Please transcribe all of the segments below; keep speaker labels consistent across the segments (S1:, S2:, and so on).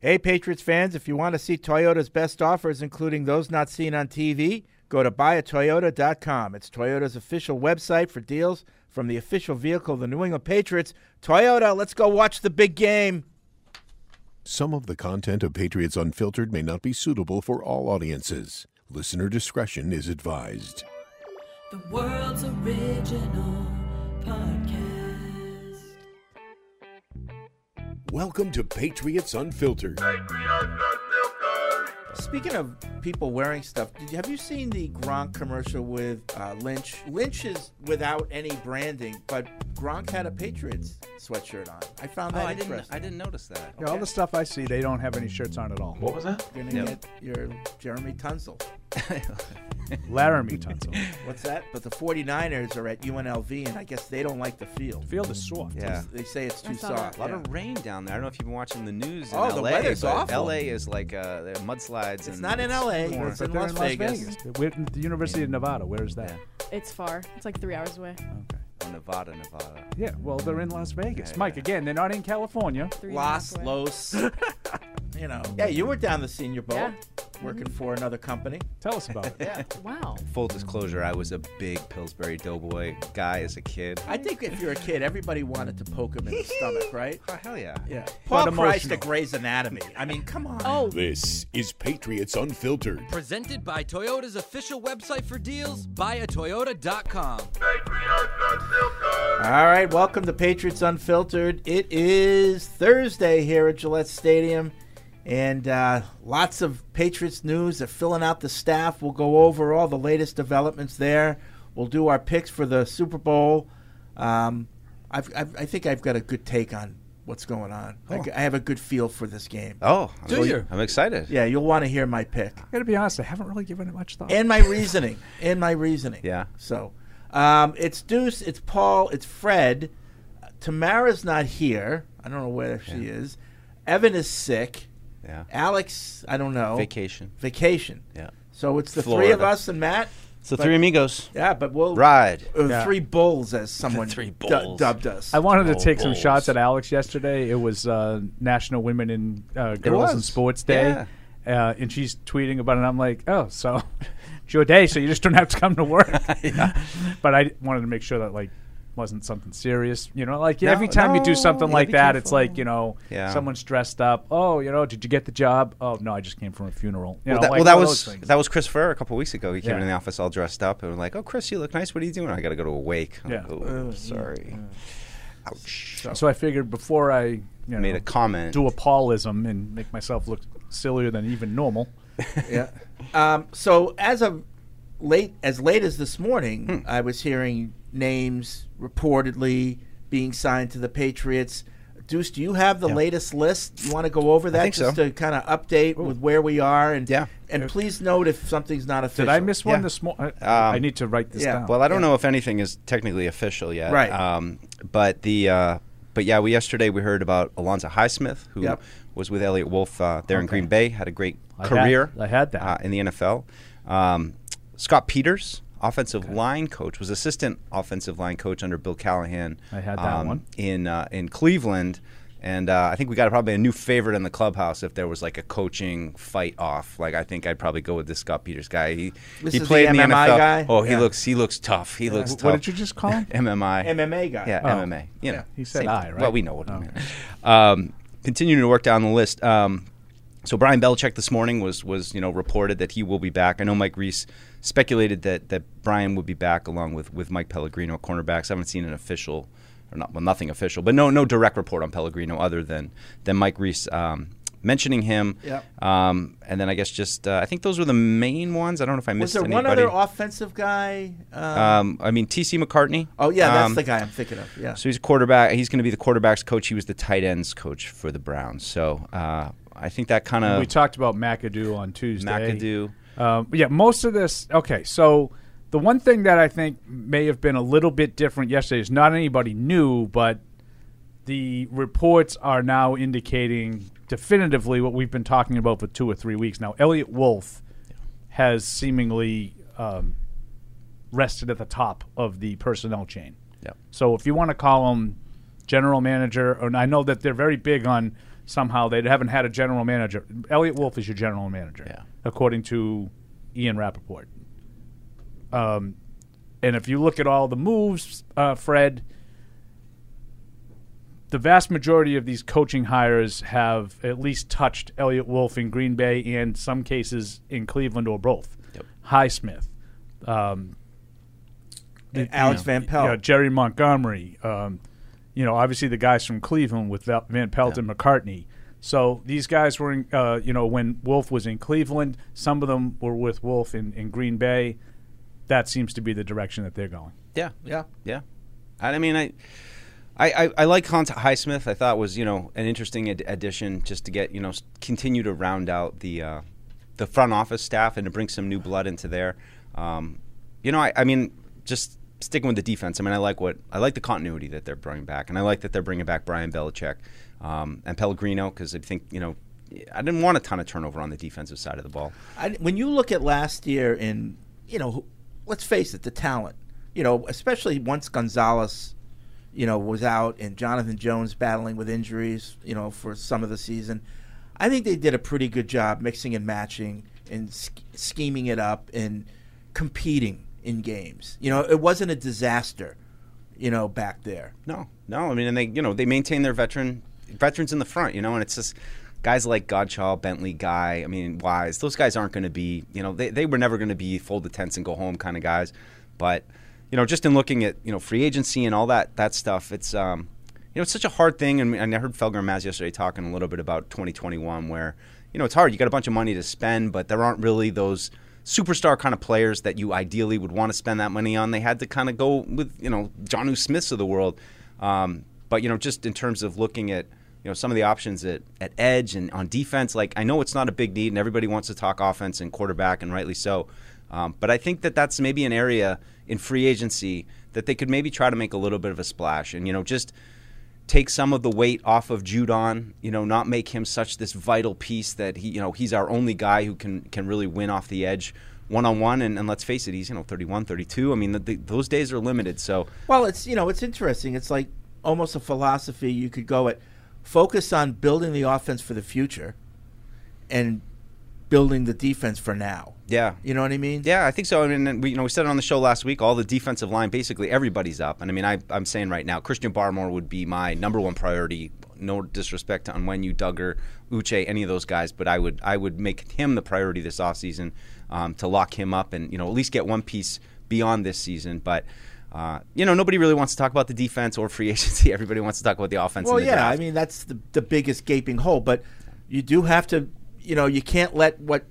S1: Hey, Patriots fans, if you want to see Toyota's best offers, including those not seen on TV, go to buyatoyota.com. It's Toyota's official website for deals from the official vehicle of the New England Patriots. Toyota, let's go watch the big game.
S2: Some of the content of Patriots Unfiltered may not be suitable for all audiences. Listener discretion is advised.
S3: The world's original podcast.
S2: Welcome to Patriots Unfiltered.
S1: Speaking of people wearing stuff, did you, have you seen the Gronk commercial with uh, Lynch? Lynch is without any branding, but Gronk had a Patriots sweatshirt on. I found
S4: Oh,
S1: that
S4: I
S1: interesting.
S4: didn't. I didn't notice that.
S5: Yeah, all the stuff I see, they don't have any shirts on at all.
S6: What was that?
S1: You're gonna
S4: No.
S1: get your Jeremy Tunsil.
S5: Laramie Tunsil.
S1: What's that? But the 49ers are at UNLV, and I guess they don't like the field.
S5: Field is soft.
S4: Yeah.
S1: They say it's too
S7: saw that.
S1: soft.
S4: A lot
S1: yeah.
S4: of rain down there. I don't know if you've been watching the news. In
S1: Oh, the
S4: LA,
S1: weather's
S4: but
S1: awful.
S4: LA is like uh, there are mudslides.
S1: It's
S4: and
S1: not in LA.
S4: pouring.
S1: It's in Las, Vegas.
S5: Where- the University of Nevada, where is that?
S7: It's far. It's like three hours away.
S5: Okay.
S4: Oh, Nevada, Nevada.
S5: Yeah, well, they're in Las Vegas.
S4: Yeah,
S5: Mike,
S4: yeah.
S5: again, they're not in California.
S7: Three and a half
S1: Los
S7: away.
S1: Los. you know. Yeah, you were down the senior boat,
S7: Yeah.
S1: working for another company.
S5: Tell us about it.
S7: Wow.
S4: Full disclosure, I was a big Pillsbury Doughboy guy as a kid.
S1: I think if you're a kid, everybody wanted to poke him in the stomach, right?
S4: Oh, hell yeah.
S1: Yeah. Paul
S5: But
S1: Christ
S5: emotional.
S1: to Grey's Anatomy. I mean, come on.
S7: Oh,
S2: This is Patriots Unfiltered.
S8: Presented by Toyota's official website for deals, buyatoyota.com.
S1: All right, welcome to Patriots Unfiltered. It is Thursday here at Gillette Stadium, and uh, lots of Patriots news. They're filling out the staff. We'll go over all the latest developments there. We'll do our picks for the Super Bowl. Um, I've, I've, I think I've got a good take on what's going on. I g I I have a good feel for this game.
S4: Oh,
S8: Do
S4: I'm,
S8: you?
S4: I'm excited.
S1: Yeah, you'll want to hear my pick
S5: I gotta be honest, I haven't really given it much thought.
S1: and my reasoning and my reasoning
S4: Yeah.
S1: so um, it's deuce it's paul it's fred tamara's not here i don't know where she is evan is sick
S4: Yeah.
S1: alex i don't know
S4: Vacation.
S1: vacation
S4: Yeah.
S1: so it's the three
S4: Florida.
S1: of us and matt
S4: So
S1: But-
S4: three amigos.
S1: yeah but we'll
S4: Ride.
S1: uh,
S5: Yeah.
S1: three bulls as someone
S8: Three
S1: du-
S8: bulls.
S1: dubbed us
S5: I wanted to
S8: Oh,
S5: take some
S8: balls.
S5: shots at Alex yesterday. It was uh, National Women and uh, Girls in
S4: was.
S5: Sports Day. Uh, and she's tweeting about it, and I'm like, oh, so it's your day, so you just don't have to come to work. But I wanted to make sure that, like, wasn't something serious. You know, like, every time you do
S4: no,
S5: something
S4: yeah,
S5: like
S4: be
S5: that, it's
S4: careful.
S5: like, you know,
S4: Yeah.
S5: someone's dressed up. Oh, you know, did you get the job? Oh, no, I just came from a funeral. You
S4: Well,
S5: know,
S4: that,
S5: like
S4: well, that
S5: one of those
S4: was
S5: things.
S4: that was Chris Ferrer a couple weeks ago. He came
S5: Yeah.
S4: in the office all dressed up and was like, "Oh, Chris, you look nice. What are you doing?" I got to go to a wake. I'm
S5: Yeah.
S4: like, "Oh, sorry. Ouch.
S5: so I figured before I you know,
S4: Made a comment.
S5: do a Paulism and make myself look sillier than even normal.
S1: yeah. Um, so as of late as late as this morning,
S5: Hmm.
S1: I was hearing names reportedly being signed to the Patriots. Deuce, do you have the latest list? You want to go over that
S4: think
S1: just
S4: so.
S1: to kind of update with where we are and
S4: Yeah.
S1: and please note if something's not official.
S5: Uh, Did I miss one
S4: Yeah.
S5: this morning? I
S4: Um,
S5: need to write this
S1: yeah,
S5: down.
S4: Well, I don't know if anything is technically official yet.
S1: Right.
S4: Um, but the uh, but yeah, we yesterday we heard about Alonzo Highsmith, who
S1: Yep.
S4: was with Elliot Wolf uh, there in Green Bay, had a great
S5: I had-
S4: career.
S5: I had that.
S4: uh, in the NFL. Um, Scott Peters, offensive line coach, was assistant offensive line coach under Bill Callahan.
S5: I had that
S4: um,
S5: one.
S4: in uh, in Cleveland. And uh, I think we got probably a new favorite in the clubhouse if there was like a coaching fight off. Like I think I'd probably go with this Scott Peters guy. He,
S1: This
S4: he
S1: is
S4: played
S1: the
S4: in the
S1: MMI
S4: NFL.
S1: guy?
S4: Oh, he
S1: Yeah.
S4: looks he looks tough. He looks tough.
S5: Uh, what did you just call him?
S4: MMI.
S1: MMA guy.
S4: Yeah,
S5: Oh.
S4: MMA. You know,
S5: He said
S4: same
S5: I,
S4: thing.
S5: right?
S4: Well, we know what
S5: Oh.
S4: it meant. Um, continuing to work down the list. Um, so Brian Belichick this morning was was you know reported that he will be back. I know Mike Reese speculated that that Brian would be back along with with Mike Pellegrino, cornerbacks. I haven't seen an official or not well nothing official, but no no direct report on Pellegrino other than than Mike Reese. Um, Mentioning him,
S1: Yep.
S4: um, and then I guess just uh, I think those were the main ones. I don't know if I
S1: Was
S4: missed
S1: there one
S4: anybody.
S1: other offensive guy? Uh,
S4: um, I mean, T.C. McCartney.
S1: oh yeah, that's
S4: um,
S1: the guy I'm thinking of. Yeah.
S4: so he's a quarterback. He's going to be the quarterback's coach. He was the tight ends coach for the Browns. So uh, I think that kind
S5: we
S4: of
S5: talked about McAdoo on Tuesday.
S4: McAdoo.
S5: Um, yeah, most of this. Okay, so the one thing that I think may have been a little bit different yesterday is not anybody new, but the reports are now indicating definitively what we've been talking about for two or three weeks now. Elliot Wolf has seemingly um, rested at the top of the personnel chain.
S4: Yep.
S5: So if you want to call him general manager, or and I know that they're very big on somehow they haven't had a general manager. Elliot Wolf is your general manager,
S4: Yeah.
S5: according to Ian Rappaport. Um, and if you look at all the moves, uh, Fred, the vast majority of these coaching hires have at least touched Elliot Wolf in Green Bay and some cases in Cleveland or both.
S4: Yep.
S5: Highsmith, um,
S1: Uh, Alex
S5: you know,
S1: Van Pelt.
S5: you know, Jerry Montgomery. Um, you know, obviously the guys from Cleveland with Val- Van Pelt and McCartney. So these guys were, in, uh, you know, when Wolf was in Cleveland, some of them were with Wolf in, in Green Bay. That seems to be the direction that they're going.
S4: Yeah, yeah, yeah. I, I mean, I, I, I, I like Hans Highsmith. I thought was you know an interesting ad- addition just to get you know s- continue to round out the uh, the front office staff and to bring some new blood into there. Um, you know, I, I mean, just sticking with the defense. I mean, I like what I like the continuity that they're bringing back, and I like that they're bringing back Brian Belichick um, and Pellegrino because I think you know I didn't want a ton of turnover on the defensive side of the ball.
S1: I, when you look at last year, and you know, who- let's face it, the talent, you know, especially once Gonzalez, you know, was out and Jonathan Jones battling with injuries, you know, for some of the season, I think they did a pretty good job mixing and matching and sch- scheming it up and competing in games. You know, it wasn't a disaster, you know, back there.
S4: No, no. I mean, and they, you know, they maintain their veteran veterans in the front, you know, and it's just guys like Godshaw, Bentley, Guy. I mean, Wise. Those guys aren't going to be, you know, they, they were never going to be fold the tents and go home kind of guys. But you know, just in looking at you know free agency and all that that stuff, it's um, you know, it's such a hard thing. And, and I heard Felger and Maz yesterday talking a little bit about 2021, where you know it's hard. You got a bunch of money to spend, but there aren't really those superstar kind of players that you ideally would want to spend that money on. They had to kind of go with you know John U. Smiths of the world. Um, but you know, just in terms of looking at you know some of the options at, at edge and on defense, like I know it's not a big need, and everybody wants to talk offense and quarterback, and rightly so. Um, but I think that that's maybe an area in free agency that they could maybe try to make a little bit of a splash, and you know just take some of the weight off of Judon, you know, not make him such this vital piece that he, you know, he's our only guy who can can really win off the edge one on one and and let's face it, he's, you know, 31, 32. I mean, the, the, those days are limited. So,
S1: Well, it's you know it's interesting. It's like almost a philosophy you could go at. Focus on building the offense for the future, and building the defense for now.
S4: yeah.
S1: You know what I mean?
S4: Yeah, I think so. I mean, and we, you know, we said it on the show last week. All the defensive line, basically everybody's up. And I mean, I, I'm saying right now, Christian Barmore would be my number one priority. No disrespect to Onwenu, Duggar, Uche, any of those guys, but I would I would make him the priority this offseason um, to lock him up and you know at least get one piece beyond this season. But uh, you know, nobody really wants to talk about the defense or free agency. Everybody wants to talk about the offense.
S1: Well,
S4: and the
S1: yeah.
S4: draft.
S1: I mean that's the the biggest gaping hole. But you do have to, you know, you can't let what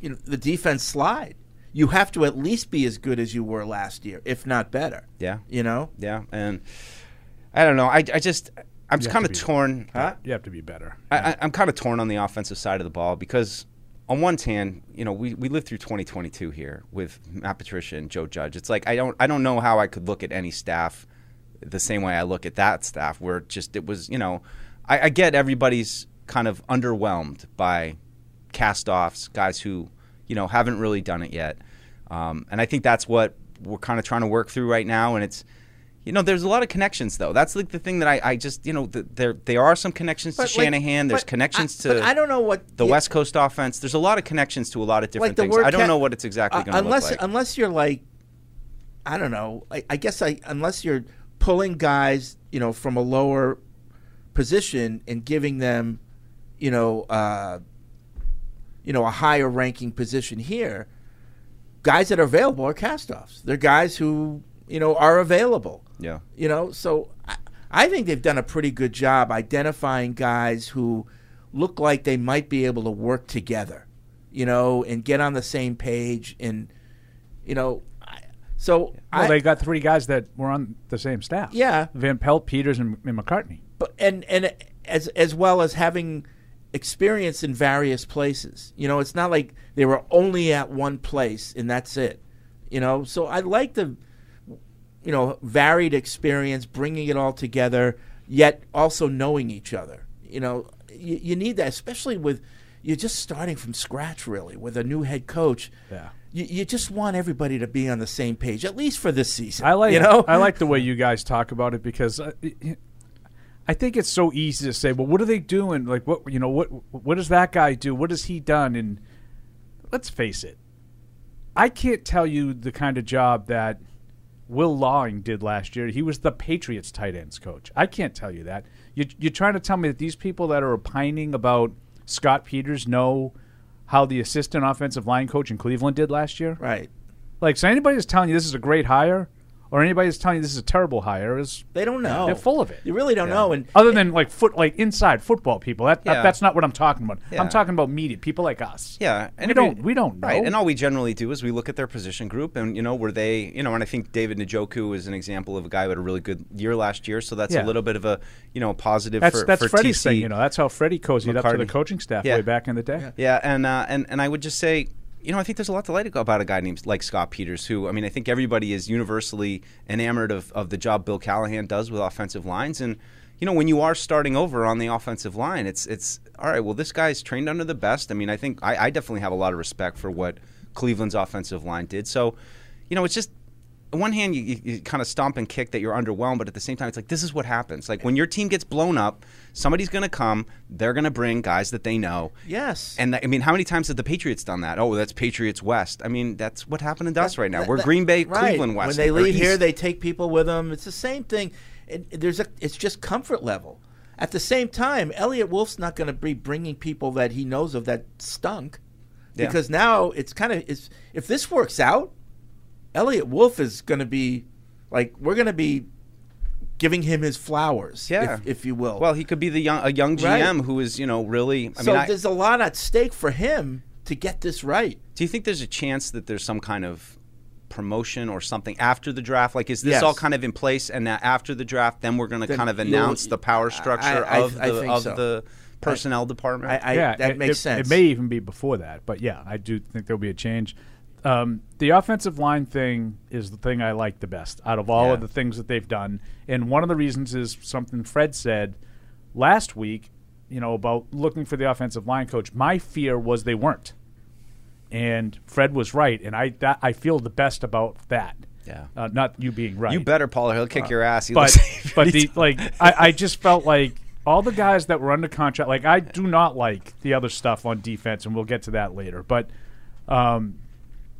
S1: you know the defense slide. You have to at least be as good as you were last year, if not better.
S4: Yeah.
S1: You know.
S4: yeah, and I don't know. I, I just I'm
S5: have
S4: kind
S5: to
S4: of
S5: be-
S4: torn.
S5: You have to be better.
S4: I, I- I'm kind of torn on the offensive side of the ball because, on one hand, you know, we, we lived through 2022 here with Matt Patricia and Joe Judge. It's like I don't I don't know how I could look at any staff the same way I look at that staff, where it just it was you know, I, I get everybody's kind of underwhelmed by cast-offs, guys who you know haven't really done it yet, um, and I think that's what we're kind of trying to work through right now, and it's. You know, there's a lot of connections, though. That's like the thing that I, I just, you know, th- there there are some connections
S1: But,
S4: to
S1: like,
S4: Shanahan. There's
S1: but
S4: connections
S1: I,
S4: to
S1: But I don't know what
S4: the
S1: yeah.
S4: West Coast offense. There's a lot of connections to a lot of different
S1: the
S4: things.
S1: word
S4: I don't
S1: cat-
S4: know what it's exactly
S1: uh,
S4: going to
S1: unless
S4: look like.
S1: unless you're like I don't know. I, I guess I unless you're pulling guys you know from a lower position and giving them you know uh, you know a higher ranking position here. Guys that are available are castoffs. They're guys who you know are available.
S4: yeah,
S1: You know, so I, I think they've done a pretty good job identifying guys who look like they might be able to work together, you know, and get on the same page. And, you know, I, so
S5: Well,
S1: I,
S5: they got three guys that were on the same staff.
S1: Yeah.
S5: Van Pelt, Peters, and, and McCartney.
S1: but, and, and as, as well as having experience in various places, you know, it's not like they were only at one place and that's it, you know, so I like the, you know, varied experience, bringing it all together, yet also knowing each other. You know, you, you need that, especially with you're just starting from scratch, really, with a new head coach.
S5: Yeah.
S1: You, you just want everybody to be on the same page, at least for this season.
S5: I like
S1: you know,
S5: I like the way you guys talk about it because I, uh, I think it's so easy to say, well, what are they doing? Like, what you know, what what does that guy do? What has he done? And let's face it, I can't tell you the kind of job that Will Lawing did last year. He was the Patriots tight ends coach. I can't tell you that. You, you're trying to tell me that these people that are opining about Scott Peters know how the assistant offensive line coach in Cleveland did last year?
S1: Right.
S5: Like, so anybody that's telling you this is a great hire or anybody that's telling you this is a terrible hire is
S1: They don't know.
S5: They're full of it.
S1: You really don't know. And
S5: other than like foot like inside football people that,
S4: Yeah.
S5: that that's not what i'm talking about
S4: Yeah.
S5: i'm talking about media people like us
S4: Yeah,
S5: we
S4: every-
S5: don't we don't know
S4: Right, and all we generally do is we look at their position group, and you know, were they, you know, and I think David Njoku is an example of a guy who had a really good year last year, so that's
S5: Yeah.
S4: a little bit of a, you know, a positive.
S5: that's
S4: for,
S5: that's
S4: for
S5: freddie's
S4: TC.
S5: thing you know that's how freddie cozied up to the
S4: McCartney.
S5: coaching staff
S4: Yeah.
S5: way back in the day
S4: Yeah, and uh, and and I would just say, you know, I think there's a lot to like about a guy named like Scott Peters, who I mean, I think everybody is universally enamored of of the job Bill Callahan does with offensive lines, and you know, when you are starting over on the offensive line, it's it's all right. Well, this guy's trained under the best. I mean, I think I, I definitely have a lot of respect for what Cleveland's offensive line did. So, you know, it's just. On one hand, you, you, you kind of stomp and kick that you're underwhelmed, but at the same time, it's like this is what happens. Like when your team gets blown up, somebody's going to come. They're going to bring guys that they know.
S1: yes.
S4: And that, I mean, how many times have the Patriots done that? Oh, that's Patriots West. I mean, that's what happened to us right now. We're
S1: That-
S4: Green Bay,
S1: right.
S4: Cleveland West.
S1: When they
S4: or
S1: leave here,
S4: East.
S1: they take people with them. It's the same thing. It, there's a, it's just comfort level. At the same time, Elliot Wolf's not going to be bringing people that he knows of that stunk,
S4: Yeah.
S1: because now it's kind of it's if this works out, Elliot Wolf is going to be like we're going to be giving him his flowers,
S4: Yeah.
S1: if, if you will.
S4: Well, he could be the young, a young
S1: Right.
S4: GM who is, you know, really. I
S1: so
S4: mean, I,
S1: there's a lot at stake for him to get this right.
S4: do you think there's a chance that there's some kind of promotion or something after the draft? Like, is this
S1: Yes.
S4: all kind of in place? And now after the draft, then we're going to
S1: Then
S4: kind of
S1: you'll-
S4: announce the power structure
S1: I- I-
S4: of the
S1: I think
S4: of
S1: so.
S4: the personnel department.
S1: I, I
S5: Yeah,
S1: that
S5: it-
S1: makes
S5: it,
S1: sense.
S5: It may even be before that, but yeah, I do think there'll be a change. Um, the offensive line thing is the thing I like the best out of all of
S4: Yeah.
S5: the things that they've done, and one of the reasons is something Fred said last week. You know about looking for the offensive line coach. My fear was they weren't, and Fred was right, and I that, I feel the best about that.
S4: Yeah.
S5: uh, not you being right Uh,
S4: you better, Paula. He'll kick your ass. He
S5: but
S4: looks-
S5: but the like I, I just felt like all the guys that were under contract like I do not like the other stuff on defense and we'll get to that later but um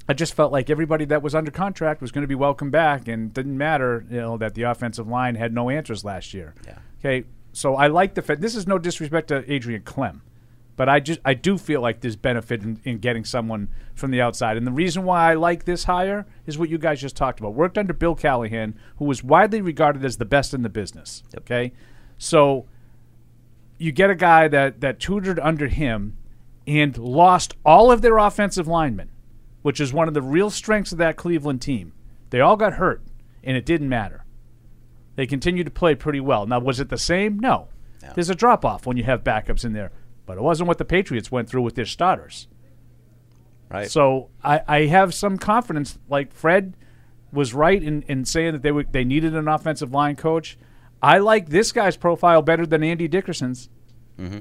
S5: I just felt like everybody that was under contract was going to be welcome back and didn't matter you know that the offensive line had no answers last year
S4: Yeah.
S5: okay so I like the fact this is no disrespect to Adrian Clem but I just I do feel like there's benefit in, in getting someone from the outside. And the reason why I like this hire is what you guys just talked about. Worked under Bill Callahan, who was widely regarded as the best in the business. Okay, so you get a guy that that tutored under him and lost all of their offensive linemen, which is one of the real strengths of that Cleveland team. They all got hurt, and it didn't matter. They continued to play pretty well. Now, was it the same? No. There's a drop off when you have backups in there, but it wasn't what the Patriots went through with their starters.
S4: Right.
S5: So I, I have some confidence. Like Fred was right in, in saying that they were, they needed an offensive line coach. I like this guy's profile better than Andy Dickerson's,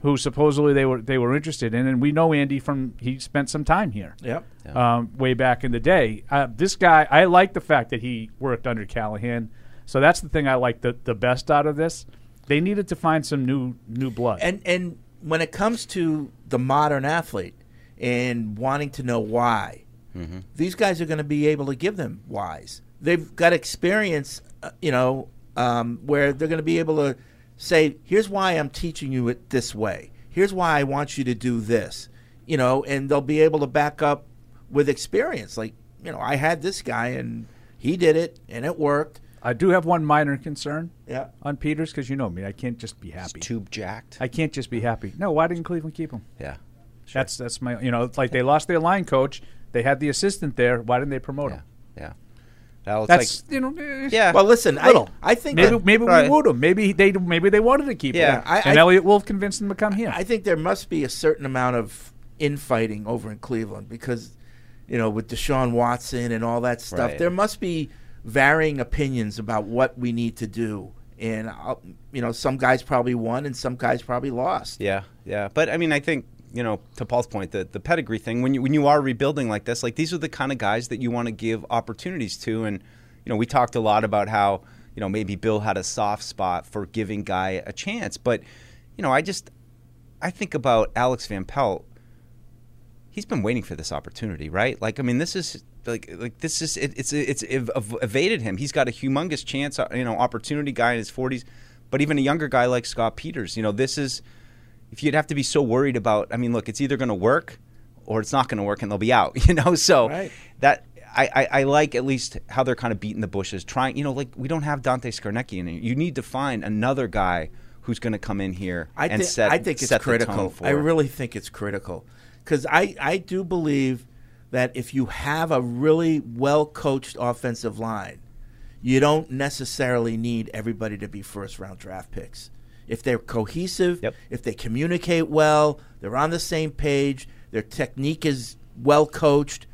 S5: who supposedly they were they were interested in, and we know Andy from he spent some time here
S1: Yep.
S5: um, way back in the day. Uh, this guy, I like the fact that he worked under Callahan, so that's the thing I like the, the best out of this. They needed to find some new new blood.
S1: and and when it comes to the modern athlete and wanting to know why, these guys are going to be able to give them whys. They've got experience, uh, you know, um, where they're going to be able to say, "Here's why I'm teaching you it this way. Here's why I want you to do this," you know, and they'll be able to back up with experience. Like, you know, I had this guy and he did it and it worked.
S5: I do have one minor concern
S1: Yeah.
S5: on Peters because you know me, I can't just be happy.
S4: tube jacked.
S5: I can't just be happy. No, why didn't Cleveland keep him?
S4: yeah.
S5: That's that's my you know it's like they lost their line coach. They had the assistant there. Why didn't they promote
S4: Yeah.
S5: him?
S4: Yeah. That looks
S5: That's
S4: like
S5: you know eh.
S4: yeah.
S1: Well, listen, I,
S5: Little.
S1: I think
S5: Maybe
S1: that-
S5: maybe
S4: Right.
S5: we wooed him. Maybe they maybe they wanted to keep
S4: Yeah,
S5: him.
S1: I-
S5: and
S1: I-
S5: Elliot Wolf convinced him to come here.
S1: I think there must be a certain amount of infighting over in Cleveland because, you know, with Deshaun Watson and all that stuff,
S4: Right.
S1: there must be varying opinions about what we need to do. And I'll, you know, some guys probably won and some guys probably lost.
S4: Yeah, yeah. But I mean, I think you know, to Paul's point, the the pedigree thing. When you when you are rebuilding like this, like these are the kind of guys that you want to give opportunities to. And you know, we talked a lot about how you know, maybe Bill had a soft spot for giving Guy a chance. But, you know, I just, I think about Alex Van Pelt. He's been waiting for this opportunity, right? Like, I mean, this is like, like this is it, it's it's ev- ev- evaded him. He's got a humongous chance, uh, you know, opportunity. Guy in his forties, but even a younger guy like Scott Peters, you know, this is if you'd have to be so worried about. I mean, look, it's either going to work or it's not going to work, and they'll be out. You know, so
S1: Right.
S4: that I, I, I like at least how they're kind of beating the bushes, trying. You know, like we don't have Dante Scarnecchi in it. You need to find another guy who's going to come in here
S1: I
S4: and
S1: think
S4: set.
S1: I think it's
S4: set the tone
S1: critical.
S4: for
S1: I really think it's critical because I I do believe that if you have a really well coached offensive line, you don't necessarily need everybody to be first round draft picks. If they're cohesive,
S4: Yep.
S1: if they communicate well, they're on the same page, their technique is well coached.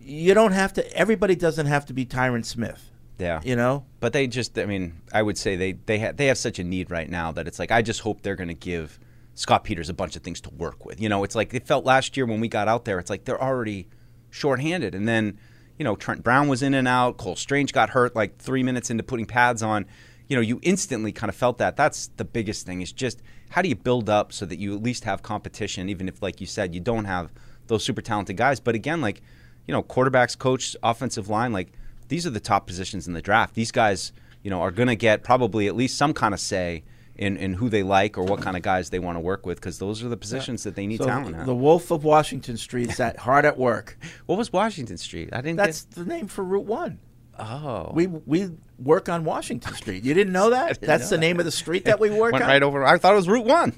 S1: You don't have to. Everybody doesn't have to be Tyron Smith.
S4: yeah.
S1: You know,
S4: But they just, I mean, I would say they they ha- they have such a need right now that it's like I just hope they're going to give Scott Peters a bunch of things to work with. You know, it's like it felt last year when we got out there. It's like they're already shorthanded, and then you know Trent Brown was in and out. Cole Strange got hurt like three minutes into putting pads on. You know, you instantly kind of felt that. That's the biggest thing is just how do you build up so that you at least have competition, even if, like you said, you don't have those super talented guys. But again, like you know, quarterbacks, coach, offensive line, like these are the top positions in the draft. These guys, you know, are going to get probably at least some kind of say in, in who they like or what kind of guys they want to work with because those are the positions that they need
S1: so
S4: talent
S1: the
S4: at.
S1: Wolf of Washington Street's at hard at work.
S4: What was Washington Street? I didn't.
S1: That's the name for Route One.
S4: get, oh,
S1: We we work on Washington Street. You didn't know that? That's the name of the street that we work
S4: went
S1: on.
S4: right over. I thought it was Route One.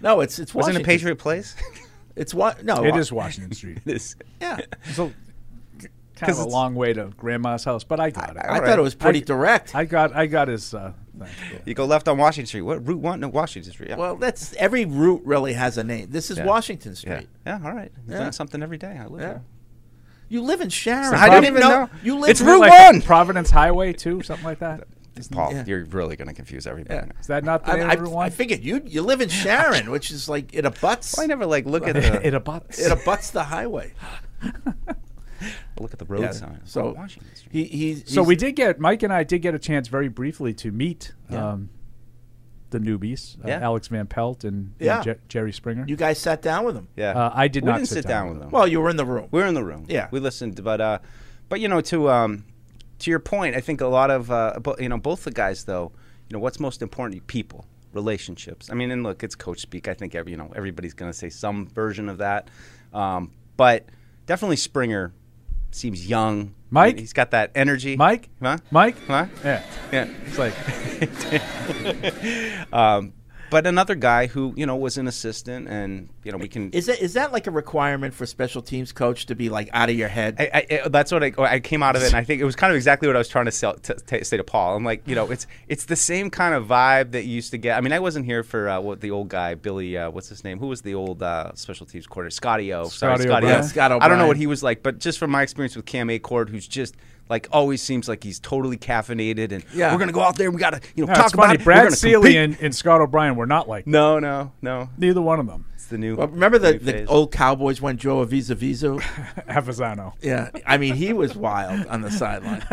S1: no, it's it's
S4: Wasn't
S1: Washington.
S4: it Patriot Place?
S1: It's what? No,
S5: It
S1: Wa-
S5: is Washington Street.
S4: It is.
S1: Yeah,
S5: It's a, kind
S4: 'Cause
S5: of a
S4: it's-
S5: long way to Grandma's house, but I got it.
S1: I
S5: I,
S4: right.
S1: thought it was pretty
S5: I-
S1: direct.
S5: got I got his. Uh, thing.
S4: You go left on Washington Street. What Route One? No, Washington Street. Yeah.
S1: well, that's every route really has a name. This is
S4: Yeah.
S1: Washington Street.
S4: yeah. yeah. All right. I've
S1: Yeah.
S4: Done something every day. I live
S1: Yeah.
S4: there.
S1: You live in Sharon.
S4: I didn't even know.
S1: You live.
S4: It's
S1: in-
S5: Isn't it
S4: Route
S5: like
S4: One!
S5: the Providence Highway too, something like that.
S4: Paul,
S1: Yeah.
S4: you're really going to confuse everybody.
S1: Yeah.
S5: Is that not the
S1: I,
S5: name
S1: I,
S5: of Route One?
S1: I figured you you live in Sharon, which is like it abuts
S4: Well, I never like look at the
S5: it abuts.
S1: it abuts the highway.
S4: look at the road
S1: Yeah.
S4: sign.
S1: So
S4: Washington Street.
S1: he, he's
S5: so
S1: he's-
S5: we did get Mike and I did get a chance very briefly to meet
S4: Yeah.
S5: um, the newbies, uh,
S4: Yeah.
S5: Alex Van Pelt and, and
S1: Yeah.
S5: Je- Jerry Springer.
S1: You guys sat down with him.
S4: Yeah,
S5: Uh, I did
S4: we
S5: not
S4: didn't sit down with them.
S1: Well, you were in the room.
S4: we were in the room.
S1: Yeah.
S4: we listened, but uh, but you know, to um, to your point, I think a lot of uh, bo- you know, both the guys though, you know, what's most important? People, relationships. I mean, and look, it's coach speak. I think every you know everybody's going to say some version of that, um, but definitely Springer seems young.
S5: Mike?
S4: he's got that energy.
S5: Mike,
S4: huh?
S5: Mike,
S4: Huh?
S5: yeah,
S4: Yeah.
S5: it's like
S4: Um, But another guy who you know was an assistant, and you know we can
S1: Is that is that like a requirement for special teams coach to be like out of your head?
S4: I, I, I- that's what I, I came out of it, and I think it was kind of exactly what I was trying to, sell, to, to say to Paul. I'm like, you know, it's it's the same kind of vibe that you used to get. I mean, I wasn't here for uh, what the old guy Billy, uh, what's his name? Who was the old uh, special teams quarter? Scotty O. Sorry,
S5: Scotty
S4: Scotty
S5: O'Brien.
S4: O.
S1: Scott
S4: I don't know
S1: O'Brien.
S4: what he was like, but just from my experience with Cam Acord, who's just like always seems like he's totally caffeinated, and
S1: Yeah.
S4: we're gonna go out there and we gotta you know
S5: no,
S4: talk
S5: it's funny.
S4: about it. We're
S5: Brad
S4: gonna
S5: Seeley
S4: compete.
S5: and, and Scott O'Brien were not like
S4: no, no, no.
S5: neither one of them.
S4: It's the new.
S1: Well, remember the,
S4: new
S1: the
S4: phase.
S1: old Cowboys when Joe Avisa Vizu?
S5: Avizano.
S1: yeah. I mean, he was wild on the sideline.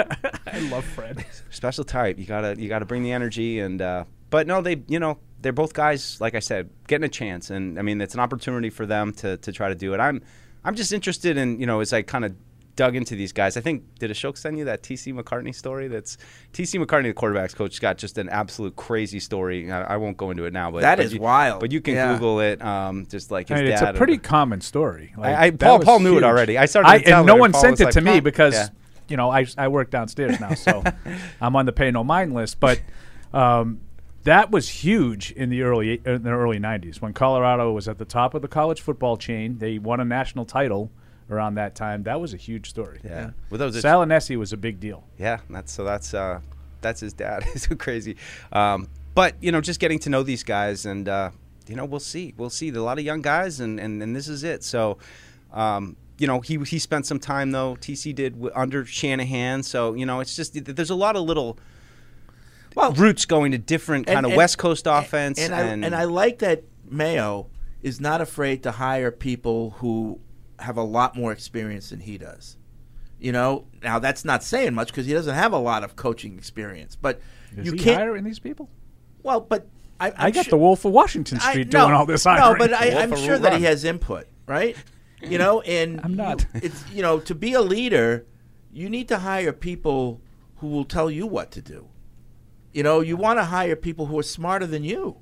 S5: I love Fred.
S4: special type. You gotta you gotta bring the energy and uh, but no, they you know they're both guys like I said getting a chance and I mean it's an opportunity for them to to try to do it. I'm I'm just interested in you know as I kind of dug into these guys. I think did Ashok send you that TC McCartney story? That's TC McCartney, the quarterbacks coach, has got just an absolute crazy story. I, I won't go into it now, but
S1: That
S4: that is
S1: is wild.
S4: But you can
S1: Yeah.
S4: Google it. Um, just like his
S5: I mean, it's a
S4: dad or-
S5: pretty common story. Like,
S4: I- I-
S5: that
S4: Paul-
S5: was
S4: Paul knew it
S5: huge.
S4: already. I started to tell
S5: and no
S4: her.
S5: one
S4: Paul
S5: sent
S4: was
S5: it
S4: like,
S5: to me
S4: "Huh?"
S5: because
S4: Yeah.
S5: you know I I work downstairs now, so I'm on the pay no mind list. But um, that was huge in the early in the early '90s when Colorado was at the top of the college football chain. They won a national title around that time. That was a huge story.
S4: yeah. Well, that was a-
S5: Salinesi was a big deal.
S4: Yeah, that's so that's uh, that's his dad. it's so crazy. Um, but you know, just getting to know these guys, and uh, you know, we'll see, we'll see. There's a lot of young guys, and and, and this is it. So, um, you know, he he spent some time though. TC did w- under Shanahan, so you know, it's just th- there's a lot of little
S1: Well,
S4: roots going to different
S1: and-
S4: kind of
S1: and-
S4: West Coast offense,
S1: And I, and, I like that Mayo is not afraid to hire people who have a lot more experience than he does. You know, now that's not saying much because he doesn't have a lot of coaching experience. But
S5: Is
S1: you
S5: he
S1: can't.
S5: hiring these people?
S1: Well, but I, I'm
S5: i got
S1: su-
S5: the Wolf of Washington
S1: I-
S5: Street
S1: no,
S5: doing all this
S1: No,
S5: hiring.
S1: but I,
S4: Wolf
S1: I'm
S4: of
S1: sure that
S4: Run.
S1: he has input, right? You know, and
S5: I'm not.
S1: you- it's you know, to be a leader, you need to hire people who will tell you what to do. You know, you want to hire people who are smarter than you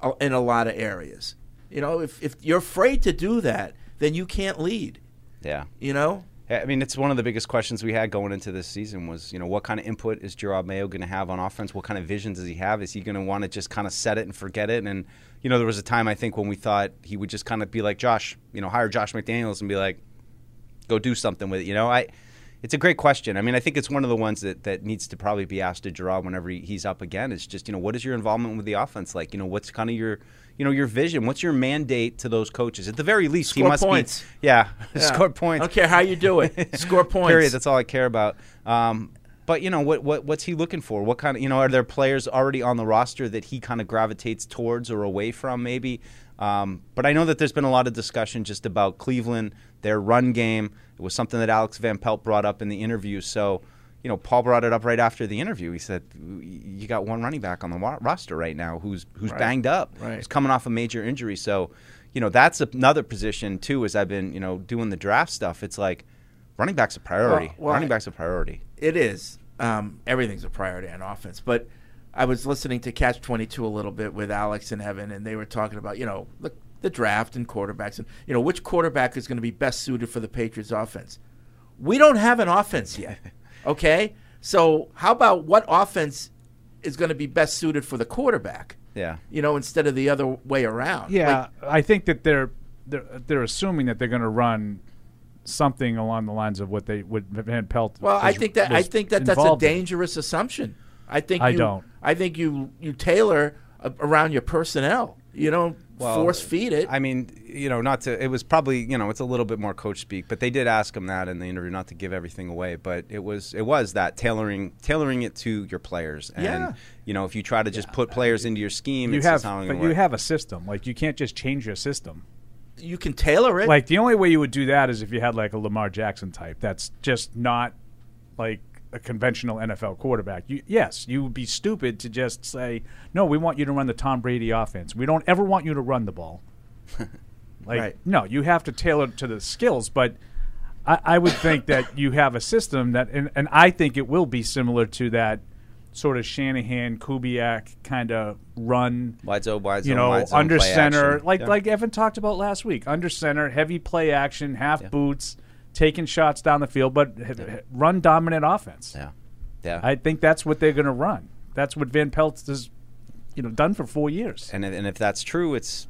S1: uh, in a lot of areas. You know, if if you're afraid to do that, then you can't lead.
S4: Yeah.
S1: You know,
S4: I mean, it's one of the biggest questions we had going into this season was, you know, what kind of input is Gerard Mayo going to have on offense? What kind of vision does he have? Is he going to want to just kind of set it and forget it? And, you know, there was a time I think when we thought he would just kind of be like Josh, you know, hire Josh McDaniels and be like, go do something with it. You know, I, it's a great question. I mean, I think it's one of the ones that, that needs to probably be asked to Gerard whenever he- he's up again. Is just you know what is your involvement with the offense like? You know, what's kind of your you know your vision? What's your mandate to those coaches? At the very least,
S1: Score
S4: he must
S1: points.
S4: be yeah,
S1: Yeah.
S4: score points.
S1: I don't care how you do it. Score points.
S4: Period. That's all I care about. Um, but you know what, what? What's he looking for? What kind of you know? Are there players already on the roster that he kind of gravitates towards or away from? Maybe. Um, but I know that there's been a lot of discussion just about Cleveland, their run game. It was something that Alex Van Pelt brought up in the interview. So, you know, Paul brought it up right after the interview. He said, "You got one running back on the wa- roster right now who's who's banged up,
S1: Right.
S4: who's coming off a major injury." So, you know, that's another position too. As I've been, you know, doing the draft stuff, it's like running back's a priority.
S1: Well, well,
S4: running
S1: I-
S4: back's a priority.
S1: it is. Um, everything's a priority on offense. But I was listening to Catch 22 a little bit with Alex and Evan, and they were talking about, you know, the, the draft and quarterbacks and, you know, which quarterback is going to be best suited for the Patriots offense. We don't have an offense yet. Okay? So how about what offense is going to be best suited for the quarterback?
S4: Yeah.
S1: You know, instead of the other way around.
S5: Yeah,
S1: Like,
S5: I think that they're they're they're assuming that they're going to run something along the lines of what they would Van Pelt.
S1: Well, I
S5: was-
S1: think that I
S5: was
S1: think that that's a
S5: involved in.
S1: dangerous assumption. I think
S5: I
S1: you,
S5: don't.
S1: I think you you tailor a- around your personnel. You don't force feed it.
S4: I mean, you know, not to. It was probably you know, it's a little bit more coach speak, but they did ask him that in the interview, not to give everything away. But it was it was that tailoring tailoring it to your players, and
S1: Yeah.
S4: you know, if you try to just put players into your scheme,
S5: You
S4: it's
S5: have,
S4: just not
S5: but
S4: going to
S5: you
S4: work.
S5: have a system. Like you can't just change your system.
S1: you can tailor it.
S5: Like the only way you would do that is if you had like a Lamar Jackson type. That's just not like a conventional NFL quarterback. You, yes, you would be stupid to just say, "No, we want you to run the Tom Brady offense. We don't ever want you to run the ball." like
S1: Right.
S5: no, you have to tailor to the skills, but I, I would think that you have a system that, and, and I think it will be similar to that sort of Shanahan Kubiak kind of run
S4: wide zone, wide zone,
S5: you know,
S4: wide zone,
S5: under
S4: play
S5: center,
S4: action.
S5: like
S4: Yeah.
S5: like Evan talked about last week, under center, heavy play action, half boots, taking shots down the field, but h- h- run dominant offense.
S4: yeah, yeah.
S5: I think that's what they're going to run. That's what Van Pelt has, you know, done for four years.
S4: And if, and if that's true, it's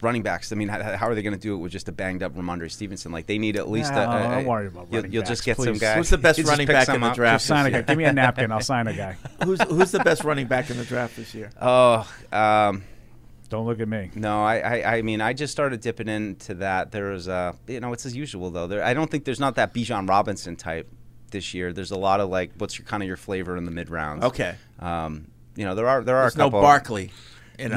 S4: running backs. I mean, how, how are they going to do it with just a banged up Ramondre Stevenson? Like they need at least.
S5: Nah,
S4: a, a,
S5: don't worry about
S4: You'll,
S5: running
S4: you'll just
S5: backs,
S4: get some
S5: please.
S4: guy.
S1: Who's the best
S4: you just
S1: running
S4: pick
S1: back
S4: some
S1: in the
S4: up.
S1: draft?
S5: Just sign a guy. Give me a napkin. I'll sign a guy.
S1: who's who's the best running back in the draft this year?
S4: Oh, um,
S5: Don't look at me.
S4: No, I, I, I mean, I just started dipping into that. There was, uh, you know, it's as usual though. There, I don't think there's not that Bijan Robinson type this year. There's a lot of like, what's your kind of your flavor in the mid rounds?
S1: Okay.
S4: Um, you know, there are there are
S1: There's
S4: a
S1: no
S4: couple.
S1: Barkley. You know.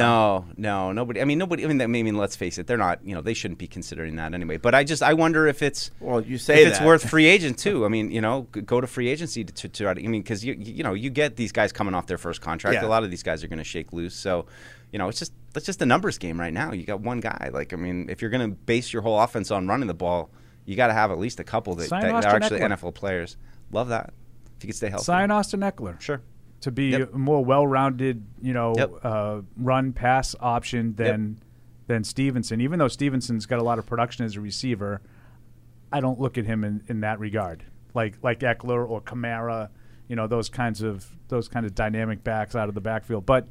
S4: No, no, nobody. I mean, nobody. I mean, I mean, let's face it, they're not. You know, they shouldn't be considering that anyway. But I just, I wonder if it's
S1: Well, you say
S4: if it's
S1: that.
S4: worth free agent too. I mean, you know, g- go to free agency to, to, to I mean, because you you know you get these guys coming off their first contract.
S1: Yeah.
S4: A lot of these guys are going to shake loose. So, you know, it's just that's just a numbers game right now. You got one guy. Like, I mean, if you're going to base your whole offense on running the ball, you got to have at least a couple that,
S5: Sign
S4: that are
S5: Austin
S4: actually
S5: Eckler.
S4: NFL players. Love that. If you could stay healthy,
S5: Sign Austin Eckler.
S4: Sure.
S5: To be
S4: Yep.
S5: a more well-rounded, you know,
S4: Yep.
S5: uh, run pass option than than Stevenson. Even though Stevenson's got a lot of production as a receiver, I don't look at him in, in that regard. Like like Eckler or Kamara, you know, those kinds of those kind of dynamic backs out of the backfield. But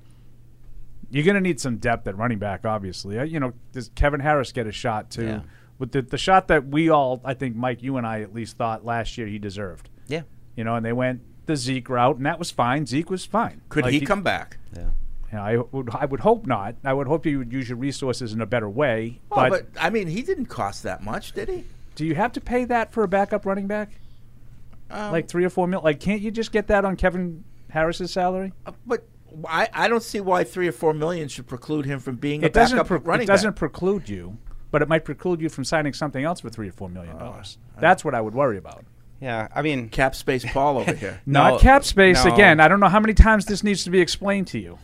S5: you're going to need some depth at running back, obviously. Uh, You know, does Kevin Harris get a shot too?
S4: Yeah.
S5: With the, the shot that we all, I think, Mike, you and I at least thought last year he deserved
S4: Yeah.
S5: you know, and they went the Zeke route, and that was fine. Zeke was fine.
S1: Could
S5: Like,
S1: he come back?
S4: Yeah.
S5: you know, I would, I would hope not. I would hope you would use your resources in a better way.
S1: Oh,
S5: but,
S1: but I mean, he didn't cost that much, did he?
S5: do you have to pay that for a backup running back?
S1: Um,
S5: like three or four mil? Like, can't you just get that on Kevin Harris's salary?
S1: But I, I don't see why three or four million should preclude him from being a
S5: It doesn't.
S1: backup
S5: pre-
S1: running
S5: it doesn't
S1: back.
S5: preclude
S1: Oh,
S5: you, but it might preclude you from signing something else for three or four million dollars. That's what I would worry about.
S4: Yeah, I mean,
S1: Cap Space Paul over here.
S4: No,
S5: Not cap space
S4: no.
S5: again. I don't know how many times this needs to be explained to you.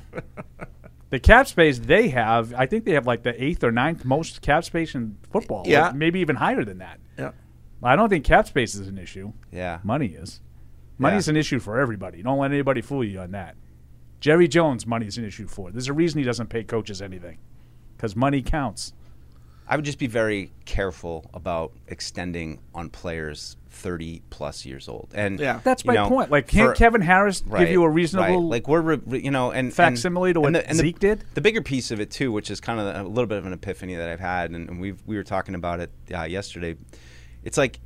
S5: the cap space they have, I think they have like the eighth or ninth most cap space in football. like
S1: Yeah.
S5: maybe even higher than that.
S1: Yeah.
S5: I don't think cap space is an issue.
S4: yeah,
S5: Money is. Money
S4: Yeah.
S5: is an issue for everybody. Don't let anybody fool you on that. Jerry Jones, money is an issue for. There's a reason he doesn't pay coaches anything, because money counts.
S4: I would just be very careful about extending on players thirty plus years old. And
S1: Yeah.
S5: That's
S4: you
S5: my
S4: know,
S5: point. Like, can't
S4: for-
S5: Kevin Harris
S4: Right,
S5: give you a
S4: right.
S5: reasonable?
S4: like we're re- re- you know and and-
S5: facsimile to what Zeke did?
S4: The bigger piece of it too, which is kind of a little bit of an epiphany that I've had, and, and we we were talking about it uh, yesterday. It's like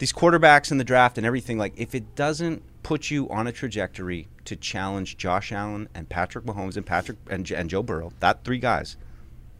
S4: these quarterbacks in the draft and everything. Like if it doesn't put you on a trajectory to challenge Josh Allen and Patrick Mahomes and Patrick and, J- and Joe Burrow, that three guys,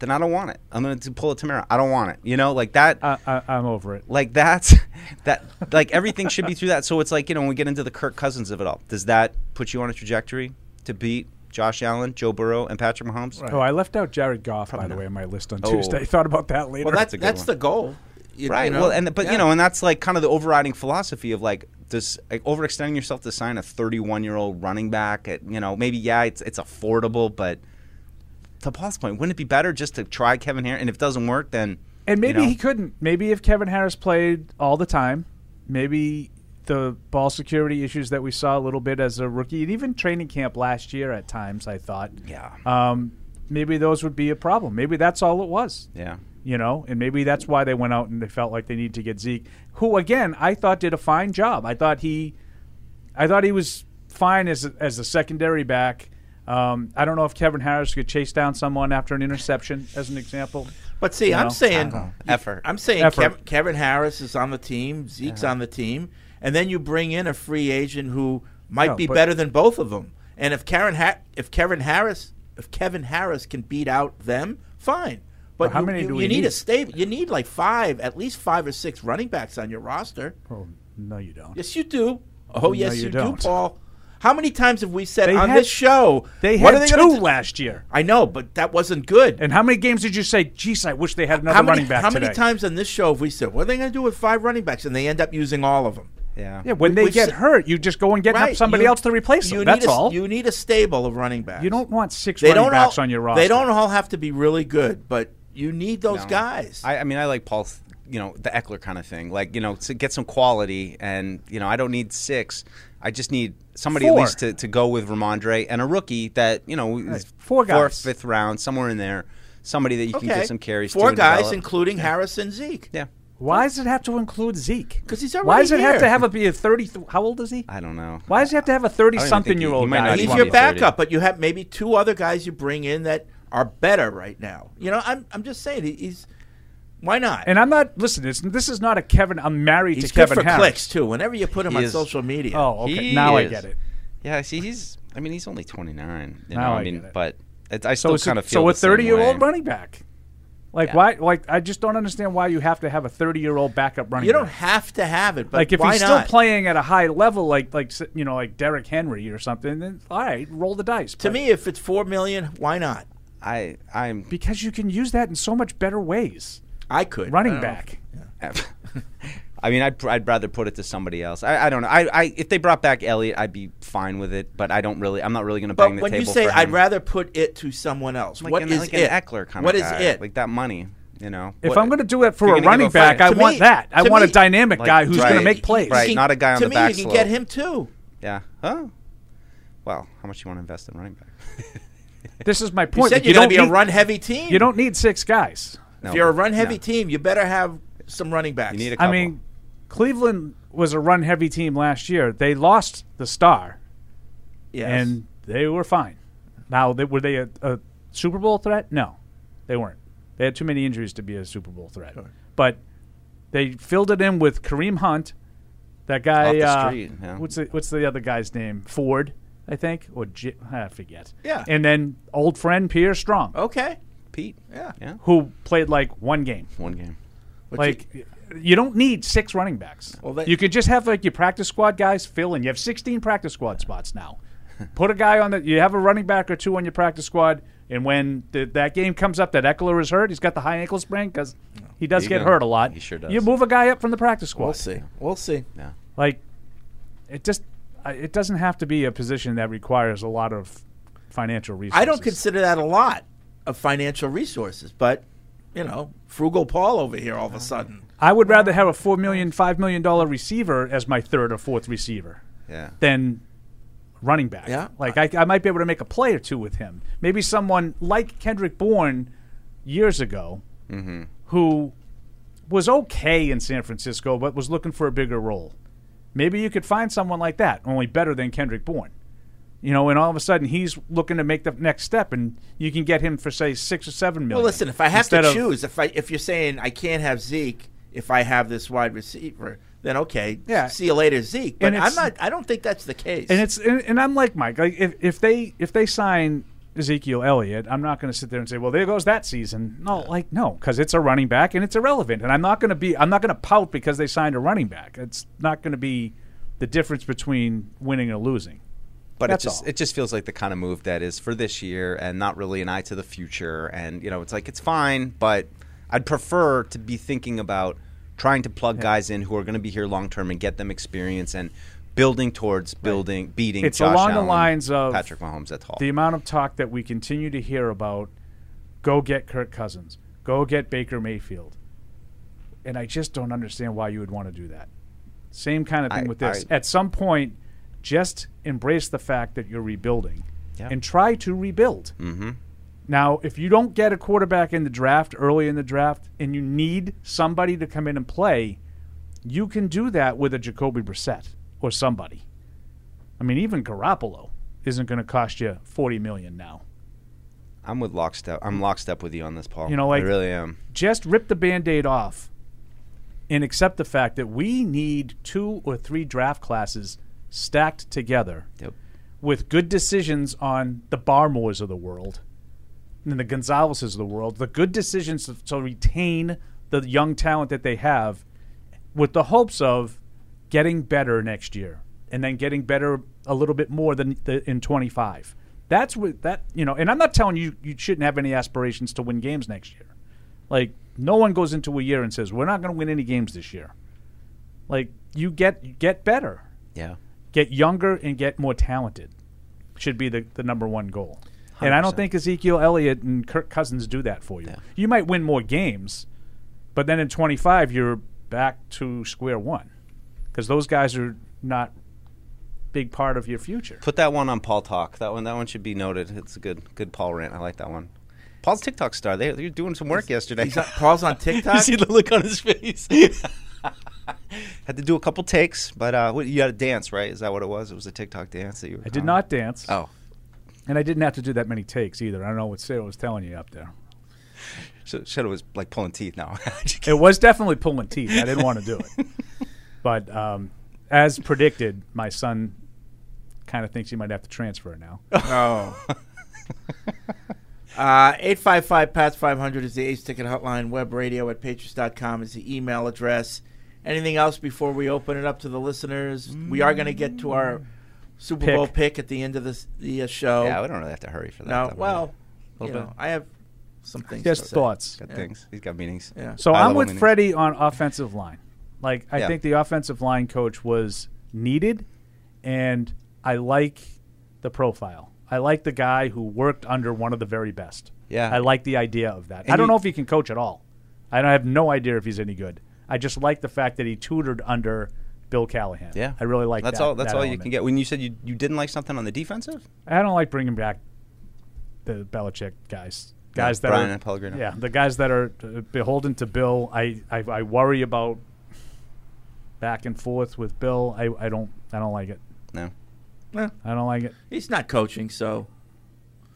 S4: then I don't want it. I'm going to pull a Tamara. I don't want it. You know, like that
S5: I, I, I'm over it.
S4: like that's that like everything should be through that so it's like you know when we get into the kirk cousins of it all does that put you on a trajectory to beat josh allen joe burrow and patrick mahomes
S5: Oh, I left out Jared Goff, by the way, on my list on
S4: Oh.
S5: Tuesday. Thought about that later.
S1: Well, that's
S4: a good
S1: that's
S4: one.
S1: the goal. You-
S4: right
S1: you know?
S4: well and but
S1: Yeah.
S4: you know and that's like kind of the overriding philosophy of like this like overextending yourself to sign a 31 year old running back at you know maybe yeah it's it's affordable but to paul's point wouldn't it be better just to try kevin Harris? and if it doesn't work then
S5: and
S4: you
S5: maybe
S4: know,
S5: he couldn't. Maybe if Kevin Harris played all the time, maybe the ball security issues that we saw a little bit as a rookie, and even training camp last year at times, I thought,
S4: yeah
S5: um, maybe those would be a problem. Maybe that's all it was.
S4: yeah
S5: you know, and maybe that's why they went out and they felt like they needed to get Zeke, who again I thought did a fine job. I thought he, I thought he was fine as a, as a secondary back. Um, I don't know if Kevin Harris could chase down someone after an interception, as an example.
S1: But see, I'm
S5: know?
S1: saying
S4: effort
S1: I'm saying
S5: Effort.
S1: Kev- Kevin Harris is on the team, Zeke's on the team, and then you bring in a free agent who might
S5: No,
S1: be
S5: but-
S1: better than both of them. And if Karen ha- if Kevin Harris if Kevin Harris can beat out them, fine. But
S5: Well, how
S1: you,
S5: many
S1: you,
S5: do
S1: you
S5: we
S1: need
S5: need?
S1: a stable. You need like five, at least five or six running backs on your roster.
S5: Oh no, you don't.
S1: Yes, you do. Oh,
S5: No,
S1: yes,
S5: you
S1: you, do,
S5: don't.
S1: Paul. How many times have we said
S5: They
S1: on
S5: had-
S1: this show?
S5: They
S1: what are
S5: had
S1: they
S5: two
S1: gonna do?
S5: last year.
S1: I know, but that wasn't good.
S5: And how many games did you say? Geez, I wish they had another
S1: how many,
S5: running back
S1: how
S5: today.
S1: many times on this show have we said, what are they going to do with five running backs? And they end up using all of them.
S4: yeah
S5: Yeah, when they
S1: we've
S5: get
S1: s-
S5: hurt, you just go and get
S1: Right.
S5: somebody
S1: you-
S5: else to replace them.
S1: you
S5: That's
S1: need a,
S5: all.
S1: You need a stable of running backs.
S5: You don't want six
S1: They
S5: running
S1: don't
S5: backs
S1: all,
S5: on your roster.
S1: They don't all have to be really good, but you need those
S4: No.
S1: guys.
S4: I, I mean, I like Paul's, you know, the Eckler kind of thing. Like, you know, to get some quality, and you know, I don't need six. I just need somebody
S5: Four.
S4: at least to, to go with Ramondre and a rookie that you know is
S5: Four
S4: fourth,
S5: guys.
S4: fifth round, somewhere in there. Somebody that you
S1: okay.
S4: can get some carries. to
S1: Four
S4: and
S1: guys,
S4: develop.
S1: including Harris and Zeke.
S4: yeah.
S5: Why does it have to include Zeke?
S1: 'Cause he's
S5: Why
S1: already
S5: does it have
S1: here.
S5: to have a be a thirty? th- how old is he?
S4: I don't know.
S5: Why does he have to have a
S4: I don't even think he-
S5: thirty-something-year-old
S4: he might
S5: guy?
S4: not
S5: as
S1: He's
S4: even
S5: one
S1: your
S5: of
S4: be
S5: these?
S4: thirty.
S1: backup, but you have maybe two other guys you bring in that are better right now. You know, I'm I'm just saying he- he's why not?
S5: And I'm not. Listen, it's, this is not a Kevin. I'm married to
S1: he's good
S5: Kevin
S1: for
S5: Harris.
S1: clicks too. Whenever you put him
S4: He
S1: on
S4: is-
S1: social media,
S5: Oh, okay.
S4: He
S5: now I
S4: is.
S5: get it.
S4: Yeah. See, he's. I mean, he's only twenty nine. You
S5: Now
S4: know,
S5: I
S4: I mean,
S5: get it.
S4: but it, I
S5: So
S4: still
S5: it's
S4: kind
S5: a,
S4: of feel
S5: so a
S4: the same
S5: thirty-year-old
S4: way.
S5: running back. Like
S4: Yeah.
S5: why? Like I just don't understand why you have to have a thirty-year-old backup running.
S1: you don't
S5: back.
S1: have to have it. But
S5: like if
S1: why
S5: he's
S1: not?
S5: still playing at a high level, like like s- you know, like Derrick Henry or something. Then all right, roll the dice.
S1: to
S5: But-
S1: me, if it's four million, why not?
S4: I. I'm.
S5: because you can use that in so much better ways.
S1: I could I
S5: Running
S1: don't
S5: back.
S4: I mean, I'd, I'd rather put it to somebody else. I, I don't know. I, I if they brought back Elliott, I'd be fine with it. But I don't really. I'm not really going to
S1: But
S4: bang the
S1: when
S4: table.
S1: you say
S4: for
S1: I'd
S4: him."
S1: rather put it to someone else,
S4: like
S1: what
S4: an,
S1: is
S4: like
S1: it?
S4: An Eckler kind
S1: What
S4: of
S1: is
S4: guy.
S1: it?
S4: Like that money, you know.
S5: If
S4: What-
S5: I'm going to do it for
S4: you're
S5: a
S4: gonna go
S5: running back,
S4: find-
S5: I
S1: To
S5: want
S1: me-
S5: that. I
S1: to
S5: want a
S1: me-
S5: dynamic
S4: Like,
S5: guy who's going
S4: right.
S5: to make plays.
S4: Right. not a guy on
S1: to
S4: the
S1: me,
S4: back
S1: you can
S4: slope.
S1: get him too.
S4: yeah, oh, well, how much you want to invest in running back?
S5: This is my point.
S1: You said
S5: like,
S1: you're going
S5: don't
S1: to be
S5: need-
S1: a run-heavy team.
S5: You don't need six guys.
S4: No,
S1: If you're a run-heavy
S4: no.
S1: team, you better have some running backs.
S4: you need a couple.
S5: I mean, Cleveland was a run heavy team last year. They lost the star,
S1: yes.
S5: and they were fine. Now, they, were they a, a Super Bowl threat? No, they weren't. They had too many injuries to be a Super Bowl threat. But they filled it in with Kareem Hunt, that guy.
S4: Off the
S5: uh,
S4: street, yeah.
S5: What's the what's the other guy's name? Ford, I think, or J- I forget.
S1: Yeah.
S5: And then old friend Pierre Strong,
S1: okay,
S4: Pete.
S1: yeah.
S4: Yeah,
S5: who played like one game.
S4: one game.
S1: But you-
S5: Like, you don't need six running backs.
S1: Well, that-
S5: you could just have like your practice squad guys fill in. You have 16 practice squad spots now. Put a guy on the. You have a running back or two on your practice squad, and when the, that game comes up that Eckler is hurt, he's got the high ankle sprain because he does
S4: There
S5: get
S4: you go.
S5: hurt a lot.
S4: He sure does.
S5: You move a guy up from the practice squad.
S1: we'll see. We'll see.
S4: Yeah,
S5: Like, it just I- it doesn't have to be a position that requires a lot of financial resources.
S1: I don't consider that a lot of financial resources, but you know, frugal Paul over here all
S4: Uh-huh.
S1: of a sudden.
S5: I would rather have a four million, five million dollar receiver as my third or fourth receiver
S4: Yeah.
S5: than running back.
S1: Yeah.
S5: Like I, I might be able to make a play or two with him. Maybe someone like Kendrick Bourne years ago,
S4: Mm-hmm.
S5: who was okay in San Francisco but was looking for a bigger role. Maybe you could find someone like that, only better than Kendrick Bourne. You know, and all of a sudden he's looking to make the next step, and you can get him for say six or seven million.
S1: Well, listen, if I have
S5: instead
S1: to
S5: of-
S1: choose, if I if you're saying I can't have Zeke if I have this wide receiver, then okay,
S5: Yeah.
S1: see you later, Zeke. But
S5: And
S1: I'm
S5: it's-
S1: not. I don't think that's the case.
S5: And it's and, and I'm like Mike. Like if, if they if they sign Ezekiel Elliott, I'm not going to sit there and say, well, there goes that season. No, like no, because it's a running back and it's irrelevant. And I'm not going to be I'm not going to pout because they signed a running back. It's not going to be the difference between winning or losing.
S4: But it
S5: That's
S4: just
S5: all.
S4: it just feels like the kind of move that is for this year and not really an eye to the future. And you know, it's like it's fine, but I'd prefer to be thinking about trying to plug guys in who are going to be here long term and get them experience and building towards building beating.
S5: It's
S4: Josh
S5: along the
S4: Allen,
S5: lines of
S4: Patrick Mahomes at all.
S5: The amount of talk that we continue to hear about go get Kirk Cousins, go get Baker Mayfield. And I just don't understand why you would want to do that. Same kind of thing
S4: I-
S5: with this.
S4: I-
S5: At some point, just embrace the fact that you're rebuilding
S4: Yeah.
S5: and try to rebuild. Mm-hmm. Now, if you don't get a quarterback in the draft early in the draft and you need somebody to come in and play, you can do that with a Jacoby Brissett or somebody. I mean, even Garoppolo isn't going to cost you forty million now.
S4: I'm with lockstep. I'm lockstep with you on this, Paul.
S5: You know, like-
S4: I really am.
S5: Just rip the Band-Aid off and accept the fact that we need two or three draft classes stacked together
S4: Yep.
S5: with good decisions on the Barmores of the world and the Gonzaleses of the world, the good decisions to, to retain the young talent that they have with the hopes of getting better next year and then getting better a little bit more than the, in 25. That's what that, you know, and I'm not telling you you shouldn't have any aspirations to win games next year. Like, no one goes into a year and says, we're not going to win any games this year. Like, you get, you get better
S4: Yeah.
S5: get younger and get more talented should be the, the number one goal. And I don't
S4: 100%.
S5: think Ezekiel Elliott and Kirk Cousins do that for you. You might win more games, but then in 25, you're back to square one because those guys are not big part of your future.
S4: Put that one on Paul Talk. That one. That one should be noted. It's a good good Paul rant. I like that one. Paul's TikTok star. They they're doing some work yesterday.
S1: He's on, Paul's on
S4: You
S1: TikTok.
S4: see the look on his face. Had to do a couple takes, but uh, what, you had a dance, right? Is that what it was? It was a TikTok dance that you. Were
S5: I did
S4: calling?
S5: not dance,
S4: Oh,
S5: and I didn't have to do that many takes either. I don't know what Sarah was telling you up there.
S4: so, said it was like pulling teeth. Now,
S5: It was definitely pulling teeth. I didn't want to do it. But um, as predicted, my son kind of thinks he might have to transfer now.
S1: Oh. Uh, 855 PATS 500 is the ace ticket hotline. Web radio at patriots.com is the email address. Anything else before we open it up to the listeners? We are going to get to our Super
S5: Pick.
S1: Bowl pick at the end of this, the uh, show.
S4: yeah, we don't really have to hurry for that.
S1: no,
S4: though.
S1: well, you
S4: Little bit.
S1: know, I have some things
S5: Just
S1: to say.
S5: thoughts.
S4: got things. He's got meetings.
S1: Yeah.
S5: So
S4: I
S5: I'm
S4: love
S5: with
S4: meetings.
S5: Freddie on offensive line. Like I
S4: Yeah.
S5: think the offensive line coach was needed, and I like the profile. I like the guy who worked under one of the very best.
S4: Yeah.
S5: I like the idea of that. I
S4: And
S5: don't
S4: you-
S5: know if he can coach at all. I don't- I have no idea if he's any good. I just like the fact that he tutored under Bill Callahan.
S4: Yeah,
S5: I really like
S4: that's
S5: that-
S4: all. That's
S5: that
S4: all you
S5: element.
S4: can get. When you said you, you didn't like something on the defensive,
S5: I don't like bringing back the Belichick guys. Guys that
S4: Brian
S5: are
S4: and Pellegrino.
S5: Yeah, the guys that are uh, beholden to Bill. I, I I worry about back and forth with Bill. I, I don't I don't like it. Eh.
S4: no.
S1: Well,
S5: I don't like it.
S1: he's not coaching, so,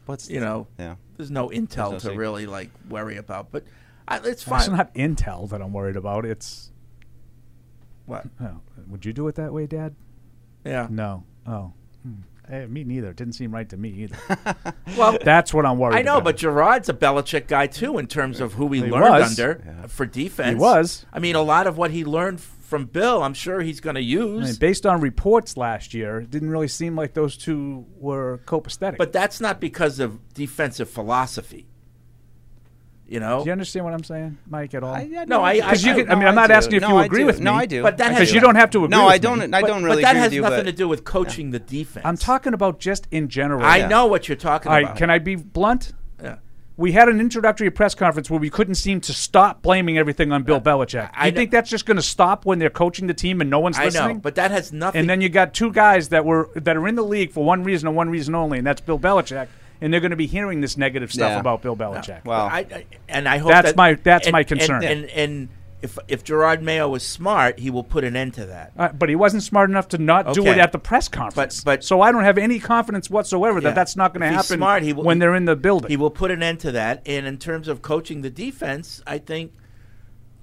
S4: What's
S1: you know,
S4: Yeah.
S1: there's no intel
S4: no
S1: to
S4: secret.
S1: really, like, worry about. But I, it's
S5: It's
S1: fine.
S5: not intel that I'm worried about. It's
S1: what?
S5: oh, would you do it that way, Dad?
S1: Yeah.
S5: No. Oh. Hmm. Eh, me neither. Didn't seem right to me either.
S1: Well,
S5: That's what I'm worried.
S1: I know,
S5: about.
S1: but Gerard's a Belichick guy too in terms of who he,
S5: He
S1: learned
S5: was.
S1: under for defense.
S5: He was.
S1: I mean, a lot of what he learned from Bill, I'm sure he's going to
S5: I
S1: use.
S5: mean, based on reports last year, it didn't really seem like those two were copacetic.
S1: but that's not because of defensive philosophy. You know,
S5: Do you understand what I'm saying, Mike? At all?
S1: no, I. I,
S5: Because you can. I mean,
S4: no,
S5: I'm not
S4: I do.
S5: asking if
S4: No,
S5: you
S4: I
S5: agree
S4: do.
S5: with me.
S4: No, I do.
S1: But that
S5: Because
S1: has-
S5: you don't have to agree.
S4: No,
S5: with
S4: I don't.
S5: me.
S4: I
S1: but-
S4: don't really
S1: But that
S4: agree
S1: has
S4: with you.
S1: nothing
S4: but
S1: to do with coaching the defense.
S5: I'm talking about just in general.
S1: I
S4: Yeah.
S1: know what you're talking
S5: All right,
S1: about.
S5: can I be blunt?
S1: Yeah.
S5: We had an introductory press conference where we couldn't seem to stop blaming everything on Bill Belichick.
S1: I
S5: you
S1: know-
S5: think that's just going to stop when they're coaching the team and no one's
S1: I
S5: listening?
S1: know, but that has nothing.
S5: and then you got two guys that were that are in the league for one reason and one reason only, and that's Bill Belichick, and they're going to be hearing this negative stuff
S4: Yeah.
S5: about Bill Belichick.
S4: Wow.
S1: I, I and I hope
S5: That's
S1: that-
S5: my- that's
S1: and-
S5: my
S1: and-
S5: concern.
S1: And, and, if if Gerard Mayo was smart, he will put an end to that.
S5: Uh, but he wasn't smart enough to not do
S1: Okay.
S5: it at the press conference.
S1: But- but-
S5: so I don't have any confidence whatsoever that
S1: Yeah.
S5: that's not going to
S1: If he's
S5: happen
S1: smart, he will-
S5: when they're in the building.
S1: He will put an end to that. And in terms of coaching the defense, I think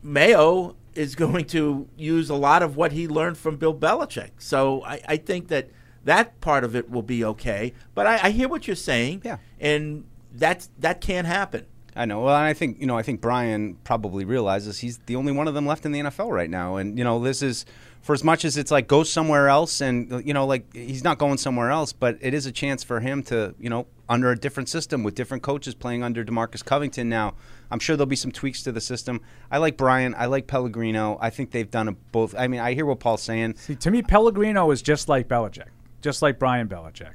S1: Mayo is going to use a lot of what he learned from Bill Belichick. So I, I think that that part of it will be okay. But I, I hear what you're saying.
S4: Yeah.
S1: And that's that can't happen.
S4: I know. Well, and I think you know. I think Brian probably realizes he's the only one of them left in the NFL right now. And you know, this is for as much as it's like go somewhere else, and you know, like he's not going somewhere else, but it is a chance for him to you know under a different system with different coaches playing under Demarcus Covington now. I'm sure there'll be some tweaks to the system. I like Brian. I like Pellegrino. I think they've done a both. I mean, I hear what Paul's saying.
S5: See, to me, Pellegrino is just like Belichick, just like Brian Belichick.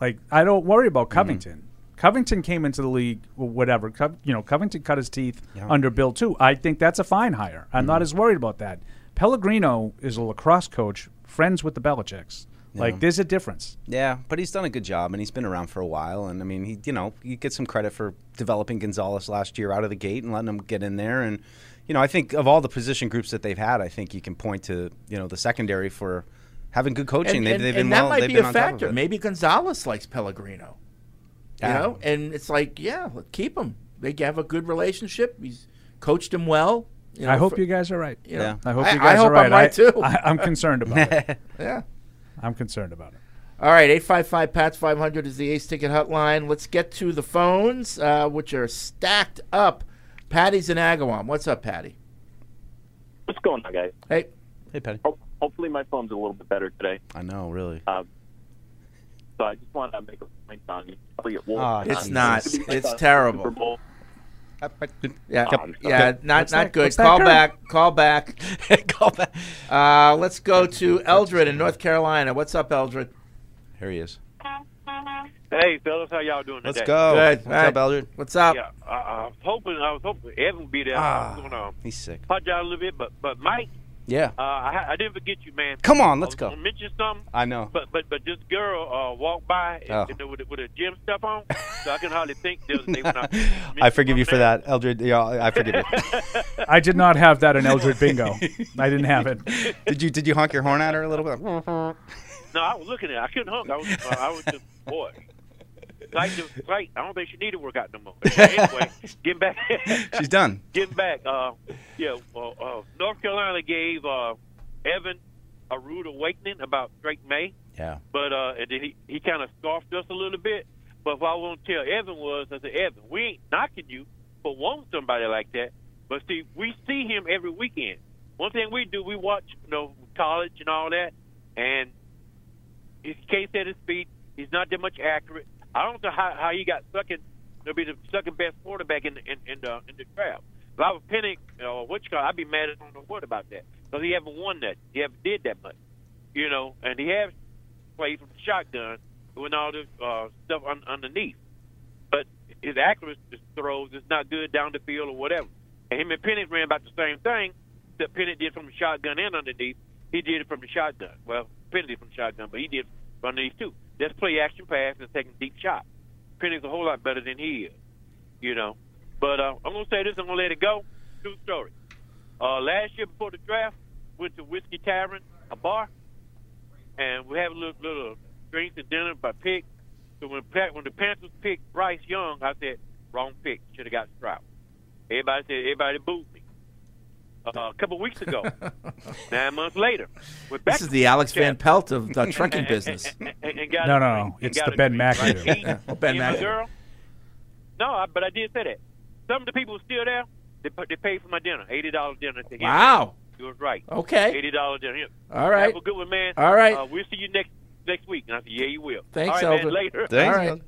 S5: Like I don't worry about
S4: Mm.
S5: Covington. Covington came into the league, well, whatever. Cov you know, Covington cut his teeth under Bill too. I think that's a fine hire. I'm
S4: Mm.
S5: not as worried about that. Pellegrino is a lacrosse coach, friends with the Belichicks. Like there's a difference.
S4: Yeah, but he's done a good job, and he's been around for a while. And I mean, he you know you get some credit for developing Gonzalez last year out of the gate and letting him get in there. And you know, I think of all the position groups that they've had, I think you can point to you know the secondary for having good
S1: And,
S4: coaching. they've,
S1: and-
S4: they've
S1: and
S4: been
S1: that
S4: well,
S1: might
S4: they've
S1: be
S4: been
S1: a
S4: on top of
S1: factor.
S4: it.
S1: Maybe Gonzalez likes Pellegrino.
S4: Yeah.
S1: You know, and it's like, yeah, well, keep him. They have a good relationship. He's coached him well. You know,
S5: I hope
S1: for-
S5: you guys are right.
S1: you know.
S4: Yeah.
S5: I hope
S1: I-
S5: you
S1: I
S5: guys
S1: hope
S5: are right.
S1: I'm right,
S5: I-
S1: too.
S5: I, I'm concerned about it.
S1: Yeah.
S5: I'm concerned about it.
S1: All right, 855 PATS 500 is the Ace Ticket Hotline. Let's get to the phones, uh, which are stacked up. Patty's in Agawam. What's up, Patty?
S6: What's going on, guys?
S1: Hey,
S4: Hey, Petty.
S6: Ho- Hopefully, my phone's a little bit better today. Uh,
S4: I know, really.
S6: So I just want to make a point on Elliot Wolf.
S4: Ah,
S1: it's
S4: Jesus.
S1: not.
S6: Could be my
S1: It's
S6: thought. Super
S1: terrible.
S6: Bowl.
S1: Yeah,
S6: Come
S1: yeah, not
S5: that-
S1: not good.
S5: Um, what's that
S1: Call
S5: girl?
S1: back. Call back.
S4: Call back.
S1: Uh, let's go to Eldred in North Carolina. What's up, Eldred?
S4: Here he is.
S9: Hey, fellas, how y'all doing
S4: Let's
S9: today?
S4: go.
S1: Good.
S4: What's
S1: All right.
S4: up, Eldred?
S1: What's up?
S9: Yeah, uh, I was hoping I was hoping Evan would be there. I was gonna
S4: Ah, He's sick.
S9: punch out a little bit, but but Mike,
S4: Yeah.
S9: uh, I, I didn't forget you, man.
S4: Come on, let's
S9: I was
S4: go.
S9: gonna mention something,
S4: I know.
S9: but but but this girl uh, walked by and,
S4: Oh.
S9: and with, a- with a gym stuff on, so I can hardly think the other day when I.
S4: I
S9: mentioned
S4: forgive you
S9: my
S4: for
S9: man.
S4: that, Eldred. Yeah, I forgive you.
S5: I did not have that in Eldred Bingo. I didn't have it.
S4: did you did you honk your horn at her a little bit?
S9: No, I was looking at. it. I couldn't hunk. I was uh, I was just bored. Like, just, like, I don't think she needed workout no more. Anyway, getting back.
S4: She's done.
S9: getting back, uh, yeah, well, uh, North Carolina gave uh, Evan a rude awakening about Drake May,
S4: Yeah.
S9: but uh, and then he, he kind of scoffed us a little bit. But what I want to tell Evan was, I said, Evan, we ain't knocking you for wanting somebody like that. But see, we see him every weekend. One thing we do, we watch, you know, college and all that, and he can't set his speed. He's not that much accurate. I don't know how, how he got second. He'll be the second best quarterback in the, in, in the in the draft. If I was Pennick or which guy, I'd be mad at him the word about that because he haven't won that. He haven't did that much, you know. And he has played from the shotgun when all this uh, stuff un- underneath. But his accuracy throws is not good down the field or whatever. And him and Pennick ran about the same thing that Pennick did from the shotgun and underneath. He did it from the shotgun. Well, Pennick did from the shotgun, but he did from underneath too. That's play action pass and taking deep shot. Pennick's a whole lot better than he is, you know. But uh, I'm gonna say this. I'm gonna let it go. True story. Uh, last year before the draft, went to Whiskey Tavern, a bar, and we have a little, little drinks and dinner by pick. So when Pat, when the Panthers picked Bryce Young, I said wrong pick. Should have got Stroud. Everybody said everybody booed me. Uh, a couple weeks ago, nine months later, with
S1: This is the Alex Van Pelt of the trucking business.
S9: and, and, and got
S5: No,
S9: a
S5: no,
S9: drink,
S5: no.
S9: and
S5: It's
S9: got
S5: the
S9: a
S5: Ben
S9: drink, right?
S5: McAdoo.
S9: Eat,
S1: Yeah. Oh, Ben
S9: and my
S1: McAdoo.
S9: girl. No, I, but I did say that. Some of the people still there. They, pa- they paid for my dinner, eighty dollars dinner. At the end.
S1: Wow.
S9: you was right.
S1: Okay.
S9: eighty dollars dinner. Yeah.
S1: All right.
S9: Have a good one, man.
S1: All right.
S9: Uh, we'll see you next next week. And I said, yeah, you will.
S1: Thanks,
S9: All right,
S1: Elvin.
S9: man, later.
S1: All right.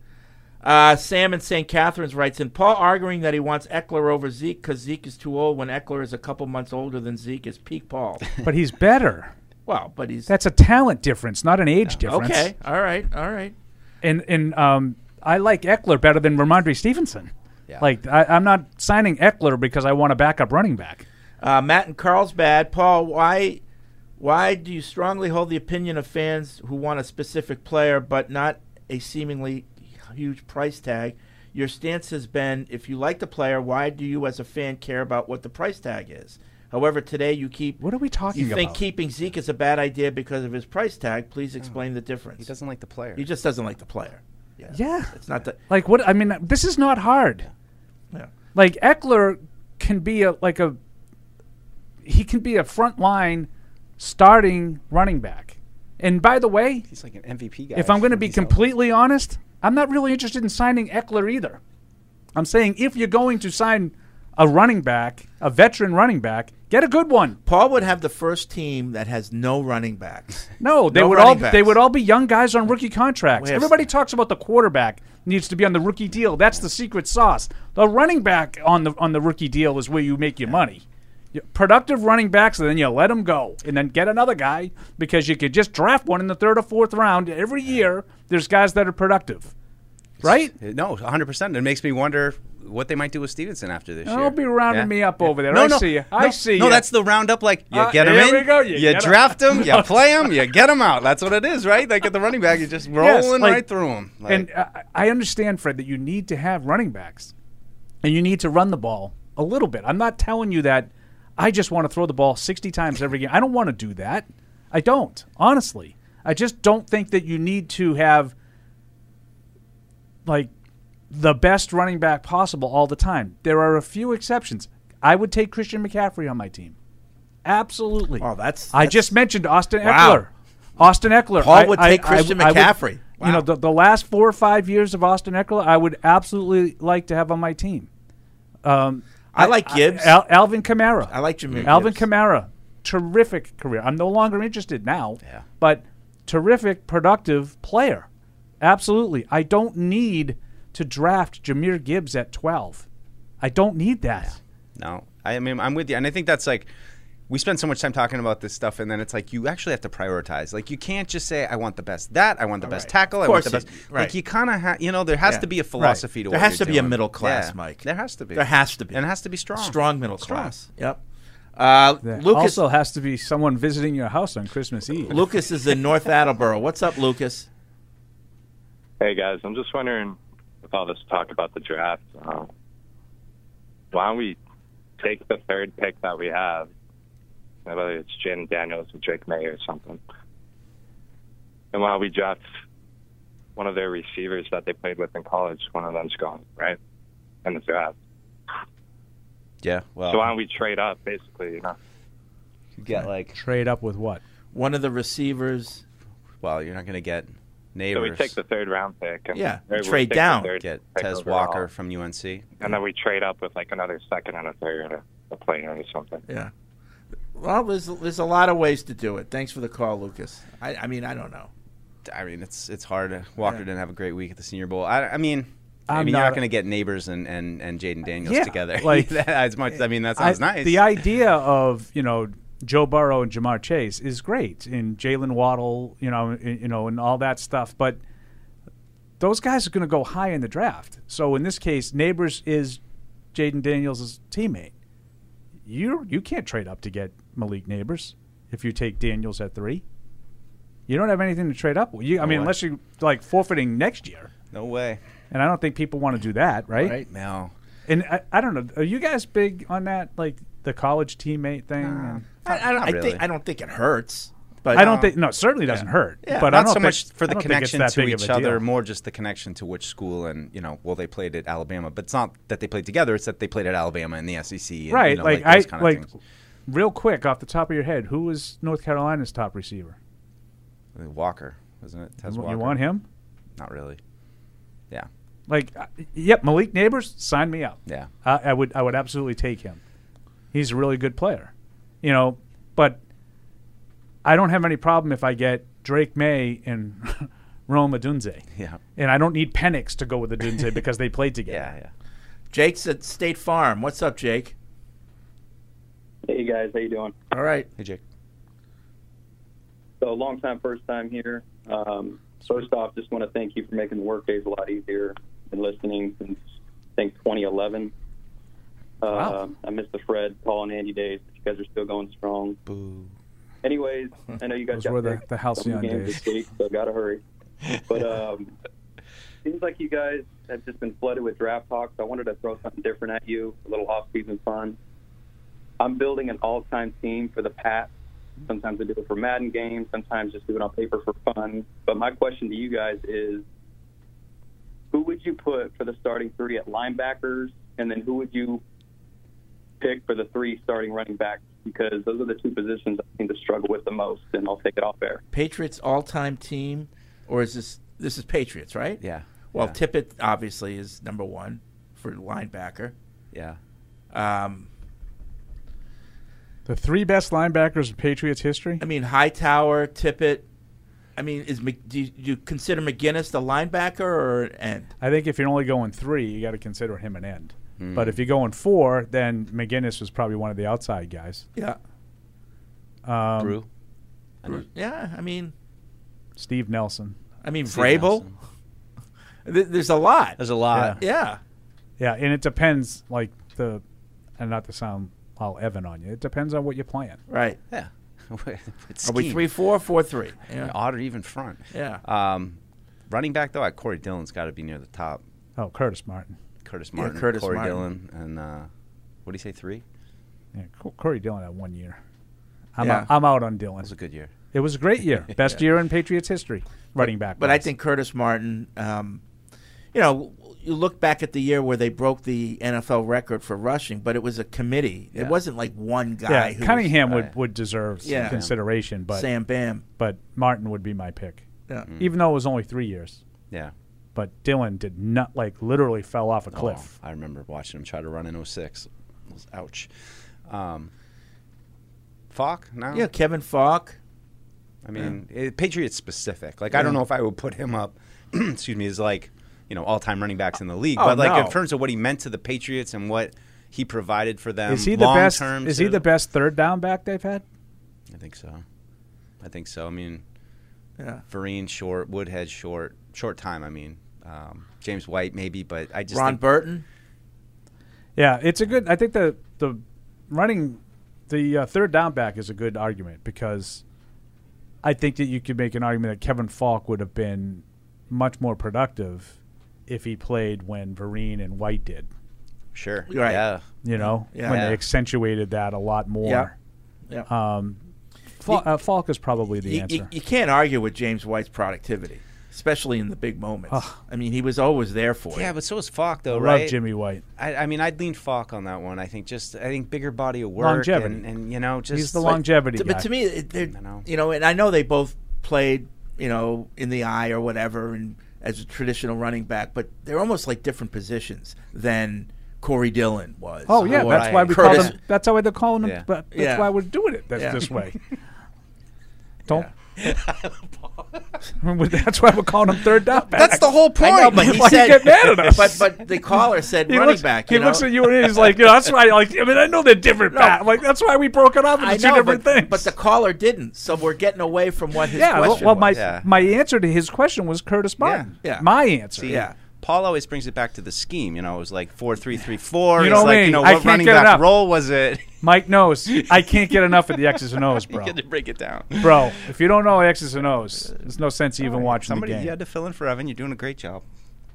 S1: Uh, Sam in St. Catharines writes in Paul arguing that he wants Eckler over Zeke because Zeke is too old when Eckler is a couple months older than Zeke is peak Paul.
S5: But he's better.
S1: well, but he's
S5: That's a talent difference, not an age difference.
S1: okay. All right, all right.
S5: And and um, I like Eckler better than Ramondre Stevenson. Like I, I'm not signing Eckler because I want a backup running back.
S1: Uh, Matt in Carlsbad, Paul, why why do you strongly hold the opinion of fans who want a specific player but not a seemingly huge price tag? Your stance has been if you like the player, why do you as a fan care about what the price tag is? However, today you keep
S5: What are we talking
S1: you think
S5: about?
S1: keeping Zeke is a bad idea because of his price tag. Please explain the difference.
S4: He doesn't like the player.
S1: He just doesn't like the player.
S5: yeah.
S1: It's not that
S5: Like what? I mean, this is not hard.
S1: Yeah.
S5: Like Eckler can be a like a he can be a front line starting running back. And by the way,
S4: He's like an MVP guy.
S5: if I'm going to
S4: when
S5: be
S4: he's out.
S5: completely honest, I'm not really interested in signing Eckler either. I'm saying if you're going to sign a running back, a veteran running back, get a good one.
S1: Paul would have the first team that has no running backs.
S5: No, they
S1: No
S5: would
S1: running
S5: all
S1: backs.
S5: they would all be young guys on rookie contracts.
S1: We have-
S5: Everybody talks about the quarterback needs to be on the rookie deal. That's the secret sauce. The running back on the on the rookie deal is where you make your money. You- Productive running backs, and then you let them go, and then get another guy because you could just draft one in the third or fourth round every year. There's guys that are productive, right?
S4: No, 100. percent It makes me wonder what they might do with Stevenson after this year.
S5: Don't Oh, be rounding me up over there.
S4: No,
S5: I
S4: no,
S5: see you.
S4: No,
S5: I see
S4: No,
S5: you.
S4: that's the roundup. Like you
S5: Uh,
S4: get him
S5: here
S4: in,
S5: we go, you get 'em.
S4: draft him, you play him, you get him out. That's what it is, right? Like at the running back, you're just rolling
S5: Yes, like-
S4: right through him. Like,
S5: and I, I understand, Fred, that you need to have running backs and you need to run the ball a little bit. I'm not telling you that I just want to throw the ball 60 times every game. I don't want to do that. I don't, honestly. I just don't think that you need to have like the best running back possible all the time. There are a few exceptions. I would take Christian McCaffrey on my team. Absolutely.
S1: Oh, that's-
S5: I
S1: that's-
S5: just mentioned Austin
S1: Wow.
S5: Eckler. Austin Eckler.
S1: Paul
S5: I-
S1: would
S5: I-
S1: take
S5: I-
S1: Christian
S5: I would-
S1: McCaffrey.
S5: You know,
S1: Wow.
S5: the, the last four or five years of Austin Eckler, I would absolutely like to have on my team. Um,
S1: I like Gibbs. I,
S5: Al- Alvin Kamara.
S1: like Jameer.
S5: Alvin
S1: Gibbs.
S5: Kamara. Terrific career. I'm no longer interested now.
S4: Yeah.
S5: But terrific, productive player. Absolutely. I don't need to draft Jameer Gibbs at 12. I don't need that.
S4: no, I mean I'm with you, and I think that's like we spend so much time talking about this stuff, and then it's like you actually have to prioritize. Like you can't just say I want the best that, I want the best
S1: Right.
S4: tackle,
S1: Of
S4: I want the
S1: course
S4: best.
S1: you- right.
S4: Like you kind of have, you know, there has
S1: Yeah.
S4: to be a philosophy to
S1: There
S4: what
S1: has
S4: you're
S1: to be a
S4: doing.
S1: middle class,
S4: Yeah.
S1: Mike.
S4: There has to be.
S1: There has to be.
S4: And it has to be strong.
S1: Strong middle class. Yep. Uh,
S5: There
S1: Lucas.
S5: also has to be someone visiting your house on Christmas Eve.
S1: Lucas is in North Attleboro. What's up, Lucas?
S6: Hey guys, I'm just wondering with all this talk about the draft, um, why don't we take the third pick that we have, whether it's Jaden Daniels or Drake May or something, and why don't we draft one of their receivers that they played with in college? One of them's gone, right? In the draft.
S4: Yeah. Well,
S6: So why don't we trade up, basically? You know,
S4: you get like
S5: Trade up with what?
S1: One of the receivers.
S4: well, you're not going to get
S6: so we
S4: neighbors.
S6: take the third round pick. And
S1: Yeah,
S6: or we
S1: trade
S6: take the
S1: down.
S6: third
S4: get
S6: pick
S4: Tez
S6: overall,
S4: Walker from UNC.
S6: and then we trade up with like another second and a third, or a player or something.
S1: Yeah. Well, there's there's a lot of ways to do it. Thanks for the call, Lucas. I, I mean, I don't know.
S4: I mean, it's it's hard. Walker didn't have a great week at the Senior Bowl. I, I mean, i
S5: I'm
S4: mean, you're
S5: not-
S4: not going to get neighbors and and and Jaden Daniels
S5: Yeah,
S4: together.
S5: like-
S4: That- as much. I mean, that
S5: I-
S4: sounds nice.
S5: The idea of you know Joe Burrow and Jamar Chase is great, and Jalen Waddle, you know, i- you know, and all that stuff. But those guys are going to go high in the draft. So in this case, neighbors is Jaden Daniels' teammate. You you can't trade up to get Malik Neighbors if you take Daniels at three. You don't have anything to trade up. with. You, I mean,
S4: way.
S5: unless you like forfeiting next year,
S4: no way.
S5: and I don't think people want to do that, right?
S1: Right.
S4: No.
S5: And I, I don't know. Are you guys big on that, like the college teammate thing? And-
S1: I, I don't. I
S4: really.
S1: think I don't it hurts. But
S5: I don't think. No, it certainly doesn't hurt.
S4: Yeah,
S5: but
S4: not
S5: I don't
S4: so much
S5: think-
S4: for
S5: I
S4: the
S5: don't think it's
S4: connection
S5: that
S4: to
S5: big of
S4: each
S5: a
S4: other,
S5: deal.
S4: more just the connection to which school and you know, well, they played at Alabama, but it's not that they played together; it's that they played at Alabama in the SEC. And,
S5: right?
S4: you know,
S5: like,
S4: like those
S5: I
S4: kind
S5: like.
S4: of things.
S5: Real quick, off the top of your head, who was North Carolina's top receiver?
S4: Walker, wasn't it? Tez
S5: You
S4: Walker.
S5: want him?
S4: Not really. Yeah.
S5: Like, uh, yep, Malik Neighbors, sign me up.
S4: Yeah.
S5: I, I would I would absolutely take him. He's a really good player, you know. But I don't have any problem if I get Drake May and Rome Adunze.
S4: Yeah.
S5: And I don't need Penix to go with Adunze because they played together.
S4: Yeah, yeah.
S1: Jake's at State Farm. What's up, Jake?
S10: Hey guys, how you doing?
S1: All right.
S4: Hey, Jake.
S10: So long time, first time here. Um, first off, just want to thank you for making the work days a lot easier. Been listening since I think 2011. Uh,
S5: Wow.
S10: I missed the Fred, Paul, and Andy days, but you guys are still going strong.
S4: Boo.
S10: Anyways, I know you guys
S5: Those
S10: got
S5: were the-
S10: big-
S5: the Halcyon
S10: some games
S5: days.
S10: this week, so gotta hurry. But um, seems like you guys have just been flooded with draft talk. So I wanted to throw something different at you, a little off-season fun. I'm building an all-time team for the Pats. Sometimes I do it for Madden games. Sometimes just do it on paper for fun. But my question to you guys is, who would you put for the starting three at linebackers, and then who would you pick for the three starting running backs? Because those are the two positions I seem to struggle with the most. And I'll take it off air.
S1: Patriots all-time team, or is this this is Patriots, right?
S4: Yeah.
S1: Well,
S4: yeah,
S1: Tippett obviously is number one for linebacker.
S4: yeah.
S1: Um,
S5: The three best linebackers in Patriots history?
S1: I mean, Hightower, Tippett. I mean, is Mc- do you, do you consider McGinnis the linebacker or an end?
S5: I think if you're only going three, you got to consider him an end.
S4: Hmm.
S5: But if you're going four, then McGinnis was probably one of the outside guys.
S1: Yeah.
S5: Um,
S4: Brew.
S1: Yeah. I mean,
S5: Steve Nelson.
S1: I mean
S4: Steve
S1: Vrabel.
S4: Nelson.
S1: Th- There's a lot.
S4: There's a lot.
S1: Yeah.
S5: Yeah, and it depends, like the, and not to sound all Evan on you, it depends on what you're playing.
S1: Right.
S4: Yeah. With
S1: Are we
S4: scheme.
S1: three four four three? Yeah.
S4: Odd or even front.
S1: Yeah.
S4: Um, running back though, I Corey Dillon's got to be near the top.
S5: Oh, Curtis Martin.
S4: Curtis Martin,
S1: Curtis
S4: Corey
S1: Martin.
S4: Dillon, and uh, what do you say? Three.
S5: Yeah, Co- Corey Dillon had one year. I'm,
S1: Yeah.
S5: out, I'm out on
S4: That was a
S5: Dillon.
S4: good year.
S5: It was a great year. Best year in Patriots history, running back.
S1: But I
S5: wise.
S1: think Curtis Martin, um, you know, you look back at the year where they broke the NFL record for rushing, but it was a committee. It
S4: Yeah.
S1: wasn't like one guy.
S5: yeah,
S1: who uh,
S5: Cunningham
S4: was-
S5: would,
S4: right.
S5: would deserve some
S1: Yeah.
S5: consideration,
S1: was
S5: but
S1: Sam Bam.
S5: but Martin would be my pick,
S1: Yeah.
S5: even though it was only three years.
S4: Mm-hmm. Yeah.
S5: But Dillon did not like literally fell off a
S4: Oh,
S5: cliff.
S4: I remember watching him try to run in 06. It was ouch. Um, Falk? No.
S1: Yeah, Kevin Falk.
S4: I mean, it, Patriots specific. Like, I don't know if I would put him up. excuse me, as like you know all time running backs in the league,
S1: Oh,
S4: but like
S1: no.
S4: in terms of what he meant to the Patriots and what he provided for them.
S5: Is he the
S4: long
S5: best?
S4: Term
S5: Is he
S4: Um, too.
S5: the best third down back they've had?
S4: I think so. I think so. I mean,
S1: Yeah.
S4: Vereen short, Woodhead short, short time. I mean, um, James White maybe, but I just
S1: Ron
S4: think,
S1: Burton.
S5: Yeah, it's a good. I think the the running the uh, third down back is a good argument because I think that you could make an argument that Kevin Falk would have been much more productive if he played when Vereen and White did.
S4: sure,
S1: You're right.
S4: yeah,
S5: You know,
S1: Yeah.
S5: when
S4: Yeah.
S5: they accentuated that a lot more.
S1: Yeah. Yeah.
S5: Um, Fal- uh, Falk is probably the
S1: you,
S5: answer.
S1: you, you can't argue with James White's productivity, especially in the big moments. I mean, he was always there for
S4: yeah.
S1: you.
S4: But so is Falk though,
S5: I
S4: right?
S5: Love Jimmy White.
S4: I, I mean, I'd lean Falk on that one. I think just I think bigger body of work
S5: Longevity.
S4: and, and you know just
S5: He's the longevity
S1: T-
S5: guy.
S1: But to me, it, they're-
S4: I know.
S1: you know, and I know they both played, you know, in the eye or whatever, and as a traditional running back, but they're almost like different positions than Corey Dillon was.
S5: oh yeah,
S1: or
S5: that's why we call
S1: Curtis-
S5: them. That's how they're calling them.
S4: Yeah.
S5: But that's
S1: Yeah.
S5: why we're doing it. That's
S1: Yeah.
S5: this way. Don't. that's why we're calling him third down back.
S1: That's the whole
S5: I
S1: point.
S5: know, but he
S1: Why you
S5: said,
S1: get mad at us? But but the caller said
S5: he
S1: running
S5: looks,
S1: back.
S5: He
S1: You know?
S5: looks at you and he's like, you know, that's why. Like, I mean, I know they're different. Pat. Like, that's why we broke it up into
S1: I
S5: two
S1: know, but,
S5: different things.
S1: but the caller didn't. So we're getting away from what his
S5: yeah. Well,
S1: question
S5: well, my
S1: was.
S4: Yeah.
S5: my answer to his question was Curtis Martin.
S1: Yeah.
S5: My answer.
S4: See,
S1: Yeah.
S4: Paul always brings it back to the scheme. You know, it was like four three three four.
S5: You
S4: You
S5: know
S4: know, like,
S5: me,
S4: you know
S5: I
S4: what
S5: can't
S4: running
S5: get it
S4: back
S5: up.
S4: role was it?
S5: Mike knows. I can't get enough of the X's and O's, bro.
S4: you had to break it down.
S5: Bro, if you don't know X's and O's, there's no sense even watching
S4: Somebody,
S5: the game.
S4: you had to fill in for Evan. You're doing a great job,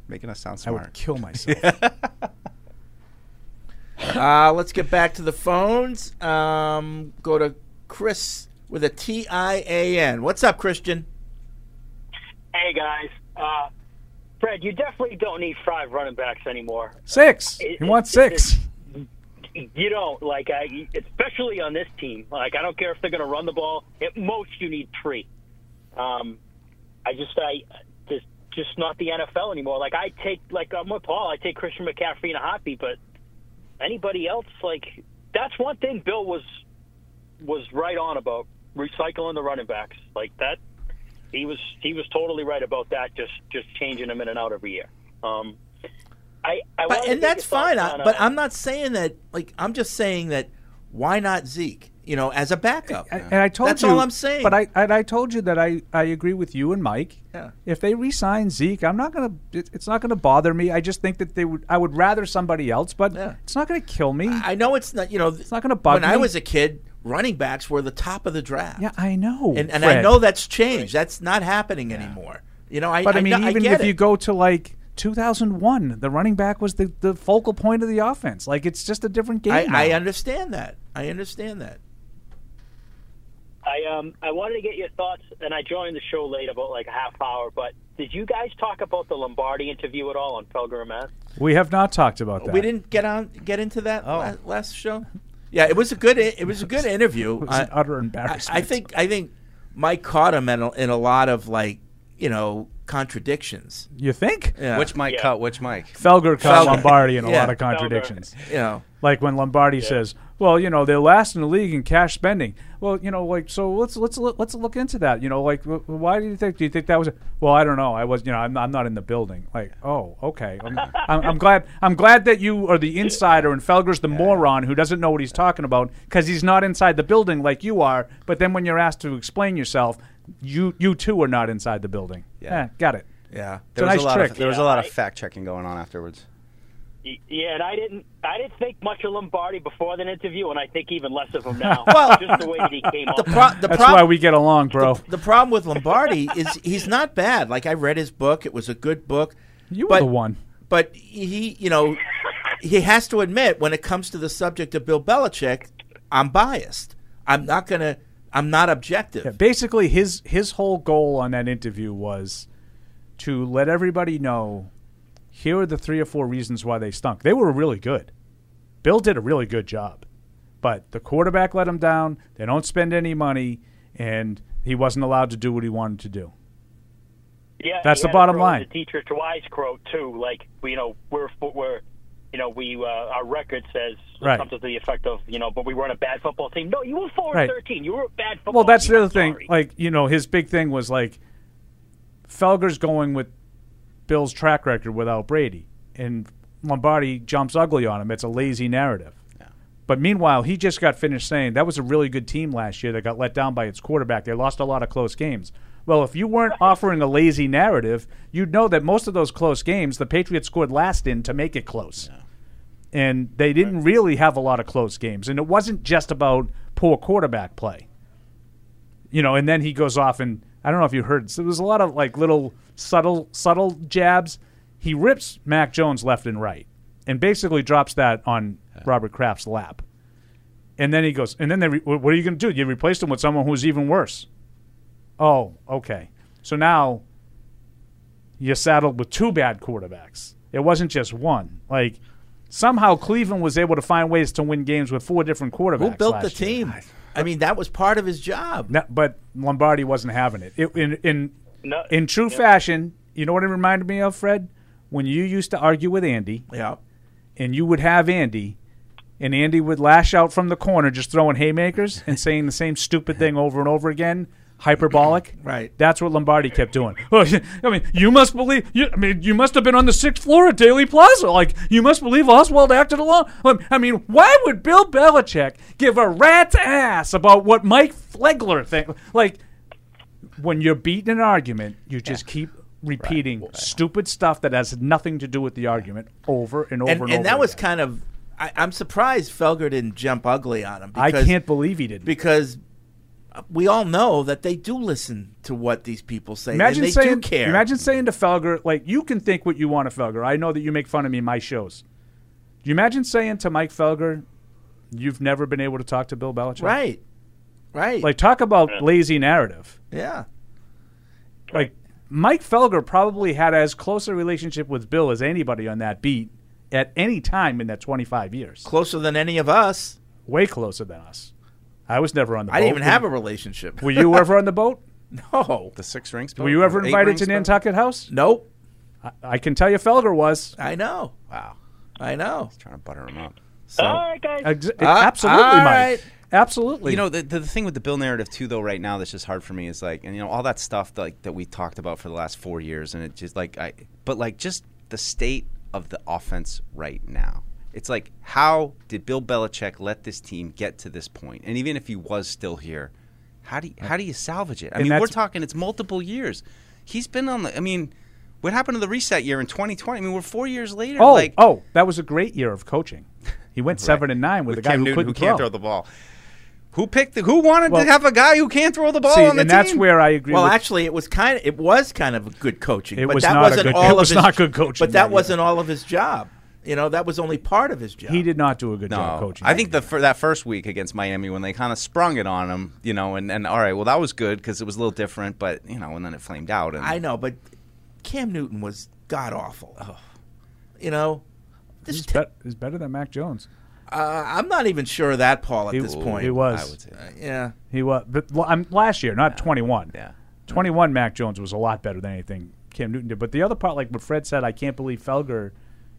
S4: making us sound
S5: I
S4: smart.
S5: would kill myself.
S1: Uh, let's get back to the phones. Um, go to Chris with a T I A N. What's up, Christian?
S11: Hey guys, uh, Fred, you definitely don't need five running backs anymore.
S5: Six.
S11: It-
S5: He
S11: it-
S5: wants
S11: it-
S5: six.
S11: You don't like, I, especially on this team. Like, I don't care if they're going to run the ball. At most, you need three. Um, I just, I just, just not the NFL anymore. Like, I take, like, I'm with Paul. I take Christian McCaffrey and a hot beat, but anybody else, like, that's one thing Bill was was right on about recycling the running backs. Like that, he was he was totally right about that. Just just changing him in and out every year. Um, I, I wanted
S1: But,
S11: to
S1: and
S11: get
S1: that's
S11: your thoughts
S1: fine. I,
S11: on, uh,
S1: but I'm not saying that. Like I'm just saying that. Why not Zeke? You know, as a backup.
S5: And I told
S1: that's
S5: you,
S1: all I'm saying.
S5: But I and I told you that I, I agree with you and Mike.
S1: Yeah.
S5: If they re-sign Zeke, I'm not gonna. It, it's not gonna bother me. I just think that they would. I would rather somebody else, but it's not gonna kill me. I
S1: know it's not. You know, it's
S5: not gonna bug
S1: when
S5: me.
S1: I was a kid, running backs were the top of the draft.
S5: yeah, I know.
S1: and and I
S5: Fred.
S1: know that's changed. That's not happening anymore. You know, I
S5: but I, mean,
S1: know-
S5: even
S1: get
S5: if
S1: it.
S5: you go to like 2001, the running back was the, the focal point of the offense. Like it's just a different game.
S1: I,
S5: now.
S1: I understand that. I understand that.
S11: I um I wanted to get your thoughts, and I joined the show late, about like a half hour. But did you guys talk about the Lombardi interview at all on Pilgrim Mass?
S5: we have not talked about that.
S1: We didn't get on get into that
S5: Oh.
S1: la- last, show. Yeah, it was a good i- it was a good interview.
S5: It was an utter embarrassment.
S1: I, I think I think Mike caught him in a, in a lot of like you know contradictions.
S5: You think?
S1: Yeah.
S4: Which Mike cut? Which Mike?
S5: Felger caught
S1: Felger.
S5: Lombardi in a
S1: Yeah.
S5: lot of contradictions.
S1: Felger. Yeah.
S5: Like when Lombardi says, "Well, you know, they're last in the league in cash spending." Well, you know, like so let's let's look- let's look into that. You know, like wh- why do you think do you think that was? A, well, I don't know. I was, you know, I'm, I'm not in the building. Like, oh, okay. I'm, I'm, I'm glad I'm glad that you are the insider and Felger's the moron who doesn't know what he's talking about because he's not inside the building like you are. But then when you're asked to explain yourself, you you too are not inside the building.
S4: Yeah.
S5: Eh, got it.
S1: Yeah,
S5: It's
S4: There
S5: a
S4: was
S5: nice
S4: a lot
S5: trick.
S4: of there was a lot of fact checking going on afterwards.
S11: Y- Yeah, and I didn't I didn't think much of Lombardi before that interview, and I think even less of him now.
S1: Well,
S11: just the way that he came
S1: the
S11: up.
S1: pro- the
S5: That's
S1: prob-
S5: why we get along, bro.
S1: The problem with Lombardi is he's not bad. Like I read his book; it was a good book.
S5: You
S1: but,
S5: were the one.
S1: but he, you know, he has to admit when it comes to the subject of Bill Belichick, I'm biased. I'm not gonna. I'm not objective.
S5: Yeah, basically, his his whole goal on that interview was to let everybody know here are the three or four reasons why they stunk. They were really good. Bill did a really good job, but the quarterback let him down. They don't spend any money, and he wasn't allowed to do what he wanted to do.
S11: Yeah, he
S5: That's the
S11: had a
S5: bottom
S11: quote,
S5: line.
S11: The teacher twice quote too, like you know we're we're you know we uh, our record says
S5: Right.
S11: something to the effect of you know, but we weren't a bad football team. No, you were four
S5: Right.
S11: and thirteen. You were a bad football.
S5: Well, that's
S11: team.
S5: the other thing. Like you know, his big thing was like Felger's going with Bill's track record without Brady, and Lombardi jumps ugly on him. It's a lazy narrative. But meanwhile, he just got finished saying that was a really good team last year that got let down by its quarterback. They lost a lot of close games. Well, if you weren't offering a lazy narrative, you'd know that most of those close games the Patriots scored last in to make it close. And they didn't really have a lot of close games. And it wasn't just about poor quarterback play you know, and then he goes off and I don't know if you heard. So there was a lot of like little subtle subtle jabs. He rips Mac Jones left and right, and basically drops that on Robert Kraft's lap. And then he goes, and then they, re- what are you going to do? You replaced him with someone who's even worse. Oh, okay. So now you're saddled with two bad quarterbacks. It wasn't just one. Like somehow Cleveland was able to find ways to win games with four different quarterbacks.
S1: Who built the
S5: last year.
S1: team? I mean, that was part of his job.
S5: No, but Lombardi wasn't having it. it in in
S11: No,
S5: in true fashion, you know what it reminded me of, Fred? When you used to argue with Andy,
S1: yeah,
S5: and you would have Andy, and Andy would lash out from the corner, just throwing haymakers and saying the same stupid thing over and over again, hyperbolic.
S1: Right.
S5: That's what Lombardi kept doing. Oh, I mean, you must believe. You, I mean, you must have been on the sixth floor at Daily Plaza. Like, you must believe Oswald acted alone. Um, I mean, why would Bill Belichick give a rat's ass about what Mike Flegler think? Like, when you're beating an argument, you just keep repeating stupid stuff that has nothing to do with the argument over and over and,
S1: and,
S5: over.
S1: and that was
S5: again.
S1: kind of. I, I'm surprised Felger didn't jump ugly on him.
S5: I
S1: because-
S5: can't believe he didn't.
S1: because uh, we all know that they do listen to what these people say.
S5: Imagine
S1: and they
S5: saying,
S1: do care.
S5: imagine saying to Felger, like, you can think what you want of Felger. I know that you make fun of me in my shows. Do you imagine saying to Mike Felger, you've never been able to talk to Bill Belichick?
S1: Right. Right.
S5: Like, talk about lazy narrative.
S1: yeah.
S5: Like, Mike Felger probably had as close a relationship with Bill as anybody on that beat at any time in that 25 years.
S1: Closer than any of us.
S5: Way closer than us. I was never on the
S1: I
S5: boat.
S1: didn't even have a relationship.
S5: Were you ever on the boat?
S1: No.
S4: The six rings.
S5: Were you ever invited to Nantucket House?
S1: Nope.
S5: I, I can tell you Felger was.
S1: I know.
S4: Wow.
S1: I know.
S4: He's trying to butter him up.
S1: So.
S11: All right, guys.
S5: Ex-
S1: Uh,
S5: absolutely,
S1: all
S5: Mike.
S1: right.
S5: Absolutely.
S4: You know, the, the, the thing with the Bill narrative too, though, right now that's just hard for me is like, and you know, all that stuff like that we talked about for the last four years, and it just like I, but like just the state of the offense right now. It's like, how did Bill Belichick let this team get to this point? And even if he was still here, how do you, how do you salvage it? I
S5: And
S4: mean, we're
S5: that's-
S4: talking it's multiple years. He's been on the. I mean, what happened to the reset year in 2020? I mean, we're four years later.
S5: Oh,
S4: like
S5: oh, that was a great year of coaching. He went seven and nine with,
S4: With
S5: a guy
S4: Cam
S5: who
S4: Newton,
S5: couldn't
S4: who can't throw the ball. Who picked the? Who wanted
S5: Well-
S4: to have a guy who can't throw the ball
S5: See,
S4: on the
S5: and that's
S4: team?
S5: where I agree
S1: Well,
S5: with-
S1: actually, it was kind of it was kind of good coaching,
S5: It
S1: but
S5: was
S1: that
S5: not a
S1: wasn't
S5: good-
S1: all
S5: it
S1: of
S5: was
S1: his,
S5: not good coaching
S1: But
S5: that
S1: that
S5: year.
S1: wasn't all of his job. You know, that was only part of his job.
S5: He did not do a good job
S4: No,
S5: coaching.
S4: I think the fir- that first week against Miami when they kind of sprung it on him, you know, and, and all right, well that was good because it was a little different, but you know, and then it flamed out. And
S1: I know, but Cam Newton was god awful. You know, this
S5: he's, bet- he's better than Mac Jones.
S1: uh, I'm not even sure of that, Paul. At
S5: He-
S1: this point,
S5: he was. I would say
S1: Uh, yeah,
S5: He was, but l- I'm, last year, not 21.
S4: Yeah,
S5: 21. Mac Jones was a lot better than anything Cam Newton did. But the other part, like what Fred said, I can't believe Felger,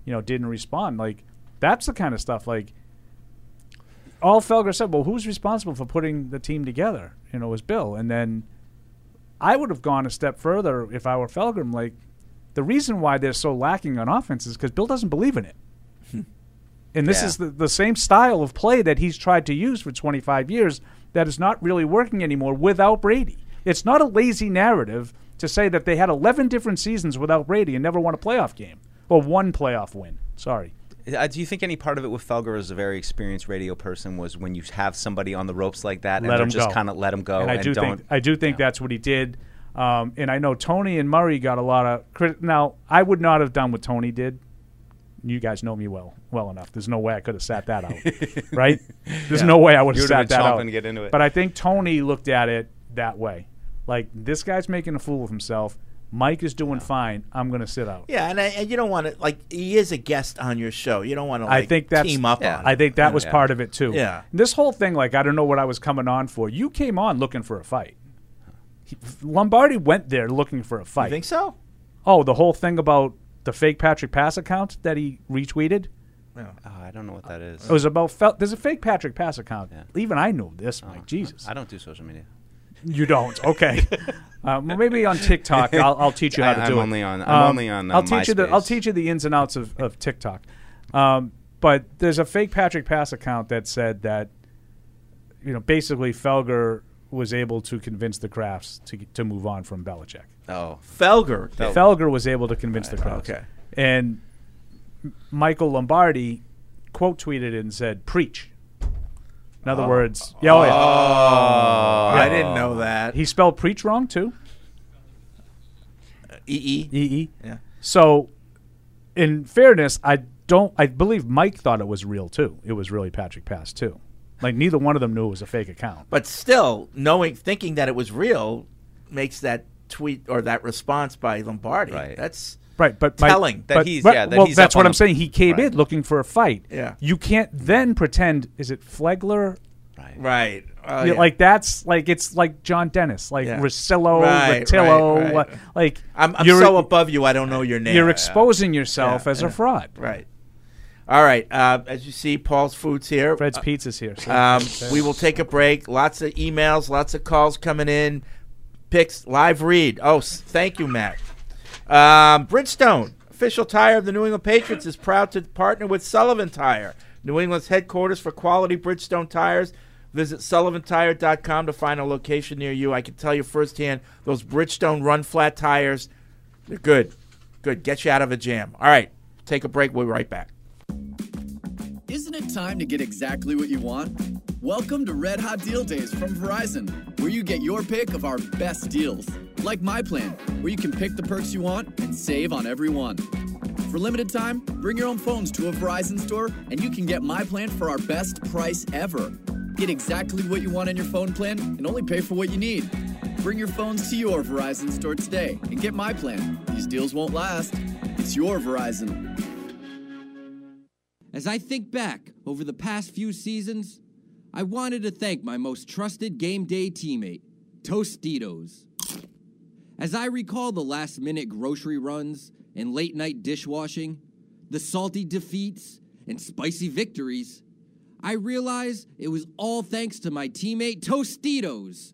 S5: you know, didn't respond. Like that's the kind of stuff. Like all Felger said, well, who's responsible for putting the team together? You know, it was Bill. And then I would have gone a step further if I were Felger. I'm Like the reason why they're so lacking on offense is because Bill doesn't believe in it. And this
S4: Yeah.
S5: is the, the same style of play that he's tried to use for 25 years that is not really working anymore without Brady. It's not a lazy narrative to say that they had 11 different seasons without Brady and never won a playoff game or one playoff win. Sorry.
S4: Uh, do you think any part of it with Felger as a very experienced radio person was when you have somebody on the ropes like that
S5: let
S4: and
S5: him
S4: they're just
S5: go.
S4: kind of let him go
S5: And I do
S4: not
S5: think I do think that's what he did. Um, and I know Tony and Murray got a lot of crit- now. I would not have done what Tony did. You guys know me well well enough. There's no way I could have sat that out, right? There's
S4: Yeah.
S5: no way I would
S4: You
S5: have sat
S4: would've been
S5: that out.
S4: chomping to get into it.
S5: But I think Tony looked at it that way, like this guy's making a fool of himself. Mike is doing fine. I'm going to sit out.
S1: yeah, and, I, and you don't want to like he is a guest on your show. You don't want to.
S5: I think that's
S1: team up on.
S5: I think that was
S1: Yeah.
S5: part of it too.
S1: Yeah.
S5: This whole thing, like, I don't know what I was coming on for. You came on looking for a fight. He- Lombardi went there looking for a fight.
S1: think so?
S5: Oh, the whole thing about the fake Patrick Pass account that he retweeted.
S4: Oh, I don't know what that is.
S5: It was about Fel- there's a fake Patrick Pass account. Even I know this,
S1: Uh-huh.
S5: Mike. Jesus,
S4: I don't do social media.
S5: you don't. Okay. Um, well, maybe on TikTok, I'll, I'll teach you how
S4: I-
S5: to
S4: I'm
S5: do it. Um,
S4: only on- I'm only on, uh,
S5: I'll teach you the I'll
S4: MySpace.
S5: teach you the ins and outs of, of TikTok. Um, but there's a fake Patrick Pass account that said that, you know, basically Felger was able to convince the Crafts to to move on from Belichick.
S4: Oh,
S1: Felger. did.
S5: Felger was able to convince the crowd.
S1: okay.
S5: And M- Michael Lombardi quote tweeted it and said, "Preach." In other words, yeah, oh, yeah.
S1: Oh. I didn't know that.
S5: He spelled preach wrong too.
S1: E E.
S5: E E.
S1: Yeah.
S5: So, in fairness, I don't. I believe Mike thought it was real too. It was really Patrick Pass too. Like neither one of them knew it was a fake account.
S1: But still, knowing, thinking that it was real, makes that tweet or that response by Lombardi.
S4: Right.
S1: That's
S5: Right, but
S1: Telling
S5: my,
S1: that
S5: but-
S4: he's-
S5: but-
S4: yeah, that
S5: well,
S4: he's
S5: that's
S4: up
S5: what
S4: on
S5: I'm
S4: the-
S5: saying. He came
S4: Right.
S5: in looking for a fight.
S1: Yeah.
S5: you can't then pretend. Is it Flegler?
S1: right. Oh,
S5: Yeah,
S1: yeah.
S5: Like that's like it's like John Dennis, like
S1: Yeah.
S5: Rosillo,
S1: Right,
S5: Rotillo,
S1: right, right.
S5: uh, like
S1: I'm, I'm
S5: you're, e-
S1: so above you. I don't know your name.
S5: you're exposing yourself
S1: Yeah,
S5: as
S1: yeah.
S5: a fraud.
S1: Right. All right. Uh, as you see, Paul's Foods here. Uh,
S5: Fred's Pizza's here. so-
S1: Um, we will take a break. Lots of emails, lots of calls coming in. Picks live read. Oh, s- thank you, Matt. Um, Bridgestone, official tire of the New England Patriots, is proud to partner with Sullivan Tire, New England's headquarters for quality Bridgestone tires. Visit sullivantire.com to find a location near you. I can tell you firsthand, those Bridgestone run flat tires, they're good. Good. Get you out of a jam. All right. Take a break. We'll be right back.
S12: Isn't it time to get exactly what you want? Welcome to Red Hot Deal Days from Verizon, where you get your pick of our best deals. Like My Plan, where you can pick the perks you want and save on every one. For limited time, bring your own phones to a Verizon store and you can get My Plan for our best price ever. Get exactly what you want in your phone plan and only pay for what you need. Bring your phones to your Verizon store today and get My Plan. These deals won't last. It's your Verizon.
S8: As I think back over the past few seasons, I wanted to thank my most trusted game day teammate, Tostitos. As I recall the last minute grocery runs and late night dishwashing, the salty defeats and spicy victories, I realize it was all thanks to my teammate Tostitos.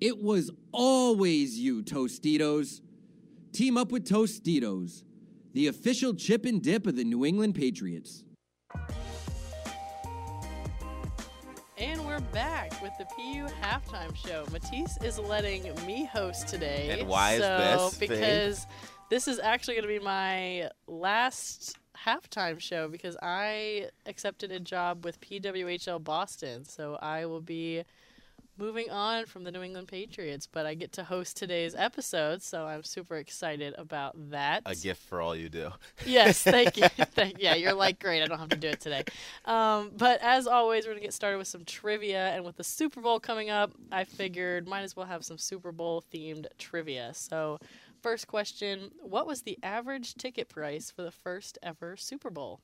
S8: It was always you, Tostitos. Team up with Tostitos, the official chip and dip of the New England Patriots.
S13: And we're back with the PU halftime show. Matisse is letting me host today.
S14: And why is
S13: so,
S14: this, Faith?
S13: Because this is actually going to be my last halftime show because I accepted a job with PWHL Boston. So I will be moving on from the New England Patriots, but I get to host today's episode. So I'm super excited about that.
S14: A gift for all you do.
S13: Yes, thank you. Thank, yeah, you're like, great, I don't have to do it today. Um, but as always, we're going to get started with some trivia. And with the Super Bowl coming up, I figured might as well have some Super Bowl themed trivia. So, first question What was the average ticket price for the first ever Super Bowl?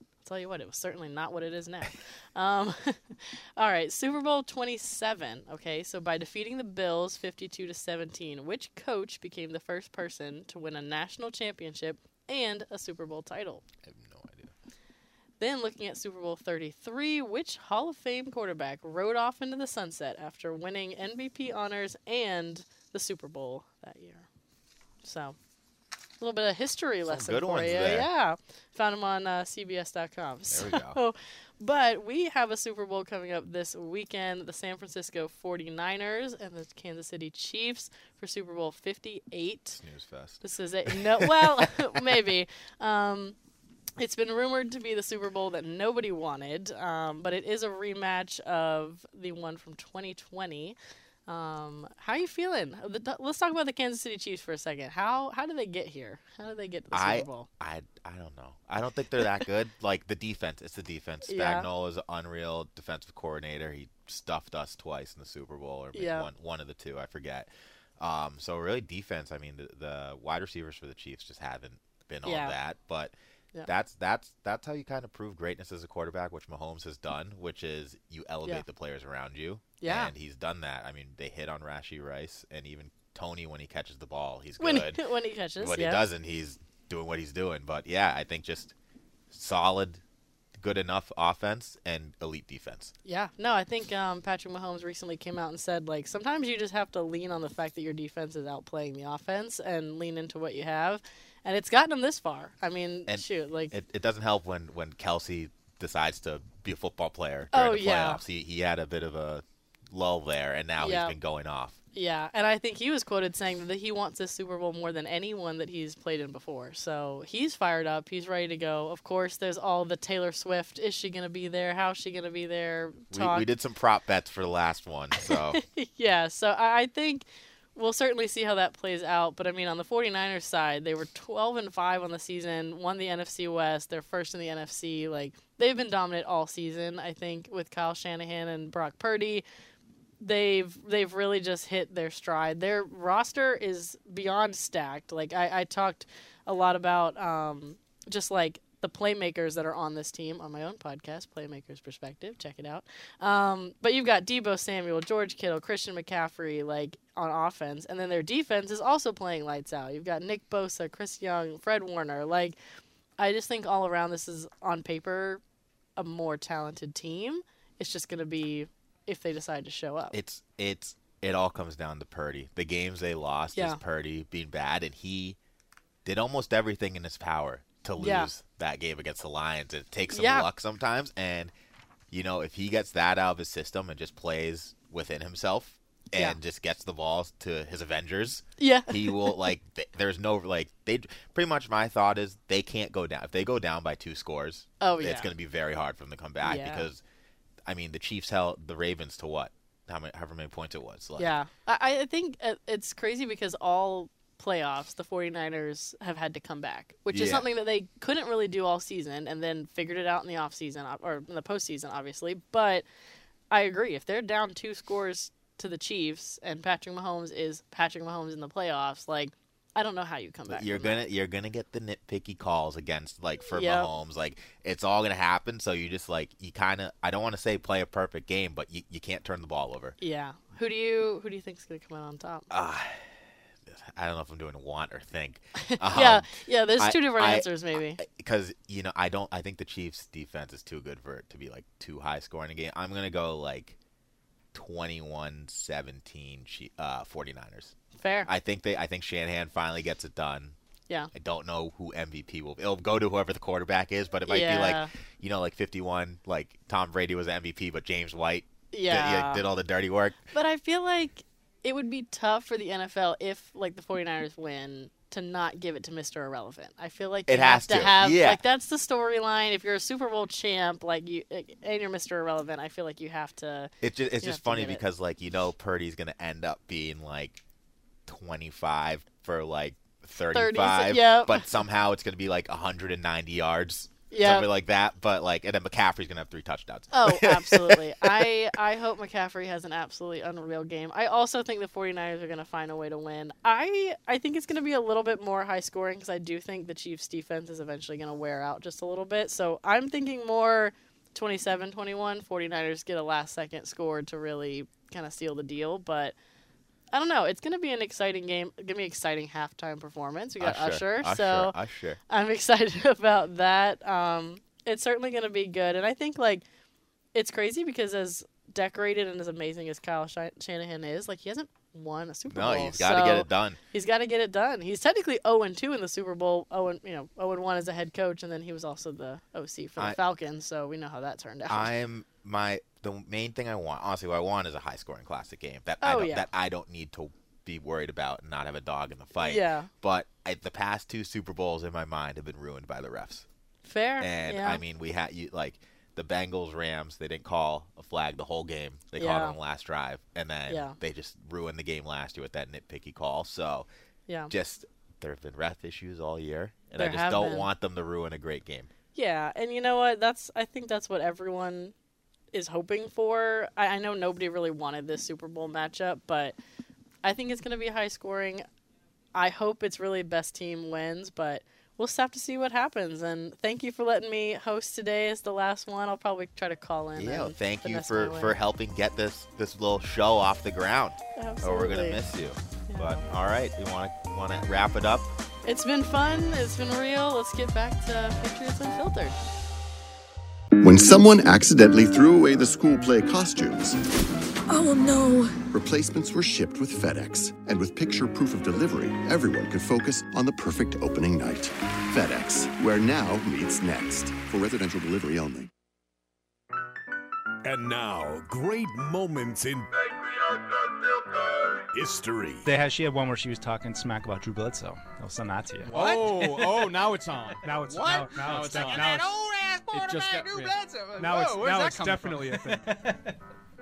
S13: I'll tell you what, it was certainly not what it is now. Um, all right, Super Bowl 27. Okay, so by defeating the Bills 52 to 17, which coach became the first person to win a national championship and a Super Bowl title? I have no idea. Then looking at Super Bowl 33, which Hall of Fame quarterback rode off into the sunset after winning MVP honors and the Super Bowl that year? So, a little bit of history lesson
S14: good
S13: for
S14: ones
S13: you.
S14: there.
S13: Yeah, found them on uh, CBS.com.
S14: There we
S13: so,
S14: go.
S13: But we have a Super Bowl coming up this weekend. The San Francisco 49ers and the Kansas City Chiefs for Super Bowl 58.
S14: Snooze fest.
S13: This is it. No, well, maybe. Um, it's been rumored to be the Super Bowl that nobody wanted, um, but it is a rematch of the one from 2020. Um, how are you feeling? The- the- let's talk about the Kansas City Chiefs for a second. How how did they get here? How did they get to the
S14: I,
S13: Super Bowl?
S14: I I don't know. I don't think they're that good. like the defense, it's the defense.
S13: Yeah.
S14: Spagnuolo is an unreal defensive coordinator. He stuffed us twice in the Super Bowl, or maybe
S13: Yeah.
S14: one one of the two. I forget. Um, so really, defense. I mean, the, the wide receivers for the Chiefs just haven't been
S13: Yeah.
S14: all that. But
S13: Yeah.
S14: that's that's that's how you kind of prove greatness as a quarterback, which Mahomes has done, which is you elevate the players around you.
S13: Yeah.
S14: and he's done that. I mean, they hit on Rashi Rice, and even Tony when he catches the ball, he's
S13: When he-
S14: good.
S13: when he catches,
S14: when
S13: yeah.
S14: he doesn't, he's doing what he's doing. But yeah, I think just solid, good enough offense and elite defense.
S13: Yeah, no, I think um, Patrick Mahomes recently came out and said like sometimes you just have to lean on the fact that your defense is outplaying the offense and lean into what you have, and it's gotten them this far. I mean,
S14: And
S13: shoot, like
S14: It, it doesn't help when when Kelsey decides to be a football player during
S13: Oh,
S14: the playoffs.
S13: yeah.
S14: He he had a bit of a lull there, and now
S13: Yeah.
S14: he's been going off.
S13: yeah, and I think he was quoted saying that he wants this Super Bowl more than anyone that he's played in before. So he's fired up, he's ready to go. Of course, there's all the Taylor Swift. Is she gonna be there? How's she gonna be there?
S14: We,
S13: Talk.
S14: we did some prop bets for the last one, so
S13: yeah, so I, I think we'll certainly see how that plays out. But I mean, on the 49ers side, they were 12 and 5 on the season, won the NFC West. They're first in the NFC. Like, they've been dominant all season, I think, with Kyle Shanahan and Brock Purdy. They've they've really just hit their stride. Their roster is beyond stacked. Like I, I talked a lot about um, just like the playmakers that are on this team on my own podcast, Playmakers Perspective. Check it out. Um, but you've got Debo Samuel, George Kittle, Christian McCaffrey, like on offense, and then their defense is also playing lights out. You've got Nick Bosa, Chris Young, Fred Warner. Like, I just think all around this is on paper a more talented team. It's just gonna be if they decide to show up.
S14: it's it's it all comes down to Purdy. The games they lost
S13: Yeah.
S14: is Purdy being bad, and he did almost everything in his power to lose
S13: Yeah.
S14: that game against the Lions. It takes some
S13: Yeah.
S14: luck sometimes, and you know if he gets that out of his system and just plays within himself and
S13: Yeah.
S14: just gets the balls to his Avengers,
S13: Yeah.
S14: he will like. Th- there's no like they. Pretty much my thought is they can't go down if they go down by two scores.
S13: Oh,
S14: it's
S13: yeah.
S14: going to be very hard for them to come back
S13: Yeah.
S14: because I mean, the Chiefs held the Ravens to what? How many, however many points it was. Like,
S13: yeah, I, I think it- it's crazy because all playoffs the 49ers have had to come back, which is
S14: Yeah.
S13: something that they couldn't really do all season and then figured it out in the offseason ob- or in the postseason, obviously. But I agree. If they're down two scores to the Chiefs and Patrick Mahomes is Patrick Mahomes in the playoffs, like, I don't know how you come back.
S14: You're
S13: from
S14: gonna you're gonna get the nitpicky calls against like for
S13: Yep.
S14: Mahomes. Like it's all gonna happen. So you just like you kind of I don't want to say play a perfect game, but you, you can't turn the ball over.
S13: that. Yeah. Who do you who do you think's gonna come out on top?
S14: Ah, I don't know if I'm doing want or think. Um,
S13: Yeah, yeah, there's two different answers, maybe.
S14: Because you know, I don't. I think the Chiefs' defense is too good for it to be like too high scoring a game. I'm gonna go like 21-17 Chi- uh, 49ers.
S13: Fair.
S14: I think they. I think Shanahan finally gets it done.
S13: Yeah.
S14: I don't know who MVP will. It'll go to whoever the quarterback is, but it might be
S13: Yeah.
S14: like, you know, like 51. Like Tom Brady was the MVP, but James White. did-
S13: Yeah.
S14: did all the dirty work.
S13: But I feel like it would be tough for the NFL if like the 49ers win to not give it to Mr. Irrelevant. I feel like
S14: It
S13: you
S14: has
S13: have to,
S14: to,
S13: have
S14: yeah.
S13: like that's the storyline. If you're a Super Bowl champ, like you and you're Mr. Irrelevant, I feel like you have to.
S14: It just, it's
S13: you have
S14: just
S13: to
S14: funny
S13: give it.
S14: because like you know Purdy's gonna end up being like 25 for like 35,
S13: yep.
S14: but somehow it's gonna be like 190 yards,
S13: Yep.
S14: something like that. But like, and then McCaffrey's gonna have three touchdowns.
S13: Oh, absolutely. I I hope McCaffrey has an absolutely unreal game. I also think the 49ers are going to find a way to win. I I think it's going to be a little bit more high scoring cuz I do think the Chiefs defense is eventually going to wear out just a little bit. So, I'm thinking more 27-21 49ers get a last second score to really kind of seal the deal, but I don't know. It's going to be an exciting game. It's going to be an exciting halftime performance. We got Usher, so
S14: Usher.
S13: I'm excited about that. Um, it's certainly going to be good, and I think like it's crazy because as decorated and as amazing as Kyle Sh- Shanahan is, like he hasn't won a Super
S14: No,
S13: Bowl.
S14: he's got to get
S13: so
S14: it done.
S13: He's got to get it done. He's technically 0 and 2 in the Super Bowl. 0 and, you know 0 and 1 as a head coach, and then he was also the OC for the
S14: I-
S13: Falcons. So we know how that turned out.
S14: I'm my the main thing I want, honestly, what I want is a high scoring classic game that I
S13: Oh,
S14: don't,
S13: yeah.
S14: that I don't need to be worried about and not have a dog in the fight.
S13: Yeah.
S14: But I, the past two Super Bowls in my mind have been ruined by the refs.
S13: Fair,
S14: And
S13: yeah.
S14: I mean, we had you like the Bengals Rams. They didn't call a flag the whole game. They called it
S13: Yeah.
S14: on the last drive, and then
S13: Yeah.
S14: they just ruined the game last year with that nitpicky call. So
S13: Yeah.
S14: just there have been ref issues all year, and
S13: There
S14: I just
S13: have
S14: don't
S13: been.
S14: want them to ruin a great game.
S13: Yeah, and you know what? That's I think that's what everyone is hoping for. I, I know nobody really wanted this Super Bowl matchup, but I think it's going to be high scoring. I hope it's really best team wins, but we'll just have to see what happens. And thank you for letting me host today as the last one. I'll probably try to call in.
S14: Yeah, well,
S13: and
S14: thank you
S13: finesse
S14: for,
S13: my way.
S14: for helping get this this little show off the ground. Or we're gonna
S13: Absolutely.
S14: miss you. But all right, we want to want to wrap it up.
S13: It's been fun. It's been real. Let's get back to Patriots Unfiltered.
S15: When someone accidentally threw away the school play costumes,
S3: Oh no.
S15: replacements were shipped with FedEx. And with picture proof of delivery, everyone could focus on the perfect opening night. FedEx, where now meets next. For residential delivery only.
S2: And now, great moments in history.
S16: They had she had one where she was talking smack about Drew Bledsoe. I'll send that to you.
S17: Oh, oh, now it's on. Now it's
S16: What?
S17: Now, now
S16: Now
S17: it's
S16: it's on.
S17: def- now
S16: And that old ass
S17: it just
S16: quarterback
S17: got-
S16: Drew
S17: yeah.
S16: Bledsoe.
S17: Now
S16: Whoa,
S17: it's
S16: where's
S17: now
S16: that
S17: it's
S16: coming
S17: definitely a thing.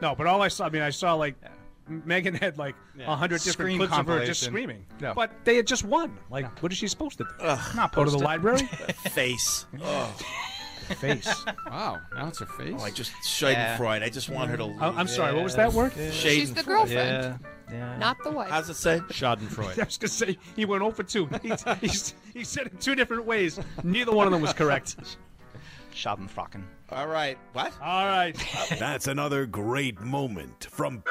S17: No, but all I saw, I mean, I saw like Megan had like a
S16: Yeah.
S17: hundred different
S16: Scream
S17: clips of her just
S16: compilation.
S17: screaming.
S16: No.
S17: But they had just won. Like, what is she supposed to do? Not go to the
S16: post it.
S17: library.
S18: face.
S17: Oh. face.
S18: Wow, now it's her face. Oh, I just
S17: Schadenfreude. I just want her to I- Oh, I'm leave. sorry, what was that word? She's the girlfriend,
S19: not the wife.
S18: How's it say?
S17: I was gonna say he went over two. He, he's, he said it two different ways. Neither one of them was correct.
S16: Schadenfrocken.
S14: All right. What?
S17: All right.
S2: That's another great moment from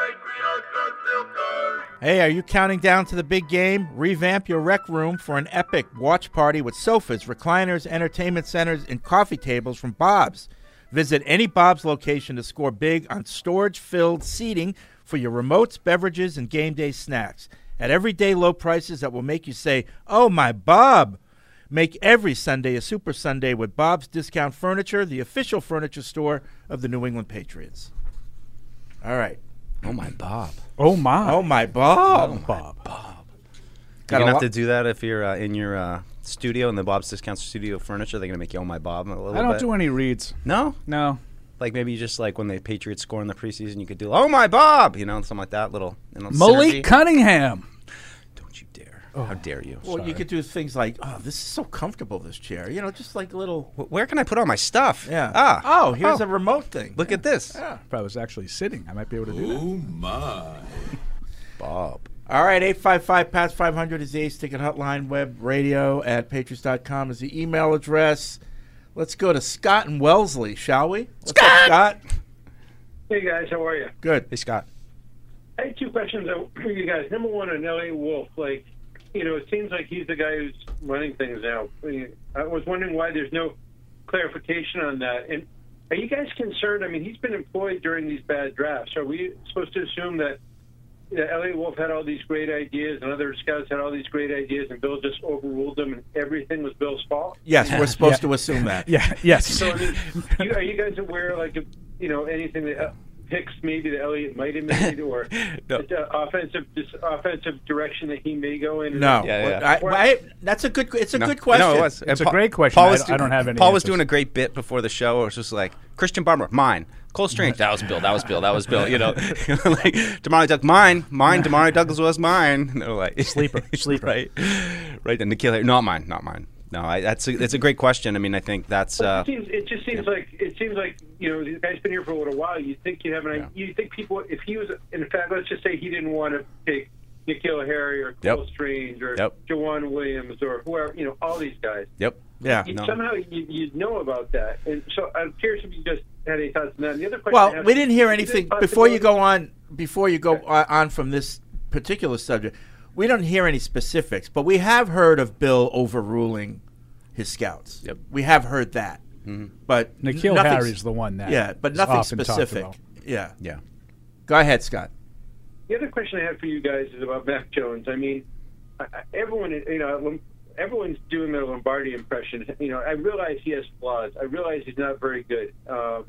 S1: Hey, are you counting down to the big game? Revamp your rec room for an epic watch party with sofas, recliners, entertainment centers, and coffee tables from Bob's. Visit any Bob's location to score big on storage filled seating for your remotes, beverages, and game day snacks at everyday low prices that will make you say, Oh, my Bob! Make every Sunday a Super Sunday with Bob's Discount Furniture, the official furniture store of the New England Patriots. All right.
S16: Oh my Bob.
S17: Oh my.
S1: Oh my Bob.
S17: Bob.
S1: Got
S4: You're
S1: a
S4: gonna have
S1: lot-
S4: to do that if you're uh, in your uh, studio in the Bob's Discount Studio furniture. They're gonna make you oh my Bob a little
S5: I don't
S4: bit.
S5: do any reads.
S4: No,
S5: no.
S4: Like maybe you just like when the Patriots score in the preseason, you could do oh my Bob, you know, something like that. Little you know,
S5: Malik
S4: synergy.
S5: Cunningham.
S4: How dare you?
S1: Well, you could do things like, oh, this is so comfortable, this chair. You know, just like little.
S4: Where can I put all my stuff?
S1: Yeah.
S4: Ah.
S1: Oh, here's
S4: Oh.
S1: a remote thing.
S4: Look at this.
S5: If I was actually sitting, I might be able to do that. Oh my.
S1: Bob. All right, 855 past 500 is the Ace Ticket Hotline. Web radio at patriots.com is the email address. Let's go to Scott and Wellesley, shall we? What's up, Scott!
S20: Hey guys, how are you?
S1: Good. Hey, Scott.
S20: I had two questions for you guys. Number one on L.A. Wolf, like you know, it seems like he's the guy who's running things now. I mean, I was wondering why there's no clarification on that. And are you guys concerned? I mean, he's been employed during these bad drafts. Are we supposed to assume that you know, Elliot Wolf had all these great ideas and other scouts had all these great ideas and Bill just overruled them and everything was Bill's fault?
S1: Yes, we're supposed to assume that.
S5: Yeah. Yes.
S20: So, I mean, you, are you guys aware, like, if, you know, anything that uh, picks maybe that Elliot might have made or the offensive this offensive direction that he may go in?
S1: No.
S4: Yeah, yeah.
S1: I- I- that's a good. It's a
S4: No.
S1: good question.
S4: No, it was. And Pa- Paul was do- Paul was doing a great bit before the show. It was just like Christian Barmer, mine. Cole Strange, that was Bill. That was Bill. That was Bill. You know, like Demario Doug, mine, mine. Demario Douglas was mine. And they're like sleeper, sleeper. Right, right. And Nikhil, not mine, not mine. No, I, that's a, that's a great question. I mean, I think that's uh,
S20: It seems, it just seems like it seems like you know the guy's been here for a little while. You think you have an idea. you think people if he was in fact let's just say he didn't want to take Nikhil Harry or Cole
S4: Yep.
S20: Strange or
S4: Yep.
S20: Jawan Williams or whoever you know all these guys.
S4: yep,
S20: You, Somehow you, you know about that, and so I'm curious if you just had any thoughts on that. And the other question. I
S1: Well,
S20: have-
S1: we didn't hear
S20: is it
S1: anything
S20: possible-
S1: before you go on. Before you go o- on from this particular subject, we don't hear any specifics, but we have heard of Bill overruling his scouts. Yep. we have heard that. But
S5: Nikhil
S1: nothing-
S5: Harry's the one that
S1: yeah, but
S5: is
S1: nothing
S5: often talked
S1: specific.
S5: about.
S1: Yeah,
S4: yeah.
S1: Go ahead, Scott.
S20: The other question I have for you guys is about Mac Jones. I mean, I- I- everyone, you know, Lom- everyone's doing their Lombardi impression. You know, I realize he has flaws. I realize he's not very good. Uh,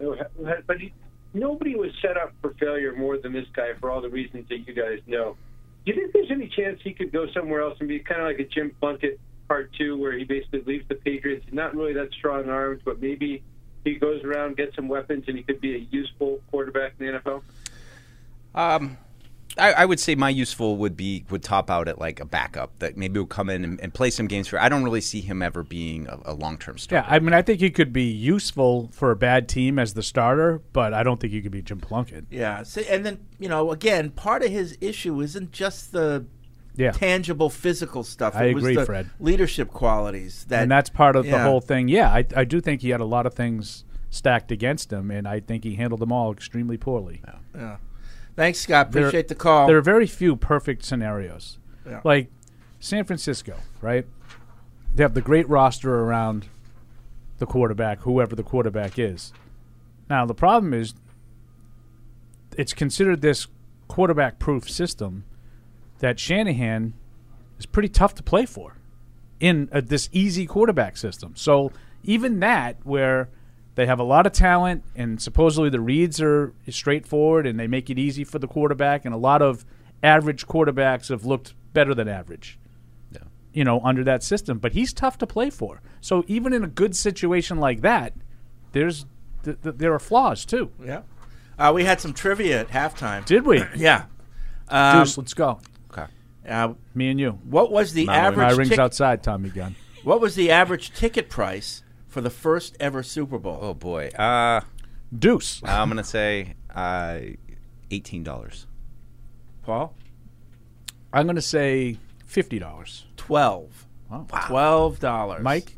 S20: but he, nobody was set up for failure more than this guy for all the reasons that you guys know. Do you think there's any chance he could go somewhere else and be kind of like a Jim Plunkett part two, where he basically leaves the Patriots? He's not really that strong armed, but maybe he goes around, gets some weapons, and he could be a useful quarterback in the NFL?
S4: Um, I, I would say my useful would be would top out at like a backup that maybe would come in and, and play some games for. I don't really see him ever being a, a long term starter.
S5: Yeah, I mean, I think he could be useful for a bad team as the starter, but I don't think he could be Jim Plunkett.
S1: Yeah. See, and then, you know, again, part of his issue isn't just the
S5: Yeah.
S1: tangible physical stuff.
S5: I
S1: it was
S5: agree,
S1: the
S5: Fred.
S1: Leadership qualities. That,
S5: and that's part of the
S1: Yeah.
S5: whole thing. Yeah, I, I do think he had a lot of things stacked against him, and I think he handled them all extremely poorly.
S1: Yeah. Thanks, Scott.
S5: There-
S1: Appreciate the call.
S5: There are very few perfect scenarios.
S1: Yeah.
S5: Like San Francisco, right? They have the great roster around the quarterback, whoever the quarterback is. Now, the problem is it's considered this quarterback proof system that Shanahan is pretty tough to play for in uh this easy quarterback system. So even that, where they have a lot of talent and supposedly the reads are straightforward and they make it easy for the quarterback, and a lot of average quarterbacks have looked better than average. You know, under that system, but he's tough to play for. So even in a good situation like that, there's th- th- there are flaws too.
S1: Yeah, uh, we had some trivia at halftime.
S5: Did we?
S1: yeah.
S5: Deuce, let's go.
S4: Okay.
S1: Uh,
S5: Me and you.
S1: What was the
S5: My-
S1: average?
S5: My rings
S1: ticket-
S5: outside, Tommy Gunn.
S1: What was the average ticket price for the first ever Super Bowl?
S4: Oh boy, uh,
S5: Deuce.
S4: I'm gonna say uh, eighteen dollars.
S1: Paul,
S5: I'm going to say fifty dollars.
S1: Twelve.
S5: Wow.
S1: Twelve dollars.
S5: Mike,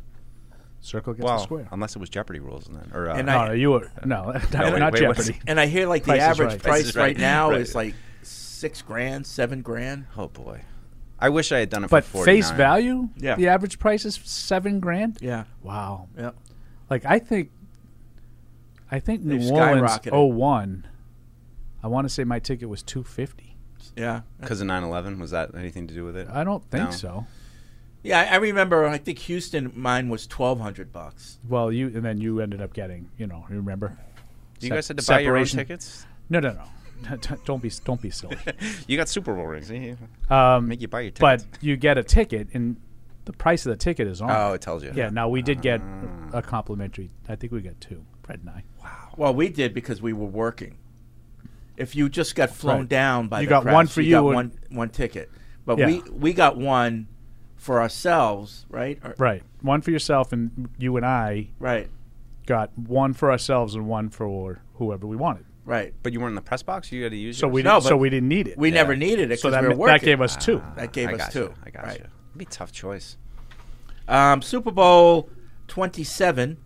S5: circle gets
S4: Well,
S5: the square.
S4: unless it was Jeopardy rules, and then or uh,
S5: And I- No, you were- no, not- not
S4: wait, what's-
S5: Jeopardy.
S1: And I hear like the
S5: Price is
S1: average
S5: Right.
S1: price
S5: Price is
S1: right,
S5: Right.
S1: now
S5: Right.
S1: is like six grand, seven grand.
S4: Oh boy, I wish I had done it.
S5: But
S4: for
S5: face
S4: 49.
S5: value,
S1: Yeah.
S5: the average price is seven grand.
S1: Yeah.
S5: Wow.
S1: Yep.
S5: Like I think, I think
S1: They've
S5: New Orleans
S1: skyrocketed.
S5: 01, I want to say my ticket was two fifty.
S1: Yeah.
S4: because of 9/11 was that anything to do with it?
S5: I don't think
S4: No.
S5: so.
S1: Yeah, I I remember. I think Houston mine was twelve hundred bucks.
S5: Well, you and then you ended up getting. You know, you remember.
S4: You
S5: Se-
S4: guys had to buy your own
S5: separation.
S4: tickets?
S5: No, no, no. don't be don't be silly.
S4: You got Super Bowl rings. eh?
S5: Um,
S4: Make you buy your ticket.
S5: But you get a ticket, and the price of the ticket is on.
S4: Oh, it tells you. Ah.
S5: Yeah. Now we did get a complimentary. I think we got two. Fred and I.
S1: Well, we did because we were working. If you just got flown
S5: Right.
S1: down by
S5: You
S1: the
S5: got
S1: press,
S5: one for
S1: got
S5: you and-
S1: one one ticket, but
S5: Yeah.
S1: we we got one for ourselves, right? Or-
S5: Right. One for yourself, and you and I.
S1: Right.
S5: Got one for ourselves and one for whoever we wanted.
S1: Right.
S4: But you weren't in the press box. You had to use.
S5: So
S4: yours?
S5: we didn't, so we didn't need it.
S1: We never needed it
S5: So
S1: 'cause
S5: that
S1: we were
S5: ma- that
S1: working. Ah,
S5: gave us two.
S1: That gave
S4: I
S1: us
S4: got
S1: two.
S4: you. I got
S1: Right.
S4: you. It'd be a tough choice.
S1: Um, Super Bowl 27.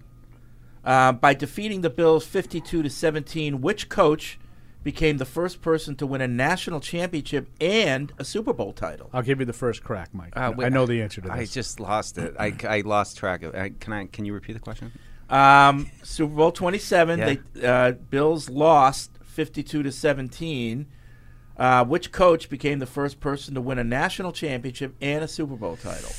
S1: Uh, by defeating the Bills 52 to 17, which coach became the first person to win a national championship and a Super Bowl title.
S5: I'll give you the first crack, Mike.
S4: Uh, wait,
S5: I know the answer to
S4: I
S5: this.
S4: just lost it. I, I lost track of. I, can I? Can you repeat the question?
S1: Um, Super Bowl 27,
S4: Yeah.
S1: they uh, Bills lost 52 to 17. Uh, which coach became the first person to win a national championship and a Super Bowl title?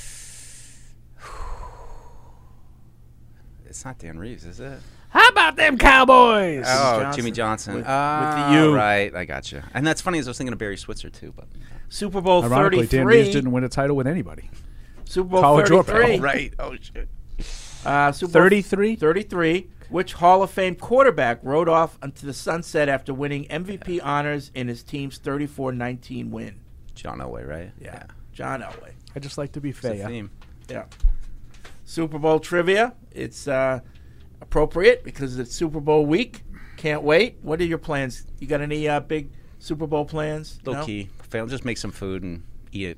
S4: It's not Dan Reeves, is it?
S5: How about them Cowboys?
S4: Oh, Jimmy Johnson.
S1: With- with the
S4: Ah,
S1: U.
S4: Right, I gotcha. And that's funny, as I was thinking of Barry Switzer too. But
S1: Super Bowl
S5: Ironically, Dan Reeves
S1: 33.
S5: didn't win a title with anybody.
S1: Super Bowl
S5: College or
S1: 33.
S5: pro.
S4: right. Oh shit.
S1: Uh, Super Bowl
S5: 33?
S1: 33. Which Hall of Fame quarterback rode off into the sunset after winning MVP honors in his team's 34 19 win?
S4: John Elway, right?
S1: Yeah. John Elway.
S5: I just like to be
S1: the
S5: fair.
S4: theme.
S1: Yeah. Super Bowl trivia. It's uh, appropriate because it's Super Bowl week. Can't wait. What are your plans? You got any uh, big Super Bowl plans?
S4: Low
S1: No?
S4: key. Fail. Just make some food and eat it.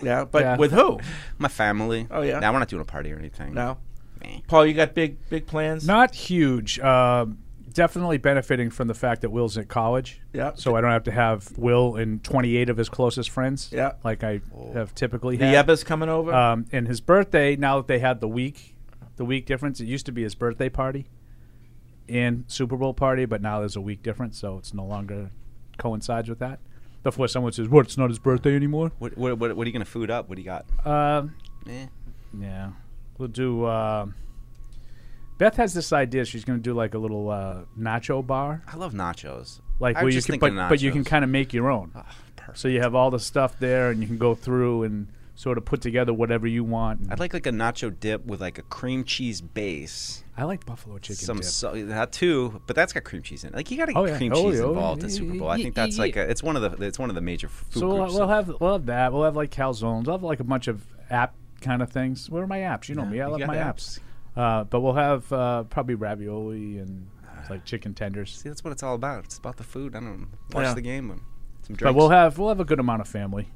S1: Yeah, but with who?
S4: My family.
S1: Oh, yeah?
S4: Now we're not doing a party or anything.
S1: No. Paul, you got big big plans?
S5: Not huge. Um, definitely benefiting from the fact that Will's at college.
S1: Yeah.
S5: So I don't have to have Will and 28 of his closest friends.
S1: Yeah.
S5: Like I have typically
S1: The
S5: had.
S1: Yebba's coming over?
S5: Um, and his birthday, now that they had the week, the week difference, it used to be his birthday party and Super Bowl party, but now there's a week difference, so it's no longer coincides with that. Before someone says, what, it's not his birthday anymore?
S4: What, what, what, what are you gonna food up? What do you got?
S1: Uh,
S5: Um,
S4: Eh.
S5: Yeah. We'll do. Uh, Beth has this idea. She's going to do like a little uh, nacho bar.
S4: I love nachos.
S5: Like
S4: I
S5: where
S4: was
S5: you
S4: just
S5: can, but,
S4: thinking
S5: but you
S4: nachos. Ah,
S5: can kind of make your own. so you have all the stuff there, and you can go through and sort of put together whatever you want. And
S4: I'd like like a nacho dip with like a cream cheese base.
S5: I like buffalo chicken
S4: Some
S5: dip.
S4: so, that too, but that's got cream cheese in. it. Like you got to get
S5: Oh, yeah.
S4: cream
S5: Oh,
S4: cheese
S5: yeah. Oh,
S4: involved in
S5: yeah,
S4: Super
S5: yeah,
S4: Bowl. I
S5: yeah,
S4: think that's
S5: yeah,
S4: like a, it's one of the it's one of the major f- food
S5: so we'll,
S4: groups.
S5: we'll have we'll have that. We'll have like calzones. I'll have like a bunch of app kind of things. Where are my apps? You know
S4: Yeah,
S5: me. I
S4: you
S5: love
S4: got
S5: my apps.
S4: apps.
S5: Uh, but we'll have uh, probably ravioli and
S4: Ah.
S5: like chicken tenders.
S4: See, that's what it's all about. It's about the food. I don't know. watch
S5: Yeah.
S4: the game and some drinks.
S5: But we'll have we'll have a good amount of family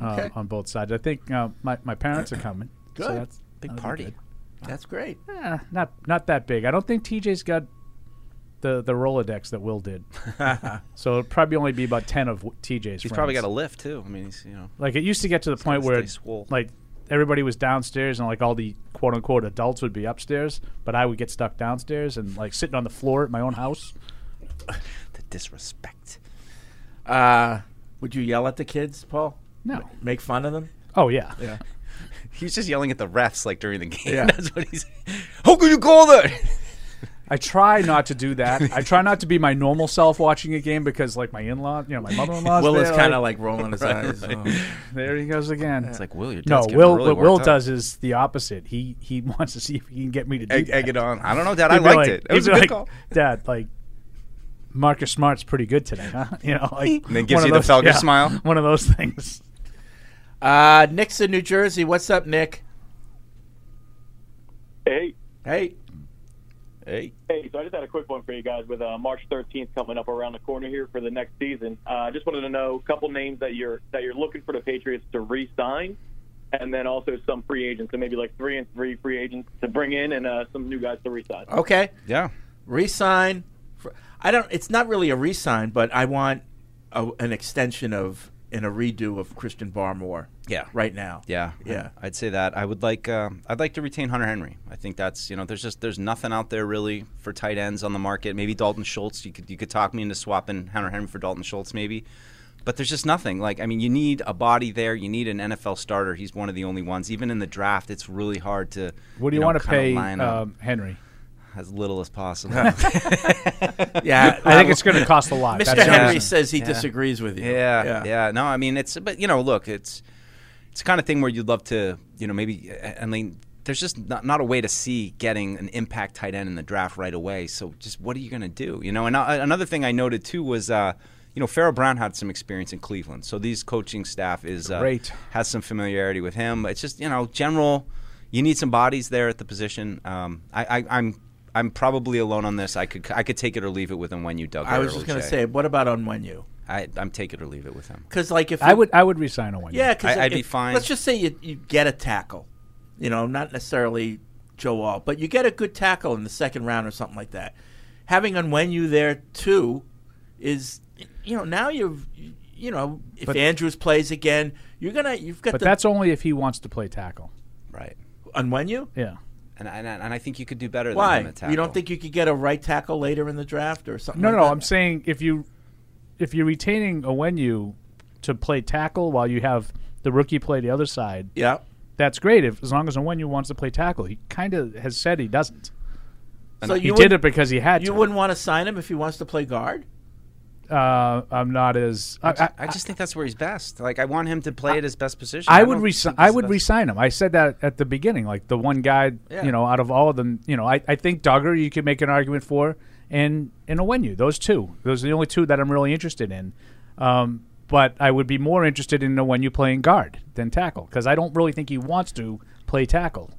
S5: uh,
S1: Okay.
S5: on both sides. I think uh, my my parents are coming.
S1: Good.
S5: so that's
S1: Big
S5: that'll be
S1: party.
S5: good.
S1: That's great.
S5: Eh, not not that big. I don't think TJ's got the the Rolodex that Will did. so it'll probably only be about ten of w- TJ's.
S4: He's probably got
S5: friends.
S4: a lift too. I mean, he's you know.
S5: Like it used to get to the point
S4: gotta
S5: where
S4: stay swole.
S5: like everybody was downstairs and like all the quote unquote adults would be upstairs, but I would get stuck downstairs and like sitting on the floor at my own house.
S4: the disrespect.
S1: Uh, would you yell at the kids, Paul?
S5: No.
S1: M- make fun of them?
S5: Oh yeah.
S1: Yeah.
S4: He's just yelling at the refs like during the game.
S1: Yeah.
S4: That's what he's. How could you call that?
S5: I try not to do that. I try not to be my normal self watching a game because like my in law, you know, my mother in law.
S1: Will is kinda, like, rolling his eyes. Oh.
S5: There he goes again.
S4: It's like Will, your
S5: no.
S4: dad's getting
S5: Will,
S4: really
S5: what Will
S4: worked up.
S5: does is the opposite. He he wants to see if he can get me to do
S4: Egg- egg
S5: that.
S4: it on. I don't know, Dad, I
S5: He'd be
S4: liked
S5: like-
S4: it. That
S5: he'd
S4: was a
S5: be
S4: good
S5: like,
S4: call.
S5: Dad, like Marcus Smart's pretty good today, huh? You know, like
S4: And then gives
S5: one
S4: you
S5: of
S4: the
S5: those- yeah,
S4: Felger smile.
S5: One of those things.
S1: Uh, Nick's in New Jersey. What's up, Nick?
S19: Hey.
S1: Hey.
S4: Hey.
S19: Hey, so I just had a quick one for you guys with uh, March 13th coming up around the corner here for the next season. Uh, I just wanted to know a couple names that you're that you're looking for the Patriots to re-sign, and then also some free agents, so maybe like three and three free agents to bring in, and uh, some new guys to re-sign.
S1: Okay.
S4: Yeah.
S1: Resign. Fr- I don't. It's not really a resign, but I want a, an extension of and a redo of Christian Barmore.
S4: Yeah.
S1: Right now.
S4: Yeah,
S1: Yeah.
S4: I'd say that. I would like. um I'd like to retain Hunter Henry. I think that's you know. There's just there's nothing out there really for tight ends on the market. Maybe Dalton Schultz. You could you could talk me into swapping Hunter Henry for Dalton Schultz maybe. But there's just nothing. Like I mean, you need a body there. You need an NFL starter. He's one of the only ones. Even in the draft, it's really hard to.
S5: What do you,
S4: know,
S5: want to
S4: kinda
S5: pay
S4: line up
S5: um, Henry?
S4: as little as possible.
S1: Yeah,
S5: I think it's going to cost a lot.
S1: Mr.
S5: That's the
S1: Henry
S5: reason.
S1: says he disagrees with you.
S4: Yeah,
S1: Yeah.
S4: yeah, No, I mean it's, but you know, look, it's it's the kind of thing where you'd love to, you know, maybe. I mean, there's just not, not a way to see getting an impact tight end in the draft right away. So just what are you going to do? You know, and I, another thing I noted too was. Uh, you know, Farrell Brown had some experience in Cleveland, so these coaching staff is uh,
S5: Great.
S4: has some familiarity with him. It's just you know, general, you need some bodies there at the position. Um, I, I, I'm I'm probably alone on this. I could I could take it or leave it with him when you dug.
S1: I was just going to say, what about on when you?
S4: I, I'm take it or leave it with him.
S1: Because like if
S5: I
S1: you-
S5: would I would resign a one.
S1: Yeah, because
S4: I- I'd be fine.
S1: Let's just say you, you get a tackle, you know, not necessarily Joe Wall, but you get a good tackle in the second round or something like that. Having Onwenu there too, is you know now you've you know if
S5: But-
S1: Andrews plays again, you're gonna you've got
S5: But
S1: the,
S5: that's only if he wants to play tackle.
S4: Right.
S1: on when you
S5: yeah.
S4: And, and and I think you could do better
S1: Why?
S4: than him at tackle.
S1: You don't think you could get a right tackle later in the draft or something?
S5: No,
S1: like
S5: no,
S1: that?
S5: I'm saying if you if you're retaining Owenu to play tackle while you have the rookie play the other side,
S1: yeah,
S5: that's great. If as long as Owenu wants to play tackle, he kind of has said he doesn't.
S1: So
S5: he
S1: you
S5: did
S1: wouldn't-
S5: it because he had
S1: You
S5: to.
S1: wouldn't want to sign him if he wants to play guard.
S5: Uh, I'm not as
S4: I,
S5: I, I,
S4: ju- I just think that's where he's best. Like I want him to play at his best position.
S5: I
S4: don't
S5: would resign.
S4: think he's
S5: I
S4: the
S5: would
S4: best-
S5: resign him. I said that at the beginning. Like the one guy,
S4: Yeah.
S5: you know, out of all of them, you know, I, I think Duggar you could make an argument for, and and Owenu. Those two. Those are the only two that I'm really interested in. Um, but I would be more interested in Owenu playing guard than tackle because I don't really think he wants to play tackle,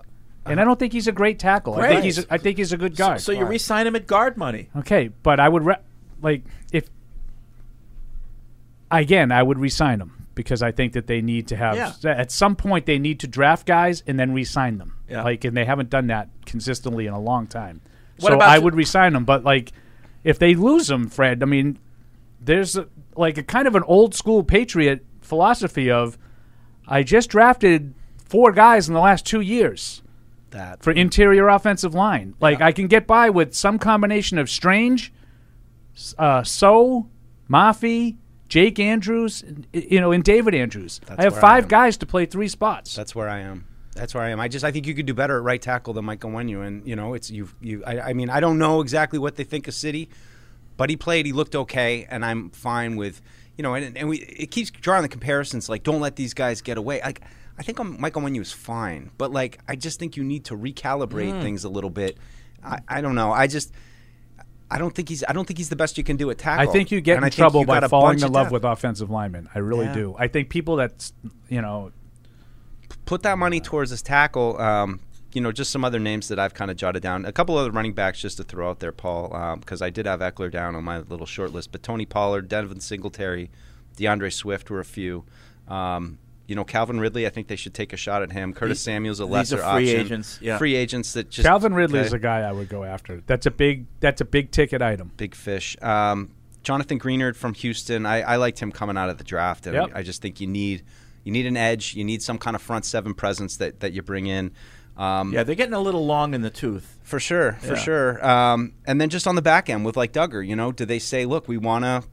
S5: and I
S4: Uh-huh.
S5: don't think he's a great tackle. I think
S1: Great.
S5: he's a, I think he's a good
S1: So-
S5: guard.
S1: So, you re-sign him at guard money.
S5: Okay, but I would re- like if again I would resign them because I think that they need to have
S1: Yeah.
S5: at some point they need to draft guys and then resign them.
S1: Yeah.
S5: Like and they haven't done that consistently in a long time.
S1: What
S5: so
S1: about
S5: I
S1: the-
S5: would resign them, but like if they lose them, Fred, I mean there's a, like a kind of an old school patriot philosophy of I just drafted four guys in the last 2 years
S4: that
S5: for interior offensive line. Like I can get by with some combination of Strange, S- uh, So, Mafi, Jake Andrews, and- you know, and David Andrews.
S4: That's
S5: I have
S4: where I
S5: five
S4: am.
S5: guys to play three spots.
S4: That's where I am. That's where I am. I just I think you could do better at right tackle than Michael Wenu, and you know it's you you. I, I mean I don't know exactly what they think of City, but he played. He looked okay, and I'm fine with you know. And, and we it keeps drawing the comparisons like don't let these guys get away. Like I think I'm, Michael Wenu is fine, but like I just think you need to recalibrate
S5: Hmm.
S16: Mm.
S4: things a little bit. I, I don't know. I just. I don't think he's. I don't think he's the best you can do at tackle.
S5: I think you get
S4: And I
S5: in
S4: think
S5: trouble
S4: you got
S5: by
S4: a
S5: falling
S4: bunch
S5: in
S4: of
S5: love
S4: depth.
S5: with offensive linemen. I really
S4: Yeah.
S5: do. I think people that you know
S4: put that money towards this tackle. Um, you know, just some other names that I've kind of jotted down. A couple other running backs just to throw out there, Paul, because I did have Eckler down on my little short list. But Tony Pollard, Devin Singletary, DeAndre Swift were a few. Um, you know, Calvin Ridley, I think they should take a shot at him. Curtis
S5: These-
S4: Samuel's a
S5: these
S4: lesser
S5: are free
S4: option.
S5: agents, yeah.
S4: Free agents that just
S5: Calvin Ridley
S4: Okay.
S5: is a guy I would go after. That's a big. That's a big ticket item.
S4: Big fish. Um, Jonathan Greenard from Houston. I, I liked him coming out of the draft, and
S5: Yep.
S4: I just think you need you need an edge. You need some kind of front seven presence that, that you bring in. Um,
S1: Yeah, they're getting a little long in the tooth
S4: for sure, for
S1: Yeah.
S4: sure. Um, and then just on the back end with like Duggar, you know, do they say, look, we want to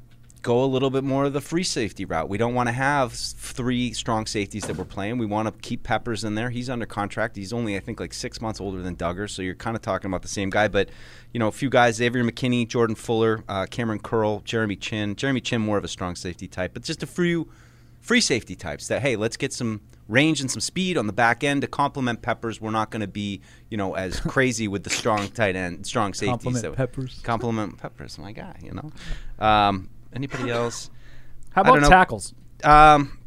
S4: go a little bit more of the free safety route? We don't want to have s- three strong safeties that we're playing. We want to keep Peppers in there. He's under contract. He's only, I think, like six months older than Duggar, so you're kind of talking about the same guy. But you know, a few guys: Xavier McKinney, Jordan Fuller, uh, Cameron Curl, Jeremy Chin. Jeremy Chin more of a strong safety type, but just a few free safety types that hey let's get some range and some speed on the back end to complement peppers we're not going to be you know as crazy with the strong tight end strong safeties
S5: Compliment
S4: that-
S5: Peppers.
S4: compliment peppers my guy you know um, anybody else
S5: How
S4: I don't
S5: about
S4: know.
S5: tackles?
S4: um,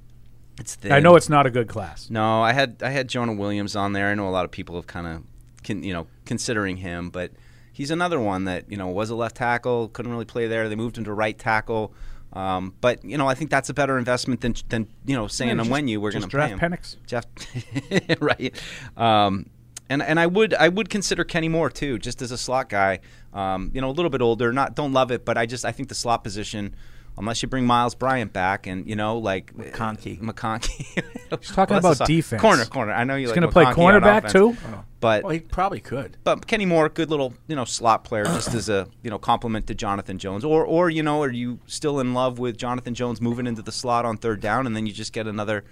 S4: it's
S5: I know it's not a good class.
S4: no i had i had jonah williams on there i know a lot of people have kind of can you know considering him but he's another one that you know was a left tackle couldn't really play there they moved him to right tackle um, but you know, I think that's a better investment than than you know saying
S5: Yeah,
S4: and
S5: just-
S4: when you we're going
S5: just
S4: to pay him.
S5: draft Penix.
S4: Jeff, right? Um, and and I would I would consider Kenny Moore too, just as a slot guy. Um, you know, a little bit older, not don't love it, but I just I think the slot position, unless you bring Miles Bryant back, and you know like McConkey, McConkey. He's
S5: talking about defense.
S4: corner, corner. I know you
S5: He's
S4: like
S5: gonna play
S4: McConkey on
S5: cornerback,
S4: offense,
S5: too? Oh.
S4: but
S1: Well, he probably could.
S4: but Kenny Moore, good little you know slot player, just as a you know compliment to Jonathan Jones. Or or you know, are you still in love with Jonathan Jones moving into the slot on third down, and then you just get another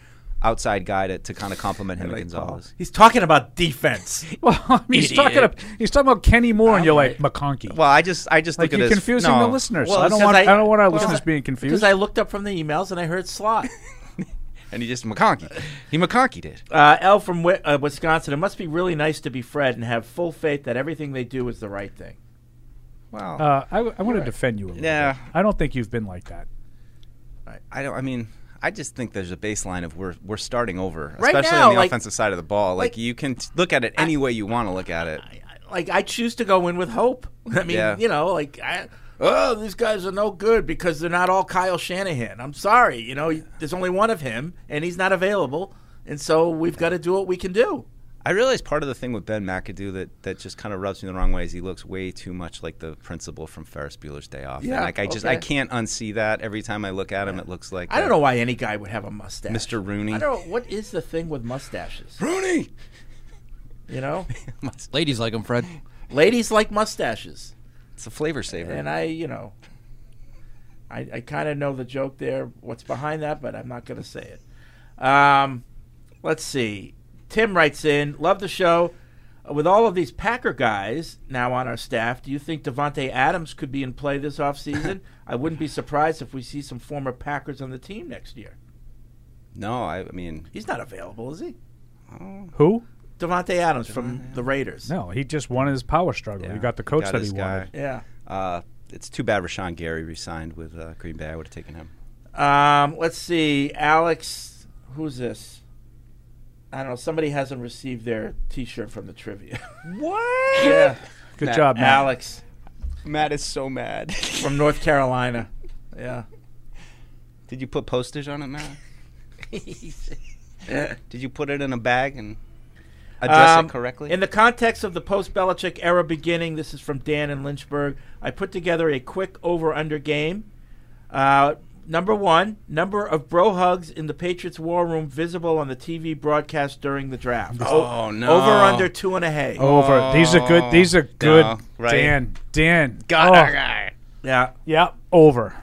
S4: outside guy to, to kind of compliment him and Gonzalez.
S1: He's talking about defense.
S5: well, I mean, he's
S4: Idiot.
S5: talking. About, he's talking about Kenny Moore, and you're like McConkey.
S4: Well, I just I just
S5: like
S4: look
S5: you're
S4: at his-
S5: confusing
S4: no.
S5: the listeners.
S1: Well,
S5: I don't
S1: because
S5: want. I,
S1: I-
S5: don't want our
S1: well,
S5: listeners being confused. Uh,
S1: Because I looked up from the emails and I heard slot.
S4: and he just McConkey. He McConkey did.
S1: Uh, L from Wi- uh, Wisconsin. It must be really nice to be Fred and have full faith that everything they do is the right thing.
S4: Wow.
S5: Uh, I, want to defend you a little.
S4: Oh. Yeah.
S5: bit. I don't think you've been like that.
S4: I, I don't. I mean, I just think there's a baseline of we're we're starting over,
S1: Right
S4: especially
S1: now,
S4: on the
S1: like-
S4: offensive side of the ball. Like,
S1: like-
S4: you can t- look at it any way you want to look at it.
S1: Like I choose to go in with hope. I mean,
S4: Yeah.
S1: you know, like I, oh, these guys are no good because they're not all Kyle Shanahan. I'm sorry, you know, there's only one of him and he's not available, and so we've got to do what we can do.
S4: I realize part of the thing with Ben McAdoo that, that just kind of rubs me the wrong way is he looks way too much like the principal from Ferris Bueller's Day Off. And,
S1: Yeah,
S4: like I just
S1: okay.
S4: I can't unsee that. Every time I look at him, it looks like
S1: I don't
S4: uh,
S1: know why any guy would have a mustache.
S4: Mr. Rooney.
S1: I don't. What is the thing with mustaches? Rooney. You know,
S18: Ladies like him, Fred.
S1: ladies like mustaches.
S4: It's a flavor saver.
S1: And I, you know, I, I kind of know the joke there, what's behind that, but I'm not going to say it. Um, let's see. Tim writes in, love the show. With all of these Packer guys now on our staff, do you think Devontae Adams could be in play this offseason? I wouldn't be surprised if we see some former Packers on the team next year.
S4: No, I, I mean Oh.
S1: He's not available, is he?
S5: Who?
S1: Devontae Adams from the Raiders.
S5: No, he just won his power struggle. he got the coach that
S4: his
S5: he wanted.
S1: Yeah.
S4: Uh, it's too bad Rashawn Gary resigned with uh, Green Bay. I would have taken him.
S1: Um, let's see, Alex. Who's this? I don't know. Somebody hasn't received their T-shirt from the trivia.
S5: What?
S1: yeah.
S5: Good job, Matt.
S1: Alex.
S4: Matt is so mad
S1: from North Carolina. Yeah.
S4: Did you put postage on it, Matt? Did you put it in a bag and address
S1: Um,
S4: it correctly?
S1: In the context of the post Belichick era beginning, this is from Dan in Lynchburg. I put together a quick over under game. Uh, number one, number of bro hugs in the Patriots war room visible on the TV broadcast during the draft.
S4: Oh, no.
S1: Over under two and a half.
S5: Over. these are good. These
S4: Oh.
S5: are good.
S1: no, right.
S5: Dan. Dan.
S1: Got
S5: oh.
S1: our guy. Yeah.
S5: Yep. Over.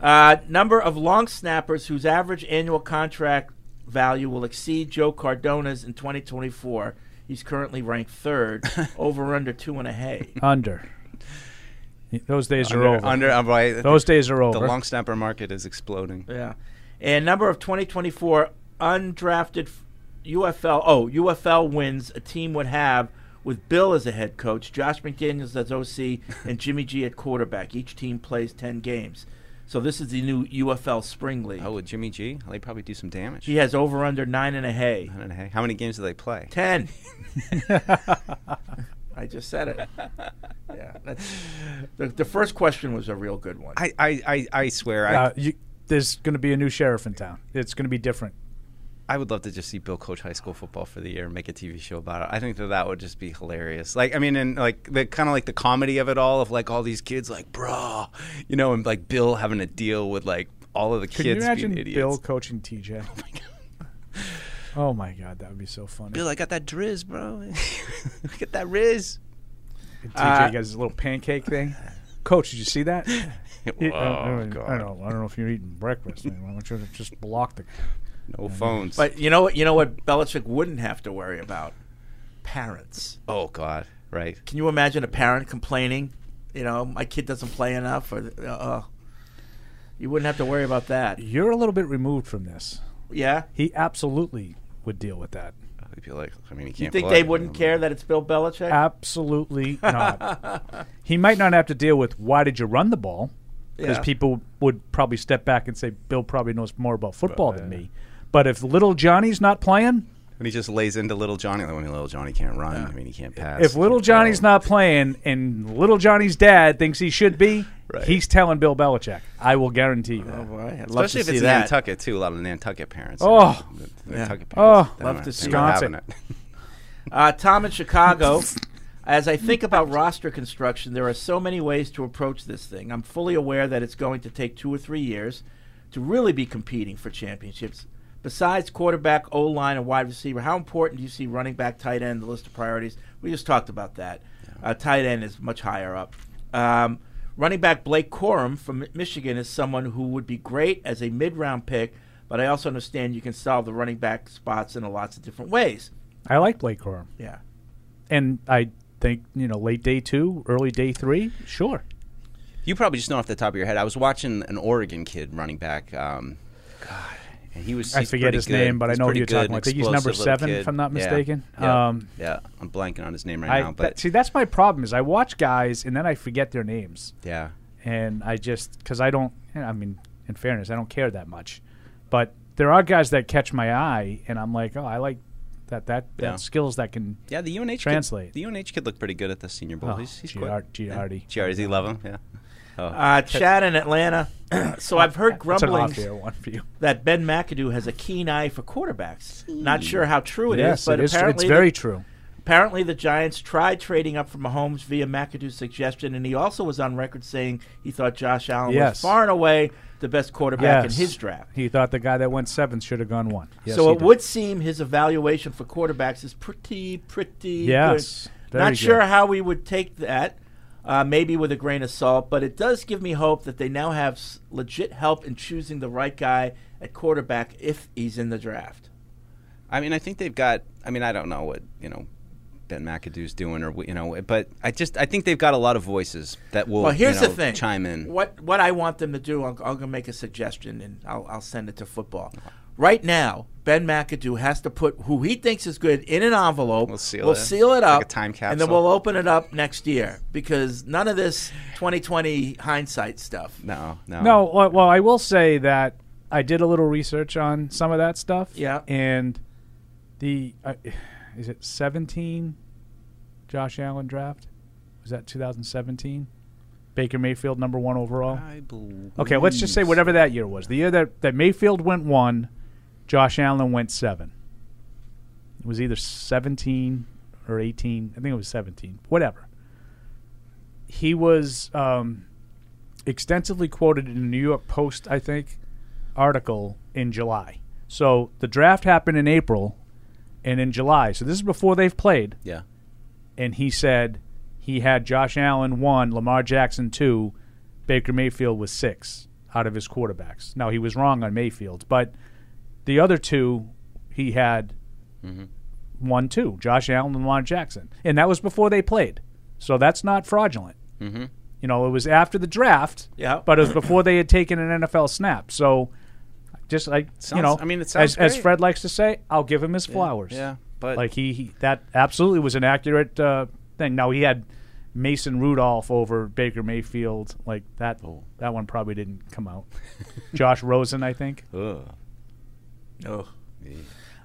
S1: Uh, number of long snappers whose average annual contract value will exceed Joe Cardona's in 2024. He's currently ranked third, over under two and a hay.
S5: Under. Those days
S4: under,
S5: are over.
S4: Under, I'm right.
S5: Those days are over.
S4: The long snapper market is exploding.
S1: Yeah. And number of 2024 undrafted f- UFL, oh, UFL wins a team would have with Bill as a head coach, Josh McDaniels as OC, and Jimmy G at quarterback. Each team plays 10 games. So this is the new UFL Spring League.
S4: Oh, with Jimmy G, they probably do some damage.
S1: He has over under nine and a hay.
S4: Nine and a hay. How many games do they play?
S1: Ten. I just said it. Yeah, that's the, the first question was a real good one.
S4: I, I, I, I swear, I,
S5: Uh, you, there's going to be a new sheriff in town. It's going to be different.
S4: I would love to just see Bill coach high school football for the year and make a TV show about it. I think that that would just be hilarious. Like, I mean, and like the kind of like the comedy of it all of like all these kids like, bruh, you know, and like Bill having to deal with like all of the
S5: Can you
S4: kids
S5: imagine
S4: being idiots.
S5: Bill coaching TJ? Oh my god. Oh my god, that would be so funny.
S4: Bill, I got that drizz, bro. Look at that riz.
S5: And
S4: Uh,
S5: TJ got his little pancake thing. Coach, did you see that? It- I- I,
S4: Oh,
S5: don't- I don't. I don't know if you're eating breakfast. Man. Why don't you just block the?
S4: No phones.
S1: But you know what? You know what? Belichick wouldn't have to worry about parents.
S4: Oh God, right?
S1: Can you imagine a parent complaining? You know, my kid doesn't play enough, or uh, uh, you wouldn't have to worry about that.
S5: You're a little bit removed from this.
S1: Yeah.
S5: He absolutely would deal with that.
S4: I'd be like, I mean,
S1: You
S4: he can't.
S1: think
S4: play.
S1: they wouldn't care that it's Bill Belichick?
S5: Absolutely not. he might not have to deal with why did you run the ball, because
S1: Yeah.
S5: people would probably step back and say Bill probably knows more about football than me. But if little Johnny's not playing,
S4: And he just lays into little Johnny. Like, when little Johnny can't run, I mean, he can't pass.
S5: if little Johnny's not playing, and little Johnny's dad thinks he should be, he's telling Bill Belichick. I will guarantee you. Oh
S1: boy, I'd
S4: Especially if it's Nantucket too. A lot of Nantucket parents.
S5: Oh.
S4: you know, the- the
S5: Yeah.
S4: Nantucket parents.
S5: Oh.
S4: they don't-
S5: Love to
S4: they
S5: see
S4: don't have
S5: Wisconsin.
S4: it.
S1: Uh, Tom in Chicago. As I think about roster construction, there are so many ways to approach this thing. I'm fully aware that it's going to take two or three years to really be competing for championships. Besides quarterback, O line, and wide receiver, how important do you see running back, tight end, the list of priorities? We just talked about that. Uh, tight end is much higher up. Um, running back Blake Corum from Mi- Michigan is someone who would be great as a mid round pick, but I also understand you can solve the running back spots in lots of different ways.
S5: I like Blake Corum.
S1: Yeah.
S5: and I think you know late day two, early day three. Sure.
S4: You probably just know off the top of your head. I was watching an Oregon kid running back. Um, God, and he was.
S5: I
S4: he's
S5: forget
S4: pretty
S5: his
S4: good.
S5: name, but I
S4: He's
S5: know who
S4: pretty
S5: you're talking
S4: good,
S5: about. I think he's
S4: explosive
S5: number
S4: little
S5: seven,
S4: kid.
S5: if I'm not
S4: Yeah,
S5: mistaken.
S4: Yeah,
S5: Um,
S4: yeah, I'm blanking on his name right
S5: I
S4: now,
S5: that-
S4: but
S5: see, that's my problem is I watch guys and then I forget their names.
S4: Yeah.
S5: And I just because I don't. I mean, in fairness, I don't care that much, but there are guys that catch my eye and I'm like, oh, I like that that that
S4: Yeah.
S5: skills that can
S4: yeah, the UNH
S5: translate.
S4: Kid, the UNH kid looked pretty good at the Senior Bowl.
S5: Oh,
S4: he's he's
S5: Giard-
S4: good. Yeah.
S5: Giardi.
S4: Giardi, does he love him? Yeah. Oh.
S1: Uh, Chad in Atlanta. so I've heard
S5: Oh. That's an
S1: grumbling
S5: off-air one for you.
S1: that Ben McAdoo has a keen eye for quarterbacks. Not sure how true it is,
S5: Yes,
S1: but
S5: it is- it's
S1: apparently
S5: very
S1: the-
S5: true.
S1: Apparently, the Giants tried trading up from Mahomes via McAdoo's suggestion, and he also was on record saying he thought Josh Allen was
S5: Yes.
S1: far and away the best quarterback
S5: Yes.
S1: in his draft.
S5: He thought the guy that went seventh should have gone one. Yes,
S1: so
S5: he
S1: it would seem his evaluation for quarterbacks is pretty, pretty
S5: Yes,
S1: good.
S5: very
S1: Not
S5: good.
S1: sure how we would take that, uh, maybe with a grain of salt, but it does give me hope that they now have s- legit help in choosing the right guy at quarterback if he's in the draft.
S4: I mean, I think they've got. I mean, I don't know what you know Ben McAdoo's doing, or what- you know, but I just I think they've got a lot of voices that will.
S1: Well, here's
S4: you know,
S1: the thing.
S4: Chime in.
S1: What what I want them to do, I'm, I'm going to make a suggestion, and I'll, I'll send it to football. Right now, Ben McAdoo has to put who he thinks is good in an envelope. We'll seal
S4: it. Like
S1: up,
S4: a time
S1: and then
S4: capsule.
S1: we'll open it up next year because none of this 2020 hindsight stuff.
S4: No,
S5: No, well, well, I will say that I did a little research on some of that stuff.
S1: Yeah.
S5: And the uh, is it 17 Josh Allen draft? Was that 2017? Baker Mayfield number 1 overall?
S4: I believe
S5: Okay, let's just say whatever that year was. The year that, that Mayfield went 1, Josh Allen went 7. It was either 17 or 18. I think it was 17. Whatever. He was um, extensively quoted in a New York Post, I think, article in July. So the draft happened in April and in July. So this is before they've played.
S4: Yeah.
S5: And he said he had Josh Allen one, Lamar Jackson two, Baker Mayfield was six out of his quarterbacks. Now he was wrong on Mayfield, but the other two he had
S4: Mhm.
S5: one, two, Josh Allen and Lamar Jackson. And that was before they played. So that's not fraudulent.
S4: Mhm.
S5: You know, it was after the draft,
S4: Yeah.
S5: but it was before they had taken an NFL snap. So just like, you
S4: Sounds-
S5: know,
S4: I mean, it sounds
S5: as, as
S4: great.
S5: Fred likes to say, I'll give him his flowers.
S4: yeah, but-
S5: like he, he that absolutely was an accurate uh, thing. Now he had Mason Rudolph over Baker Mayfield. Like that,
S4: Oh.
S5: that one probably didn't come out. Josh Rosen, I think.
S4: Ugh.
S1: Oh.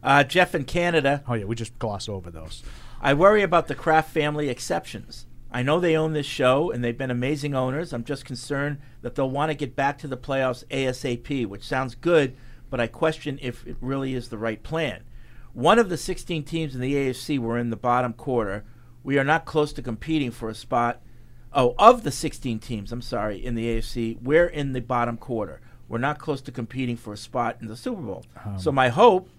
S1: Uh, Jeff in Canada.
S5: Oh yeah, we just gloss over those.
S1: I worry about the Kraft family exceptions. I know they own this show and they've been amazing owners. I'm just concerned that they'll want to get back to the playoffs ASAP, which sounds good, but I question if it really is the right plan. One of the 16 teams in the AFC were in the bottom quarter. We are not close to competing for a spot. Oh, of the 16 teams, I'm sorry, in the AFC, we're in the bottom quarter. We're not close to competing for a spot in the Super Bowl.
S5: Um,
S1: so my hope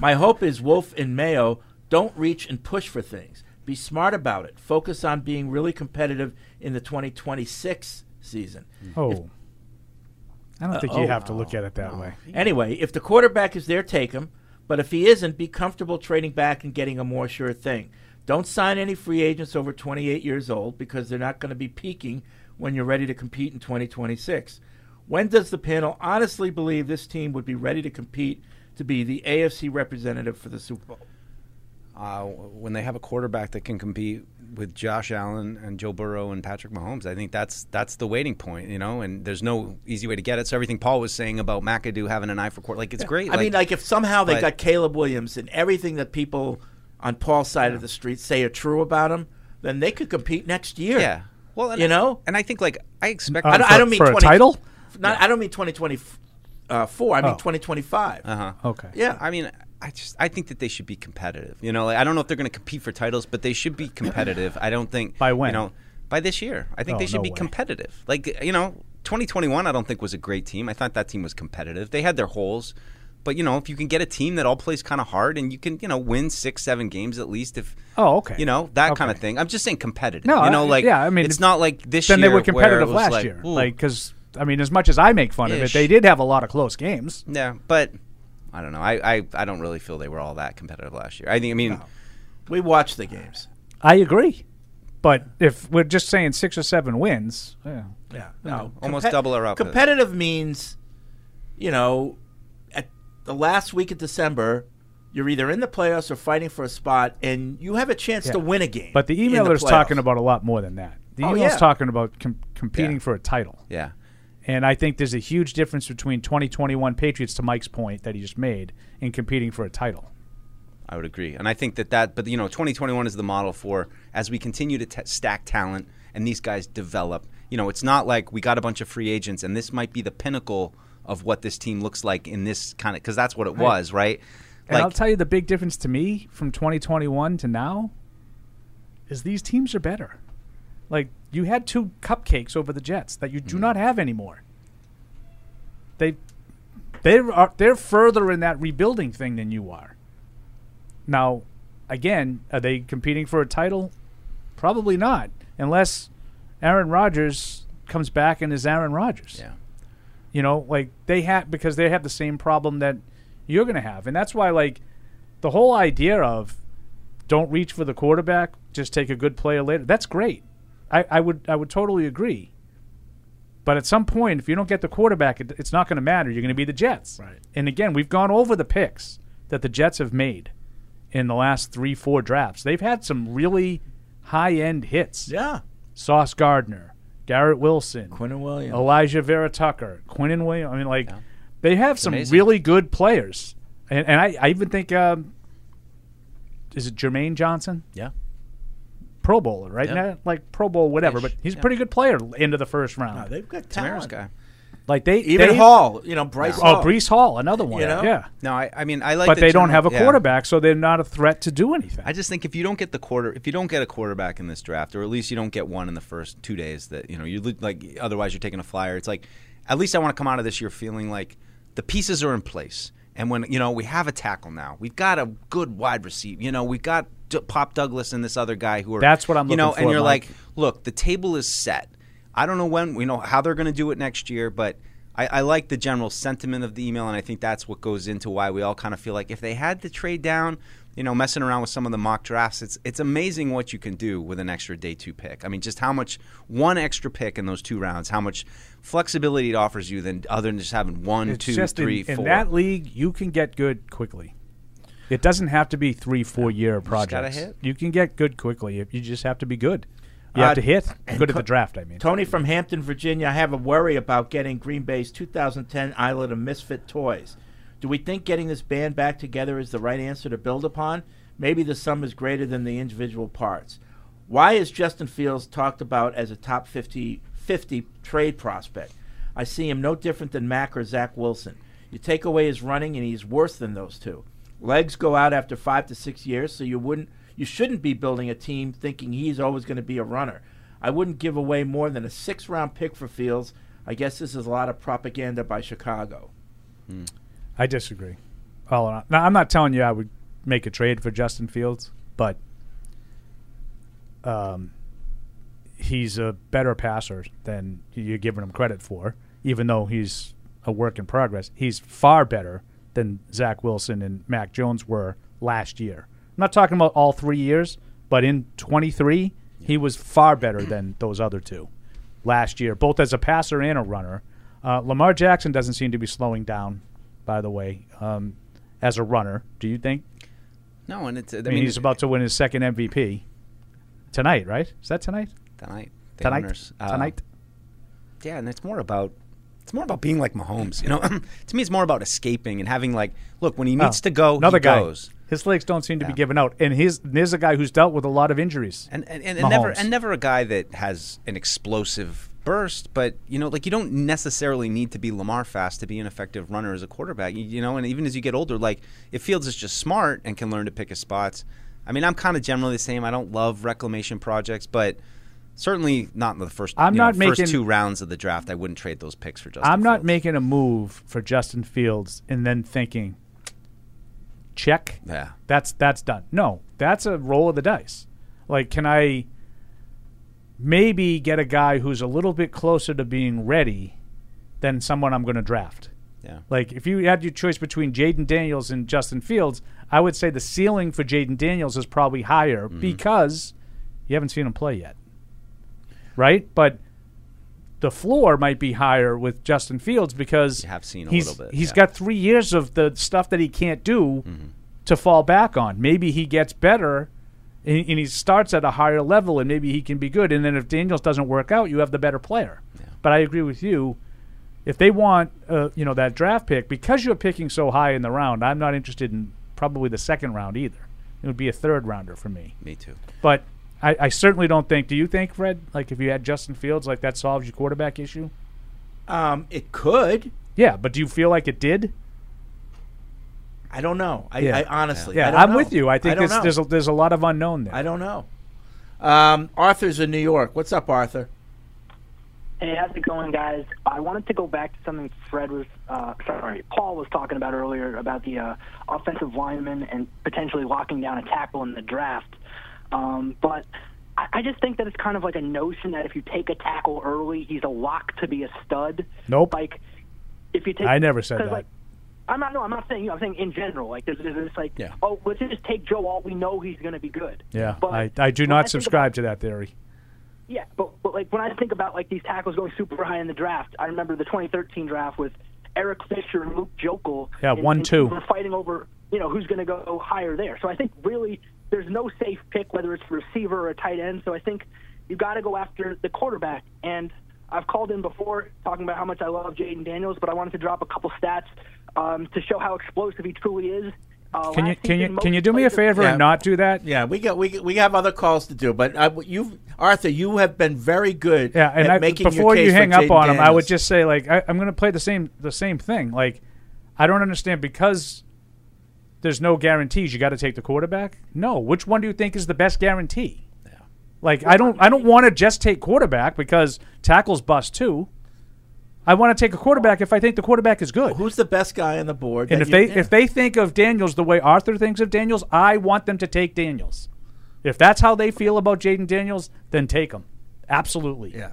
S1: my hope is Wolf and Mayo don't reach and push for things. Be smart about it. Focus on being really competitive in the 2026 season.
S5: Oh,
S1: If-
S5: I don't think
S1: Uh,
S5: you
S1: oh.
S5: have to look at it that way.
S1: Anyway, if the quarterback is there, take him. But if he isn't, be comfortable trading back and getting a more sure thing. Don't sign any free agents over 28 years old because they're not going to be peaking when you're ready to compete in 2026. When does the panel honestly believe this team would be ready to compete to be the AFC representative for the Super Bowl?
S4: Uh, when they have a quarterback that can compete with Josh Allen and Joe Burrow and Patrick Mahomes, I think that's that's the waiting point, you know. And there's no easy way to get it. So everything Paul was saying about McAdoo having an eye for quarter, like it's great.
S1: I mean, like if somehow they
S4: but-
S1: got Caleb Williams and everything that people on Paul's side of the street say are true about him, then they could compete next year.
S4: Yeah. Well, and
S1: you
S4: I-
S1: know,
S4: and I think like I expect
S1: I, don't,
S4: for-
S1: I don't mean
S4: for a
S1: 20,
S4: title?
S1: Not, I don't mean twenty twenty uh, four. I mean
S4: Oh.
S1: twenty twenty five.
S4: Uh huh.
S5: Okay.
S1: Yeah.
S4: I mean, I just I think that they should be competitive. You know, like, I don't know if they're going to compete for titles, but they should be competitive. I don't think by
S5: when?
S4: You know, by this year. I think
S5: Oh,
S4: they should
S5: no
S4: be
S5: way.
S4: competitive. Like you know, 2021. I don't think was a great team. I thought that team was competitive. They had their holes. But you know, if you can get a team that all plays kind of hard, and you can you know win six, seven games at least, if
S5: Oh, okay.
S4: you know that kind of thing. I'm just saying competitive.
S5: No,
S4: you know,
S5: I-
S4: like
S5: yeah, I mean,
S4: it's not like this.
S5: Then they
S4: year
S5: were
S4: where it
S5: competitive
S4: was
S5: last
S4: like,
S5: year,
S4: ooh,
S5: like because I mean, as much as I make fun of it,
S4: Ish.
S5: they did have a lot of close games.
S4: Yeah, but I don't know. I, I, I don't really feel they were all that competitive last year. I think. I mean,
S1: we watched the games.
S5: I agree, but if we're just saying six or seven wins, yeah,
S1: Yeah.
S5: you
S1: No.
S5: know.
S4: Almost double our output.
S1: Competitive means, you know, at the last week of December, you're either in the playoffs or fighting for a spot, and you have a chance
S5: Yeah.
S1: to win a game.
S5: But the
S1: in
S5: emailer's
S1: playoffs.
S5: talking about a lot more than that. The
S1: Oh,
S5: emailer's
S1: yeah.
S5: talking about com- competing
S4: Yeah.
S5: for a title.
S4: Yeah.
S5: And I think there's a huge difference between 2021 Patriots, to Mike's point that he just made, and competing for a title.
S4: I would agree, and I think that that. But you know, 2021 is the model for as we continue to t- stack talent and these guys develop you know, it's not like we got a bunch of free agents and this might be the pinnacle of what this team looks like in this kind of because that's what it
S5: Right.
S4: was, right?
S5: And I'll tell you the big difference to me from 2021 to now is these teams are better. Like you had two cupcakes over the Jets that you do
S4: Mm-hmm.
S5: not have anymore. They they are they're further in that rebuilding thing than you are. Now, again, are they competing for a title? Probably not, unless Aaron Rodgers comes back and is Aaron Rodgers.
S4: Yeah.
S5: You know, like they have because they have the same problem that you're going to have. And that's why like the whole idea of don't reach for the quarterback, just take a good player later. That's great. I, I would I would totally agree. But at some point, if you don't get the quarterback, it, it's not going to matter. You're going to be the Jets. Right. And again, we've gone over the picks that the Jets have made in the last three, four drafts. They've had some really high end hits.
S1: Yeah.
S5: Sauce Gardner, Garrett Wilson,
S1: Quinn Williams,
S5: Elijah Vera Tucker, Quinn and Williams. I mean, like, they have some
S1: amazing.
S5: really good players. And, and I, I even think, um, is it Jermaine Johnson?
S4: Yeah.
S5: Pro Bowler, right?
S1: Yeah.
S5: Not like Pro Bowl, whatever, but he's a pretty good player into the first round.
S1: No, they've got
S4: Tamara's
S1: talent.
S4: guy.
S5: Like they
S1: Even
S5: they-
S1: Hall, you know, Bryce
S5: Oh,
S1: Hall.
S5: Brees Hall, another one.
S4: You know?
S5: Yeah.
S4: No, I- I mean, I like
S5: But
S4: that
S5: they don't
S4: Jermaine-
S5: have a
S4: yeah.
S5: quarterback, so they're not a threat to do anything.
S4: I just think if you don't get the quarter, if you don't get a quarterback in this draft, or at least you don't get one in the first two days, that you know you li- like otherwise you're taking a flyer. It's like at least I want to come out of this year feeling like the pieces are in place, and when you know we have a tackle now, we've got a good wide receiver. You know we've got D- Pop Douglas and this other guy who are
S5: That's what I'm
S4: you know,
S5: looking
S4: and
S5: for,
S4: you're
S5: Mike.
S4: like, look, the table is set. I don't know when we know how they're going to do it next year, but. I, I like the general sentiment of the email, and I think that's what goes into why we all kind of feel like if they had to trade down, you know, messing around with some of the mock drafts, it's it's amazing what you can do with an extra day two pick. I mean, just how much one extra pick in those two rounds, how much flexibility it offers you than other than just having one,
S5: It's
S4: two, three, four.
S5: just in- in, that league, you can get good quickly. It doesn't have to be three, four year
S4: gotta
S5: projects.
S4: hit.
S5: You can get good quickly. if You just have to be good. You
S1: Uh,
S5: have to hit.
S1: and
S5: Good at
S1: Co-
S5: the draft, I mean.
S1: Tony from Hampton, Virginia. I have a worry about getting Green Bay's 2010 Island of Misfit Toys. Do we think getting this band back together is the right answer to build upon? Maybe the sum is greater than the individual parts. Why is Justin Fields talked about as a top 50, 50 trade prospect? I see him no different than Mack or Zach Wilson. You take away his running, and he's worse than those two. Legs go out after five to six years, so you wouldn't, you shouldn't be building a team thinking he's always going to be a runner. I wouldn't give away more than a six-round pick for Fields. I guess this is a lot of propaganda by Chicago.
S4: Hmm.
S5: I disagree. All in all. Now, I'm not telling you I would make a trade for Justin Fields, but um, he's a better passer than you're giving him credit for, even though he's a work in progress. He's far better than Zach Wilson and Mac Jones were last year. I'm not talking about all three years, but in 23, he was far better than those other two last year, both as a passer and a runner. Uh, Lamar Jackson doesn't seem to be slowing down, by the way, um, as a runner. Do you think?
S4: No, and it's. I
S5: I
S4: mean,
S5: mean, he's about to win his second MVP tonight, right? Is that tonight?
S4: tonight. the
S5: Tonight.
S4: owners, uh,
S5: tonight.
S4: Yeah, and it's more about it's more about being like Mahomes. You know, to me, it's more about escaping and having like, look, when he needs
S5: Oh,
S4: to go,
S5: another
S4: he
S5: guy.
S4: goes.
S5: His legs don't seem to be
S4: Yeah.
S5: giving out, and his there's a guy who's dealt with a lot of injuries.
S4: and and, and, and
S5: Mahomes.
S4: never and never a guy that has an explosive burst but you know like you don't necessarily need to be lamar fast to be an effective runner as a quarterback you, you know and even as you get older like if fields is just smart and can learn to pick his spots i mean i'm kind of generally the same i don't love reclamation projects but certainly not in the first
S5: I'm
S4: you know,
S5: not making-
S4: first two rounds of the draft i wouldn't trade those picks for justin
S5: I'm not making a move for Justin Fields and then thinking, check.
S4: Yeah.
S5: That's that's done. No, that's a roll of the dice. Like, can I maybe get a guy who's a little bit closer to being ready than someone I'm going to draft?
S4: Yeah.
S5: Like, if you had your choice between Jaden Daniels and Justin Fields, I would say the ceiling for Jaden Daniels is probably higher
S4: Mm-hmm.
S5: because you haven't seen him play yet right? But the floor might be higher with Justin Fields because
S4: have seen a
S5: he's,
S4: little bit,
S5: he's
S4: yeah. Mm-hmm.
S5: got three years of the stuff that he can't do to fall back on. Maybe he gets better and, and he starts at a higher level and maybe he can be good. And then if Daniels doesn't work out, you have the better player. But I agree with you. If they want, uh, you know, that draft pick, because you're picking so high in the round, I'm not interested in probably the second round either. It would be a third rounder for me.
S4: me too
S5: But I, I certainly don't think. Do you think, Fred? Like, if you had Justin Fields, like that solves your quarterback issue?
S1: Um, it could.
S5: Yeah, but do you feel like it did?
S1: I don't know. I,
S5: Yeah.
S1: I honestly,
S5: yeah,
S1: I don't
S5: am
S1: know.
S5: with you. I think
S1: don't
S5: there's
S1: know.
S5: there's a, there's a lot of unknown there.
S1: I don't know. Um, Arthur's in New York. What's up, Arthur?
S21: Hey, how's it going, guys? I wanted to go back to something Fred was, uh, sorry, Paul was talking about earlier about the uh, offensive lineman and potentially locking down a tackle in the draft. Um, but I, I just think that it's kind of like a notion that if you take a tackle early, he's a lock to be a stud.
S5: Nope.
S21: Like if you take,
S5: I never said
S21: 'cause,
S5: that.
S21: Like, I'm not. No, I'm not saying you. I'm saying in general. Like there's, there's this, like, oh, let's just take Joe Alt. We know he's going to be good.
S5: yeah,
S21: but
S5: I, I do
S21: when
S5: not
S21: think
S5: subscribe to that theory.
S21: yeah, but, but like when I think about like these tackles going super high in the draft, I remember the 2013 draft with Eric Fisher and Luke Jokel.
S5: Yeah,
S21: and-
S5: one,
S21: and
S5: two.
S21: We're fighting over you know who's going to go higher there. So I think really there's no safe pick whether it's receiver or tight end. So I think you got to go after the quarterback. And I've called in before talking about how much I love Jaden Daniels, but I wanted to drop a couple stats um, to show how explosive he truly is. Uh,
S5: Can you
S21: last
S5: can you
S21: season,
S5: can
S21: most
S5: you do me a
S21: players-
S5: favor
S1: Yeah.
S5: and not do that?
S1: Yeah, we got we we have other calls to do, but I, you, Arthur, you have been very good.
S5: Yeah, and
S1: at
S5: I,
S1: making your
S5: before you
S1: case for
S5: hang up
S1: Jaden
S5: on him, I
S1: Daniels.
S5: would just say like I, I'm going to play the same the same thing. Like I don't understand because there's no guarantees. You got to take the quarterback. No, which one do you think is the best guarantee? Like I don't I don't want to just take quarterback because tackles bust too. I want to take a quarterback if I think the quarterback is good.
S1: Who's the best guy on the board?
S5: And if
S1: that you-
S5: they
S1: yeah.
S5: if they think of Daniels the way Arthur thinks of Daniels, I want them to take Daniels. If that's how they feel about Jaden Daniels, then take him. Absolutely.
S1: Yeah.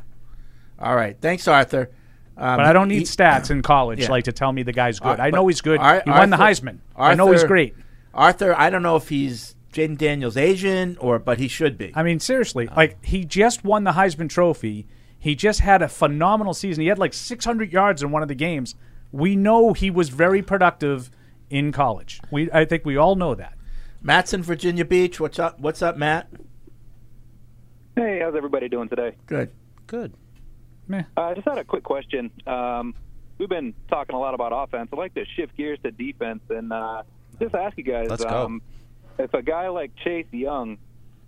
S1: All right. Thanks, Arthur. Um,
S5: but I don't need
S1: he-
S5: stats in college
S1: Yeah.
S5: like to tell me the guy's good.
S1: Ar-
S5: I
S1: but
S5: know he's good.
S1: Ar-
S5: he won the
S1: Arthur-
S5: Heisman. I know he's
S1: Arthur-
S5: great.
S1: Arthur, I don't know if he's Jaden Daniels' Asian or, but he should be.
S5: I mean, seriously, like he just won the Heisman Trophy. He just had a phenomenal season. He had like 600 yards in one of the games. We know he was very productive in college. We, I think, we all know that.
S1: Matt's in Virginia Beach. What's up? What's up, Matt?
S22: Hey, how's everybody doing today?
S1: Good.
S22: Good.
S5: I
S22: uh, just had a quick question. Um, we've been talking a lot about offense. I'd like to shift gears to defense and uh, just ask you guys
S23: Let's go.
S22: um, if a guy like Chase Young,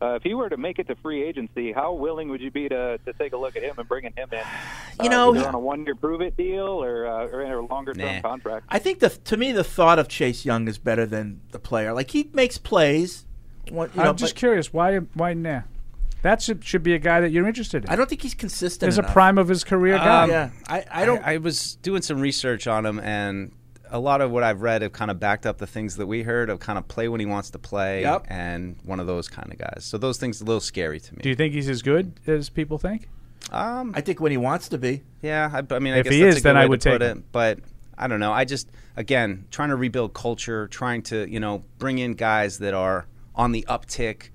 S22: uh, if he were to make it to free agency, how willing would you be to, to take a look at him and bringing him in?
S1: You know-
S22: either on a one year prove it deal or, uh, or in a longer term
S1: Nah.
S22: contract?
S1: I think the to me the thought of Chase Young is better than the player. Like he makes plays. One, you
S5: I'm
S1: know,
S5: just
S1: but
S5: curious why why nah? That should, should be a guy that you're interested in. I
S1: don't think he's consistent.
S5: There's a
S4: enough.
S5: prime of his career guy.
S4: Um,
S1: I, I don't.
S4: I, was doing some research on him, and a lot of what I've read have kind of backed up the things that we heard of kind of play when he wants to play,
S5: Yep.
S4: and one of those kind of guys. So those things are a little scary to me.
S5: Do you think he's as good as people think?
S4: Um,
S1: I think when he wants to be.
S4: Yeah, I, I mean, I
S5: If
S4: guess
S5: he
S4: that's
S5: is,
S4: a good
S5: then
S4: way
S5: I
S4: to
S5: would take
S4: put
S5: him.
S4: it. But I don't know. I just again trying to rebuild culture, trying to you know bring in guys that are on the uptick.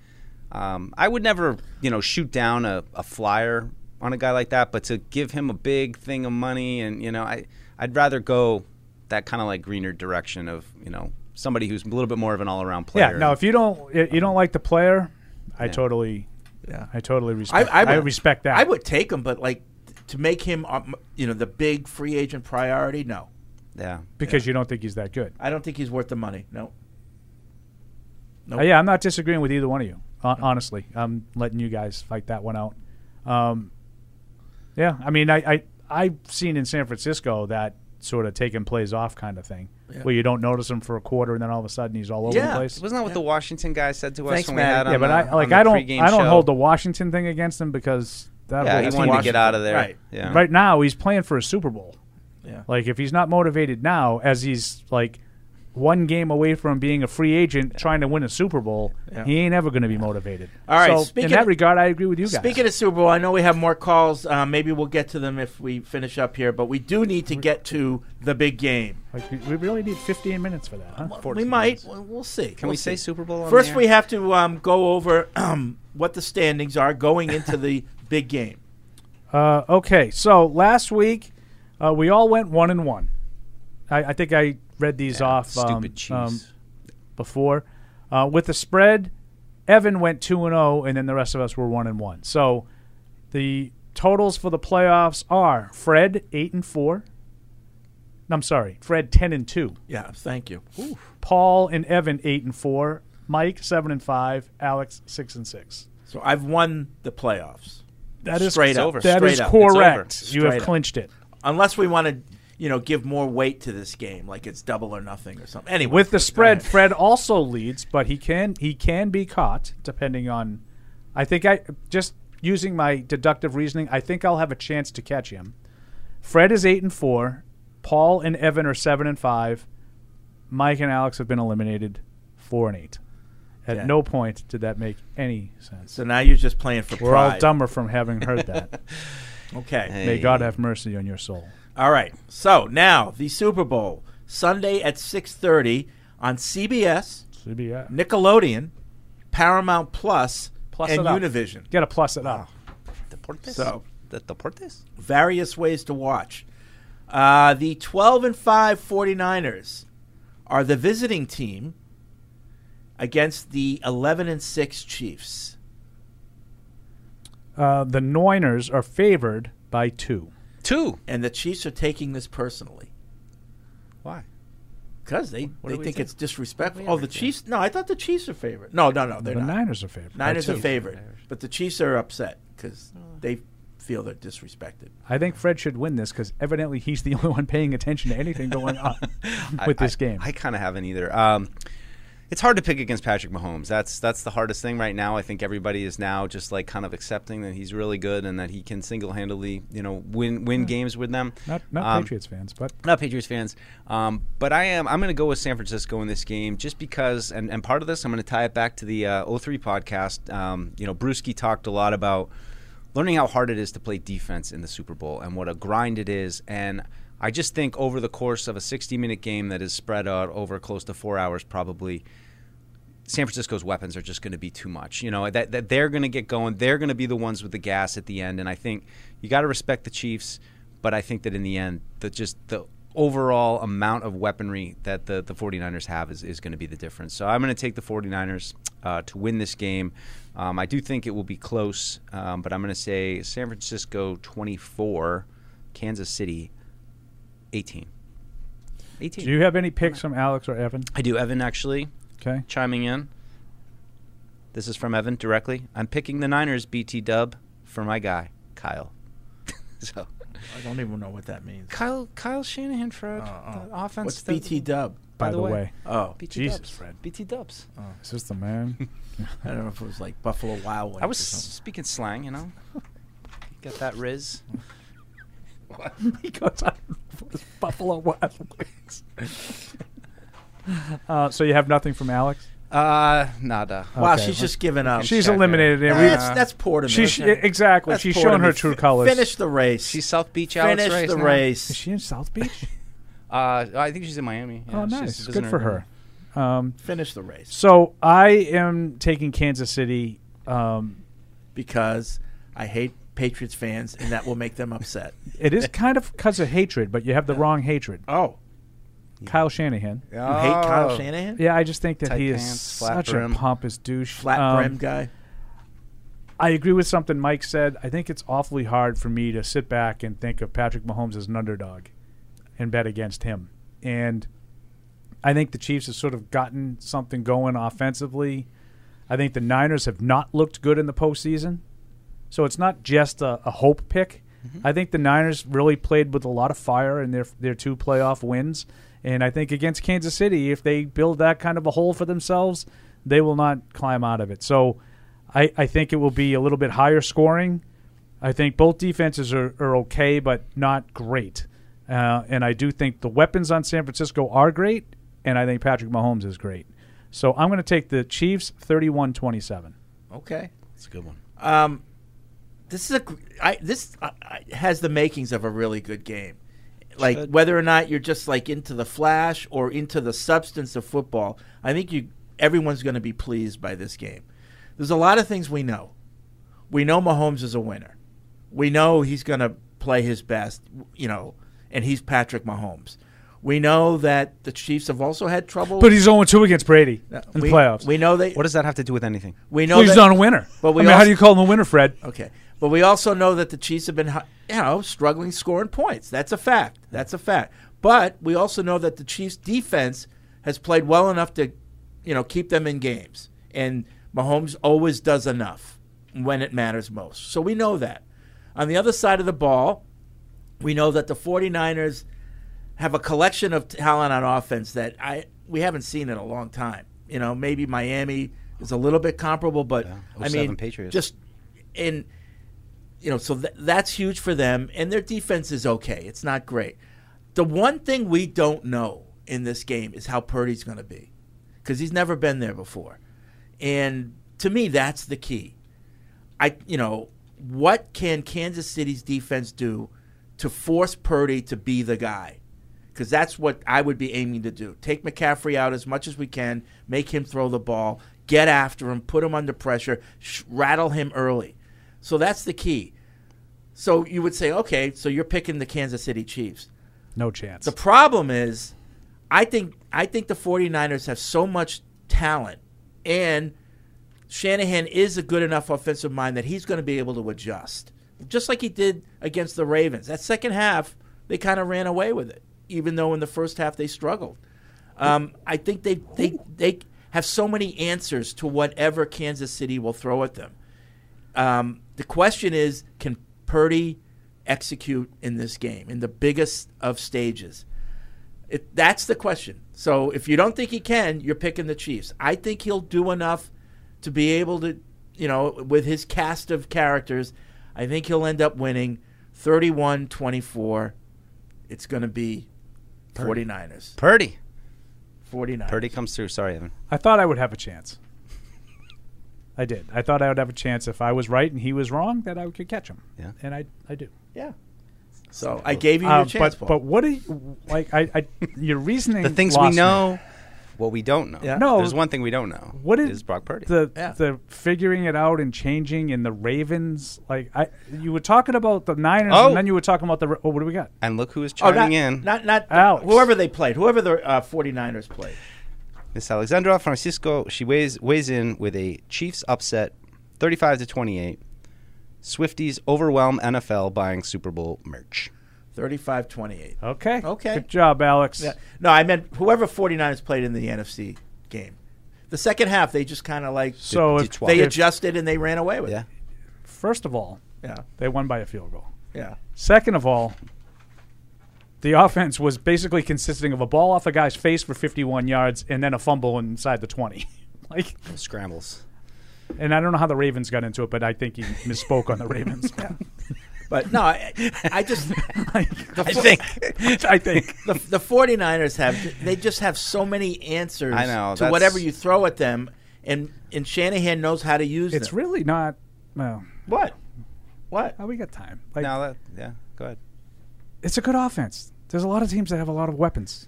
S4: Um, I would never you know shoot down a, a flyer on a guy like that, but to give him a big thing of money and you know I I'd rather go that kind of like greener direction of you know somebody who's a little bit more of an all around player.
S5: Yeah. No, if you don't you don't like the player, I
S4: Yeah.
S5: totally,
S1: yeah,
S5: I totally respect. I, respect that.
S1: I would take him, but like to make him, um, you know, the big free agent priority. No,
S4: yeah,
S5: because you don't think he's that good.
S1: I don't think he's worth the money. No. Nope.
S5: Uh, yeah, I'm not disagreeing with either one of you. hon- Honestly, I'm letting you guys fight that one out. Um, yeah, I mean, I, I I've seen in San Francisco that sort of taking plays off kind of thing,
S4: Yeah.
S5: where you don't notice him for a quarter and then all of a sudden he's all over the place.
S4: Wasn't that what the Washington guy said to us
S5: Thanks,
S4: when we
S5: Matt.
S4: had him?
S5: yeah, but
S4: uh,
S5: I like
S4: on the
S5: I don't
S4: pregame
S5: I don't
S4: show?
S5: hold the Washington thing against him because that
S4: Yeah,
S5: whole
S4: he
S5: team-
S4: wanted to get out of there.
S5: Right.
S4: Yeah.
S5: Right now he's playing for a Super Bowl.
S1: Yeah.
S5: Like if he's not motivated now, as he's like one game away from being a free agent trying to win a Super Bowl,
S1: Yeah.
S5: he ain't ever going to be motivated.
S1: All right.
S5: So in
S1: speaking
S5: that
S1: of-
S5: regard, I agree with you guys.
S1: Speaking of Super Bowl, I know we have more calls. Uh, maybe we'll get to them if we finish up here, but we do need to get to the big game.
S5: like, we- we really need 15 minutes for that. Huh?
S1: We might. We'll we'll see.
S4: Can
S1: We'll
S4: we say
S1: see.
S4: Super Bowl on
S1: First,
S4: the air?
S1: we have to um, go over um, what the standings are going into the big game.
S5: Uh, okay, so last week uh, we all went one and one. I, I think I read these off
S4: stupid
S5: um,
S4: cheese.
S5: um, before. Uh, with the spread, Evan went two and zero, and then the rest of us were one and one. So the totals for the playoffs are Fred eight and four. I'm sorry, Fred ten and two.
S1: Yeah, thank you.
S5: Paul and Evan eight and four. Mike seven and five. Alex six and six.
S1: So I've won the playoffs.
S5: That is-
S1: straight
S5: it's
S1: up.
S5: over. That
S1: Straight
S5: is
S1: up. It's over.
S5: correct. You have
S1: Straight up.
S5: clinched it.
S1: Unless we want to, you know, give more weight to this game, like it's double or nothing or something. Anyway,
S5: with the spread, Fred also leads, but he can he can be caught depending on. I think I just using my deductive reasoning. I think I'll have a chance to catch him. Fred is eight and four. Paul and Evan are seven and five. Mike and Alex have been eliminated, four and eight. At
S1: Yeah.
S5: no point did that make any sense.
S1: So now you're just playing for
S5: We're all
S1: pride.
S5: dumber from having heard that.
S1: Okay.
S5: May God have mercy on your soul.
S1: All right. So now the Super Bowl Sunday at six thirty on CBS,
S5: CBS,
S1: Nickelodeon, Paramount Plus,
S5: Plus
S1: and
S5: it up.
S1: Univision.
S5: Got to plus it up.
S1: So
S4: the Deportes?
S1: Various ways to watch. Uh, the 12 and 5 49ers are the visiting team against the 11 and 6 Chiefs.
S5: Uh, the Niners are favored by two.
S4: Two.
S1: And the Chiefs are taking this personally.
S4: Why?
S1: Because they,
S4: What
S1: they
S4: do we
S1: think
S4: do?
S1: it's disrespectful.
S4: What do we
S1: Oh,
S4: ever
S1: the
S4: do?
S1: Chiefs? No, I thought the Chiefs are favored. No, no, no. They're
S5: the
S1: not.
S5: Niners are favored. by
S1: Niners are
S5: two.
S1: favored. But the Chiefs are upset because
S4: Oh.
S1: they feel they're disrespected.
S5: I think Fred should win this because evidently he's the only one paying attention to anything going on with
S4: I,
S5: this game.
S4: I, I kind of haven't either. Um, it's hard to pick against Patrick Mahomes. That's that's the hardest thing right now. I think everybody is now just like kind of accepting that he's really good and that he can single handedly, you know, win win games with them.
S5: Not, not
S4: Um,
S5: Patriots fans, but
S4: not Patriots fans. Um, but I am. I'm going to go with San Francisco in this game, just because. And, and part of this, I'm going to tie it back to the uh, 03 podcast. Um, you know, Brewski talked a lot about learning how hard it is to play defense in the Super Bowl and what a grind it is. And I just think over the course of a 60 minute game that is spread out over close to four hours, probably. San Francisco's weapons are just going to be too much. You know that, that they're going to get going. They're going to be the ones with the gas at the end. And I think you got to respect the Chiefs, but I think that in the end, the just the overall amount of weaponry that the, the 49ers have is, is going to be the difference. So I'm going to take the 49ers uh, to win this game. Um, I do think it will be close, um, but I'm going to say San Francisco 24, Kansas City 18.
S5: do
S4: 18.
S5: you have any picks from Alex or Evan?
S4: I do. Evan actually
S5: Okay.
S4: chiming in. This is from Evan directly. I'm picking the Niners BT dub for my guy, Kyle. so
S1: I don't even know what that means.
S4: Kyle Kyle Shanahan Fred.
S5: Uh,
S1: Oh.
S4: The offense
S1: What's
S4: that-
S1: BT Dub?
S5: By the way.
S1: Oh,
S4: BT
S5: Jesus,
S4: dubs.
S5: Fred.
S4: BT dubs.
S1: Oh.
S5: Is this the man?
S1: I don't know if it was like Buffalo Wild Wings.
S4: I was
S1: or something.
S4: speaking slang, you know. You got that Riz.
S5: he goes on Buffalo Wild Wings.
S4: Oh.
S5: uh, so you have nothing from Alex?
S4: Uh, nada.
S1: Wow, she's just giving up.
S5: She's eliminated. it. We-
S1: That's, that's poor to me.
S5: She's, exactly.
S1: That's
S5: she's
S1: poor to
S5: shown her
S1: me.
S5: true
S1: Fi-
S5: colors.
S1: Finish the race.
S4: She's South Beach Alex
S1: Finish
S4: Rice
S1: the
S4: now.
S5: Is
S1: race.
S5: she in South Beach?
S4: Uh, I think she's in Miami. Yeah,
S5: oh,
S4: she's
S5: nice.
S4: visiting
S5: Good for her. Um,
S1: Finish the race.
S5: so I am taking Kansas City. Um,
S1: because I hate Patriots fans, and that will make them upset.
S5: it is kind of because of hatred, but you have the wrong hatred.
S1: Oh.
S5: Kyle Shanahan.
S1: You hate Kyle Shanahan?
S5: Yeah, I just think that
S1: Tight
S5: he is
S1: pants, flat
S5: such
S1: brim.
S5: a pompous douche.
S1: Flat
S5: Um,
S1: brim guy.
S5: I agree with something Mike said. I think it's awfully hard for me to sit back and think of Patrick Mahomes as an underdog and bet against him. And I think the Chiefs have sort of gotten something going offensively. I think the Niners have not looked good in the postseason. So it's not just a, a hope pick. I think the Niners really played with a lot of fire in their their two playoff wins. And I think against Kansas City, if they build that kind of a hole for themselves, they will not climb out of it. So I, I think it will be a little bit higher scoring. I think both defenses are, are okay, but not great. Uh, and I do think the weapons on San Francisco are great, and I think Patrick Mahomes is great. So I'm going to take the Chiefs 31 27.
S1: Okay.
S4: That's a good one.
S1: Um, this is a gr- I, this I, I, has the makings of a really good game. Like
S4: Should.
S1: whether or not you're just like into the flash or into the substance of football, I think you everyone's going to be pleased by this game. There's a lot of things we know. We know Mahomes is a winner. We know he's going to play his best, you know, and he's Patrick Mahomes. We know that the Chiefs have also had trouble.
S5: But he's 0 2 against Brady
S1: No,
S5: in
S1: we-
S5: the playoffs.
S1: We know they.
S4: What does that have to do with anything?
S1: We know
S5: Well, he's
S1: that-
S5: not a winner.
S1: But we
S5: I mean, how
S1: also-
S5: do you call him a winner, Fred?
S1: Okay, but we also know that the Chiefs have been, hu- you know, struggling scoring points. That's a fact. That's a fact. But we also know that the Chiefs' defense has played well enough to, you know, keep them in games. And Mahomes always does enough. when it matters most. So we know that. On the other side of the ball, we know that the 49ers have a collection of talent on offense that I we haven't seen in a long time. You know, maybe Miami is a little bit comparable, but I
S4: 07
S1: mean,
S4: Patriots.
S1: just in you know, so th- that's huge for them, and their defense is okay. It's not great. The one thing we don't know in this game is how Purdy's going to be, because he's never been there before, and to me, that's the key. I, you know, what can Kansas City's defense do to force Purdy to be the guy? Because that's what I would be aiming to do. Take McCaffrey out as much as we can, make him throw the ball, get after him, put him under pressure, sh- rattle him early. So that's the key. So you would say, okay, so you're picking the Kansas City Chiefs.
S5: No chance.
S1: The problem is, I think I think the 49ers have so much talent, and Shanahan is a good enough offensive mind that he's going to be able to adjust, just like he did against the Ravens. That second half, they kind of ran away with it, even though in the first half they struggled. Um, I think they, they they have so many answers to whatever Kansas City will throw at them. Um, the question is, can Purdy execute in this game in the biggest of stages? It, that's the question. So if you don't think he can, you're picking the Chiefs. I think he'll do enough to be able to, you know, with his cast of characters, I think he'll end up winning 31 24. It's going to be
S4: Purdy.
S1: 49ers.
S4: Purdy.
S1: 49.
S4: Purdy comes through. Sorry, Evan.
S5: I thought I would have a chance. I did. I thought I would have a chance if I was right and he was wrong that I could catch him.
S4: Yeah.
S5: And I I do.
S1: Yeah. So Oh, I gave you your
S5: Uh,
S1: chance,
S5: but
S1: Paul.
S5: but what are you like? I, I your reasoning.
S4: The things we
S5: lost me.
S4: know, what we don't know.
S5: Yeah. No.
S4: There's one thing we don't know.
S5: What is,
S4: is Brock Purdy?
S5: The the figuring it out and changing and the Ravens. Like I, you were talking about the Niners,
S1: Oh.
S5: and then you were talking about the. Ra- Oh, what do we got?
S4: And look who is
S1: Oh,
S4: chiming
S1: not,
S4: in.
S1: not not whoever they played, whoever the uh, 49ers played.
S4: Miss Alexandra Francisco, she weighs weighs in with a Chiefs upset, 35 to 28. Swifties overwhelm NFL buying Super Bowl merch.
S1: 35 28.
S5: Okay.
S1: Okay.
S5: Good job, Alex.
S1: Yeah. No, I meant whoever 49ers played in the NFC game. The second half, they just kind of like
S5: So if-
S1: they
S5: if-
S1: adjusted and they ran away with it.
S5: First of all,
S1: Yeah.
S5: they won by a field goal.
S1: Yeah.
S5: Second of all, the offense was basically consisting of a ball off a guy's face for 51 yards and then a fumble inside the 20. like
S4: scrambles.
S5: And I don't know how the Ravens got into it, but I think he misspoke on the Ravens.
S1: But no, I, I just
S5: I think. I think.
S1: the, the 49ers have they just have so many answers
S4: I know,
S1: to
S4: that's-
S1: whatever you throw at them and and Shanahan knows how to use
S5: It's
S1: them.
S5: really not. Well,
S1: what? What?
S5: Oh, we got time.
S4: no, that, yeah, go ahead.
S5: It's a good offense. There's a lot of teams that have a lot of weapons.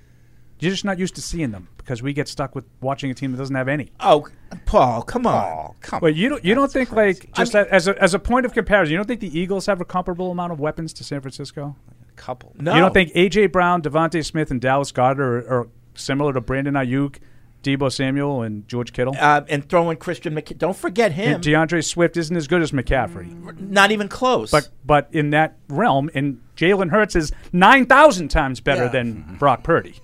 S5: You're just not used to seeing them because we get stuck with watching a team that doesn't have any.
S1: Oh, Paul, come on. come
S5: Well, you don't you don't think like just a- as a, as a point of comparison, you don't think the Eagles have a comparable amount of weapons to San Francisco?
S4: A couple.
S5: You don't think AJ Brown, Devontae Smith, and Dallas Goddard are, are similar to Brandon Ayuk, Debo Samuel, and George Kittle?
S1: Uh, and throwing Christian McC- don't forget him.
S5: And DeAndre Swift isn't as good as McCaffrey,
S1: Not even close.
S5: but but in that realm, and Jalen Hurts is nine thousand times better
S1: Yeah.
S5: than Brock Purdy.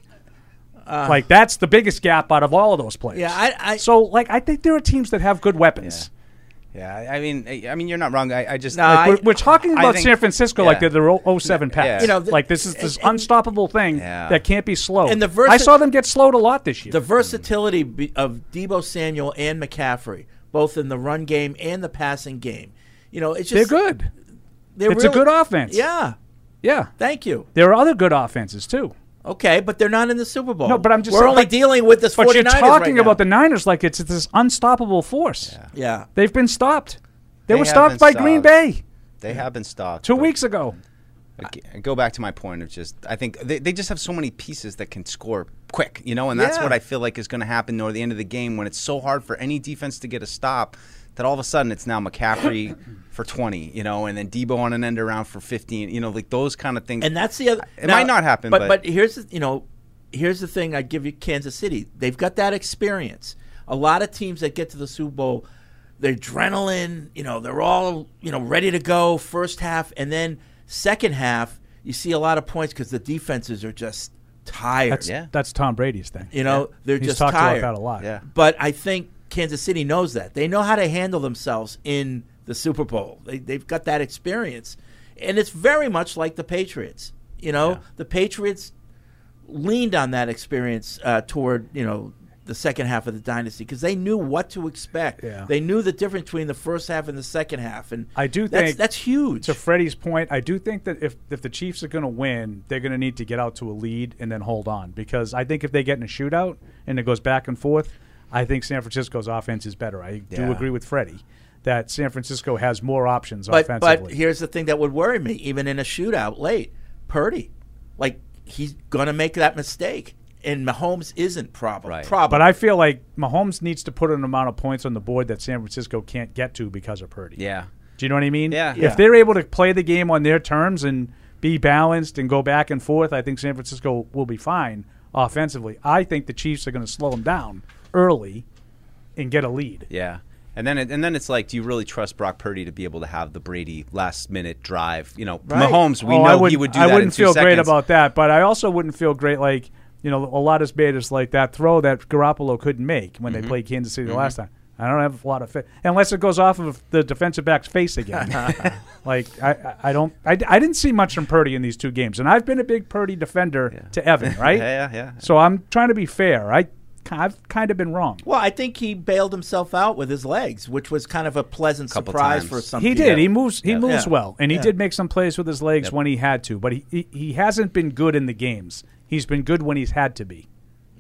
S1: Uh,
S5: like that's the biggest gap out of all of those players.
S1: Yeah, I, I
S5: so like I think there are teams that have good weapons.
S4: Yeah, I- I mean, I, I mean, you're not wrong. I, I just
S5: Like,
S4: I-
S5: we're, we're talking
S4: I
S5: about
S4: think-
S5: San Francisco
S4: yeah.
S5: like they're the ro- 07 Pats.
S4: Yeah. You know,
S5: like this is this unstoppable thing that can't be slowed.
S1: And the
S5: I
S1: versa-
S5: saw them get slowed a lot this year.
S1: the versatility be- of Debo Samuel and McCaffrey, both in the run game and the passing game. You know, it's
S5: They're
S1: just
S5: good.
S1: they're
S5: It's a
S1: really-
S5: good offense.
S1: Yeah.
S5: Yeah.
S1: Thank you.
S5: There are other good offenses too.
S1: Okay, but they're not in the Super Bowl.
S5: No, but I'm just
S1: we're
S5: saying-
S1: only
S5: but-
S1: dealing with this.
S5: But you're
S1: 49ers
S5: talking
S1: right now.
S5: about the Niners like it's, it's this unstoppable force.
S1: Yeah.
S5: They've been stopped. They,
S4: They
S5: were
S4: have
S5: stopped by
S4: been
S5: Green Bay
S4: They have been stopped.
S5: two weeks ago.
S4: Okay, I go back to my point of just I think they, they just have so many pieces that can score quick, you know, and that's
S5: Yeah.
S4: what I feel like is going to happen near the end of the game when it's so hard for any defense to get a stop that all of a sudden it's now McCaffrey for 20, you know, and then Debo on an end around for 15, you know, like those kind of things.
S1: And that's the other.
S4: It
S1: now-
S4: might not happen,
S1: but
S4: but,
S1: here's the, you know, here's the thing. I give you Kansas City. They've got that experience. A lot of teams that get to the Super Bowl, their adrenaline. You know, they're all you know ready to go first half, and then second half, you see a lot of points because the defenses are just tired.
S5: That's that's Tom Brady's thing.
S1: You know, they're
S5: He's
S1: just
S5: talked
S1: tired.
S5: about that a lot.
S1: But I think Kansas City knows that. They know how to handle themselves in the Super Bowl. They, they've got that experience. And it's very much like the Patriots. You know, the Patriots leaned on that experience uh, toward, you know, the second half of the dynasty because they knew what to expect.
S5: Yeah.
S1: They knew the difference between the first half and the second half. And
S5: I do
S1: that's,
S5: think
S1: that's huge.
S5: To Freddie's point, I do think that if if the Chiefs are going to win, they're going to need to get out to a lead and then hold on because I think if they get in a shootout and it goes back and forth, I think San Francisco's offense is better. I do
S1: Yeah.
S5: agree with Freddie that San Francisco has more options
S1: but,
S5: offensively.
S1: but here's the thing that would worry me, even in a shootout late, Purdy, like he's gonna make that mistake, and Mahomes isn't problem. Problem.
S5: But I feel like Mahomes needs to put an amount of points on the board that San Francisco can't get to because of Purdy.
S4: Yeah.
S5: Do you know what I mean?
S4: Yeah.
S5: If they're able to play the game on their terms and be balanced and go back and forth, I think San Francisco will be fine offensively. I think the Chiefs are going to slow them down early and get a lead.
S4: Yeah. And then, it, and then it's like, do you really trust Brock Purdy to be able to have the Brady last minute drive? You know,
S5: Right.
S4: Mahomes, we
S5: Oh, I
S4: know he
S5: wouldn't-
S4: would do
S5: I
S4: that. in
S5: wouldn't
S4: two
S5: feel great
S4: seconds.
S5: about that, but I also wouldn't feel great like you know a lot of Betas like that throw that Garoppolo couldn't make when they
S4: Mhm.
S5: played Kansas City the
S4: Mhm.
S5: last time. I don't have a lot of faith unless it goes off of the defensive back's face again. like I, I, I don't, I, I didn't see much from Purdy in these two games, and I've been a big Purdy defender to Evan, right?
S4: Yeah, yeah, yeah.
S5: So I'm trying to be fair. I, I've kind of been wrong.
S1: well, I think he bailed himself out with his legs, which was kind of a pleasant surprise for some.
S5: He
S1: people.
S5: did. He moves. He moves
S1: Yeah.
S5: well, and he
S1: Yeah.
S5: did make some plays with his legs when he had to. But he, he he hasn't been good in the games. He's been good when he's had to be.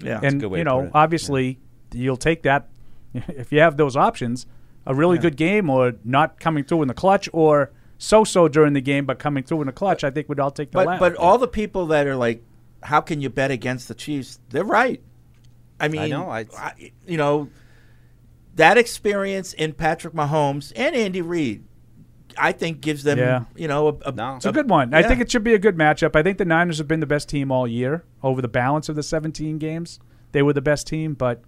S1: Yeah. That's a
S5: and
S1: good way
S5: you
S1: to put
S5: know,
S1: it.
S5: obviously, you'll take that if you have those options. A really good game, or not coming through in the clutch, or so-so during the game, but coming through in the clutch. I think we'd all take the
S1: But
S5: latter.
S1: but all the people that are like, how can you bet against the Chiefs? They're right. I mean,
S4: know, I-
S1: you know that experience in Patrick Mahomes and Andy Reid, I think gives them
S5: Yeah.
S1: you know a, a,
S5: It's a good one. I
S1: yeah.
S5: think it should be a good matchup. I think the Niners have been the best team all year over the balance of the 17 games. They were the best team, but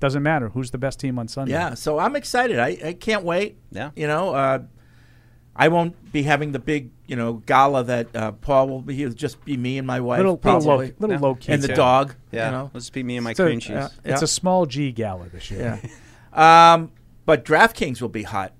S5: doesn't matter who's the best team on Sunday.
S1: Yeah, so I'm excited. I, I can't wait.
S4: Yeah.
S1: You know, uh, I won't be having the big, you know, gala that uh, Paul will be. It'll just be me and my wife.
S5: Little- little low-
S1: probably.
S5: little Yeah. low-key
S1: And the
S5: too.
S1: dog.
S5: Yeah.
S1: You know?
S4: Let's be me and my
S5: It's a-
S4: cream cheese.
S5: yeah, It's a small G gala this year.
S1: Yeah. um, but DraftKings will be hot.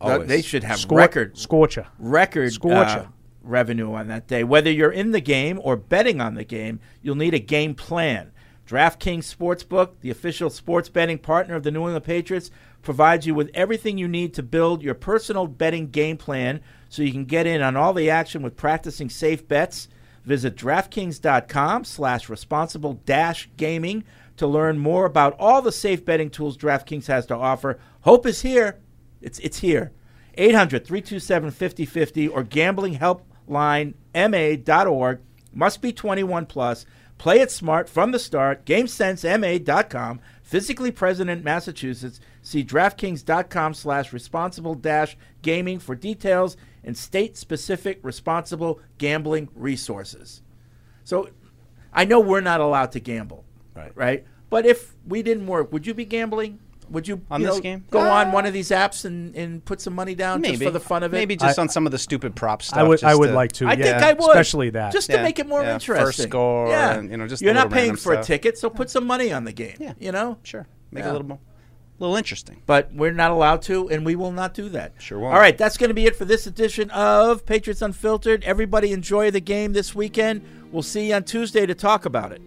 S5: Always.
S1: They should have
S5: Scor-
S1: record
S5: scorcher.
S1: record
S5: Scorcher.
S1: uh, revenue on that day. Whether you're in the game or betting on the game, you'll need a game plan. DraftKings Sportsbook, the official sports betting partner of the New England Patriots, provides you with everything you need to build your personal betting game plan so you can get in on all the action with practicing safe bets. Visit DraftKings.com slash responsible dash gaming to learn more about all the safe betting tools DraftKings has to offer. Hope is here. It's, it's here. 800 327 5050 or gamblinghelplinema.org. Must be 21 plus. Play it smart from the start. GameSenseMA.com. Physically present in Massachusetts. See DraftKings.com slash responsible dash gaming for details and state specific responsible gambling resources. So I know we're not allowed to gamble. Right. Right. But if we didn't work, would you be gambling? Would you,
S4: On
S1: you
S4: this
S1: know,
S4: game?
S1: go on one of these apps and, and put some money down just for the fun of it?
S4: Maybe just on some of the stupid prop stuff.
S5: would- I
S4: just
S5: would like to,
S1: I think
S5: yeah.
S1: I would,
S5: Especially that.
S1: just to
S5: Yeah.
S1: make it more
S4: Yeah, first
S1: interesting.
S4: score
S1: yeah.
S4: and, you know, just the
S1: you're not
S4: little
S1: paying
S4: random
S1: for
S4: stuff.
S1: a ticket, so put some money on the game. Yeah, you know,
S4: sure, Make it a little more, a little interesting.
S1: But we're not allowed to, and we will not do that.
S4: Sure won't.
S1: All right, that's going to be it for this edition of Patriots Unfiltered. Everybody enjoy the game this weekend. We'll see you on Tuesday to talk about it.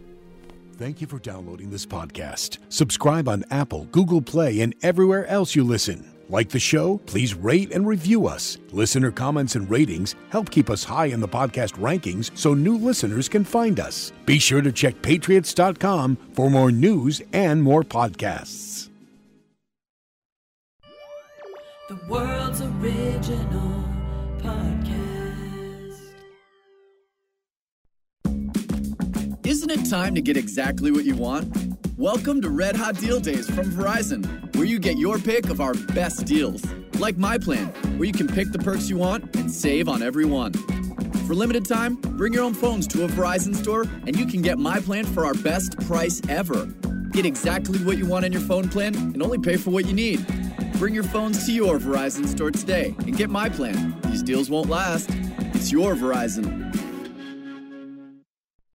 S2: Thank you for downloading this podcast. Subscribe on Apple, Google Play, and everywhere else you listen. Like the show? Please rate and review us. Listener comments and ratings help keep us high in the podcast rankings so new listeners can find us. Be sure to check patriots.com for more news and more podcasts.
S3: The world's original podcast.
S12: Isn't it time to get exactly what you want? Welcome to Red Hot Deal Days from Verizon, where you get your pick of our best deals. Like my plan, where you can pick the perks you want and save on every one. For limited time, bring your own phones to a Verizon store and you can get my plan for our best price ever. Get exactly what you want on your phone plan and only pay for what you need. Bring your phones to your Verizon store today and get my plan. These deals won't last. It's your Verizon.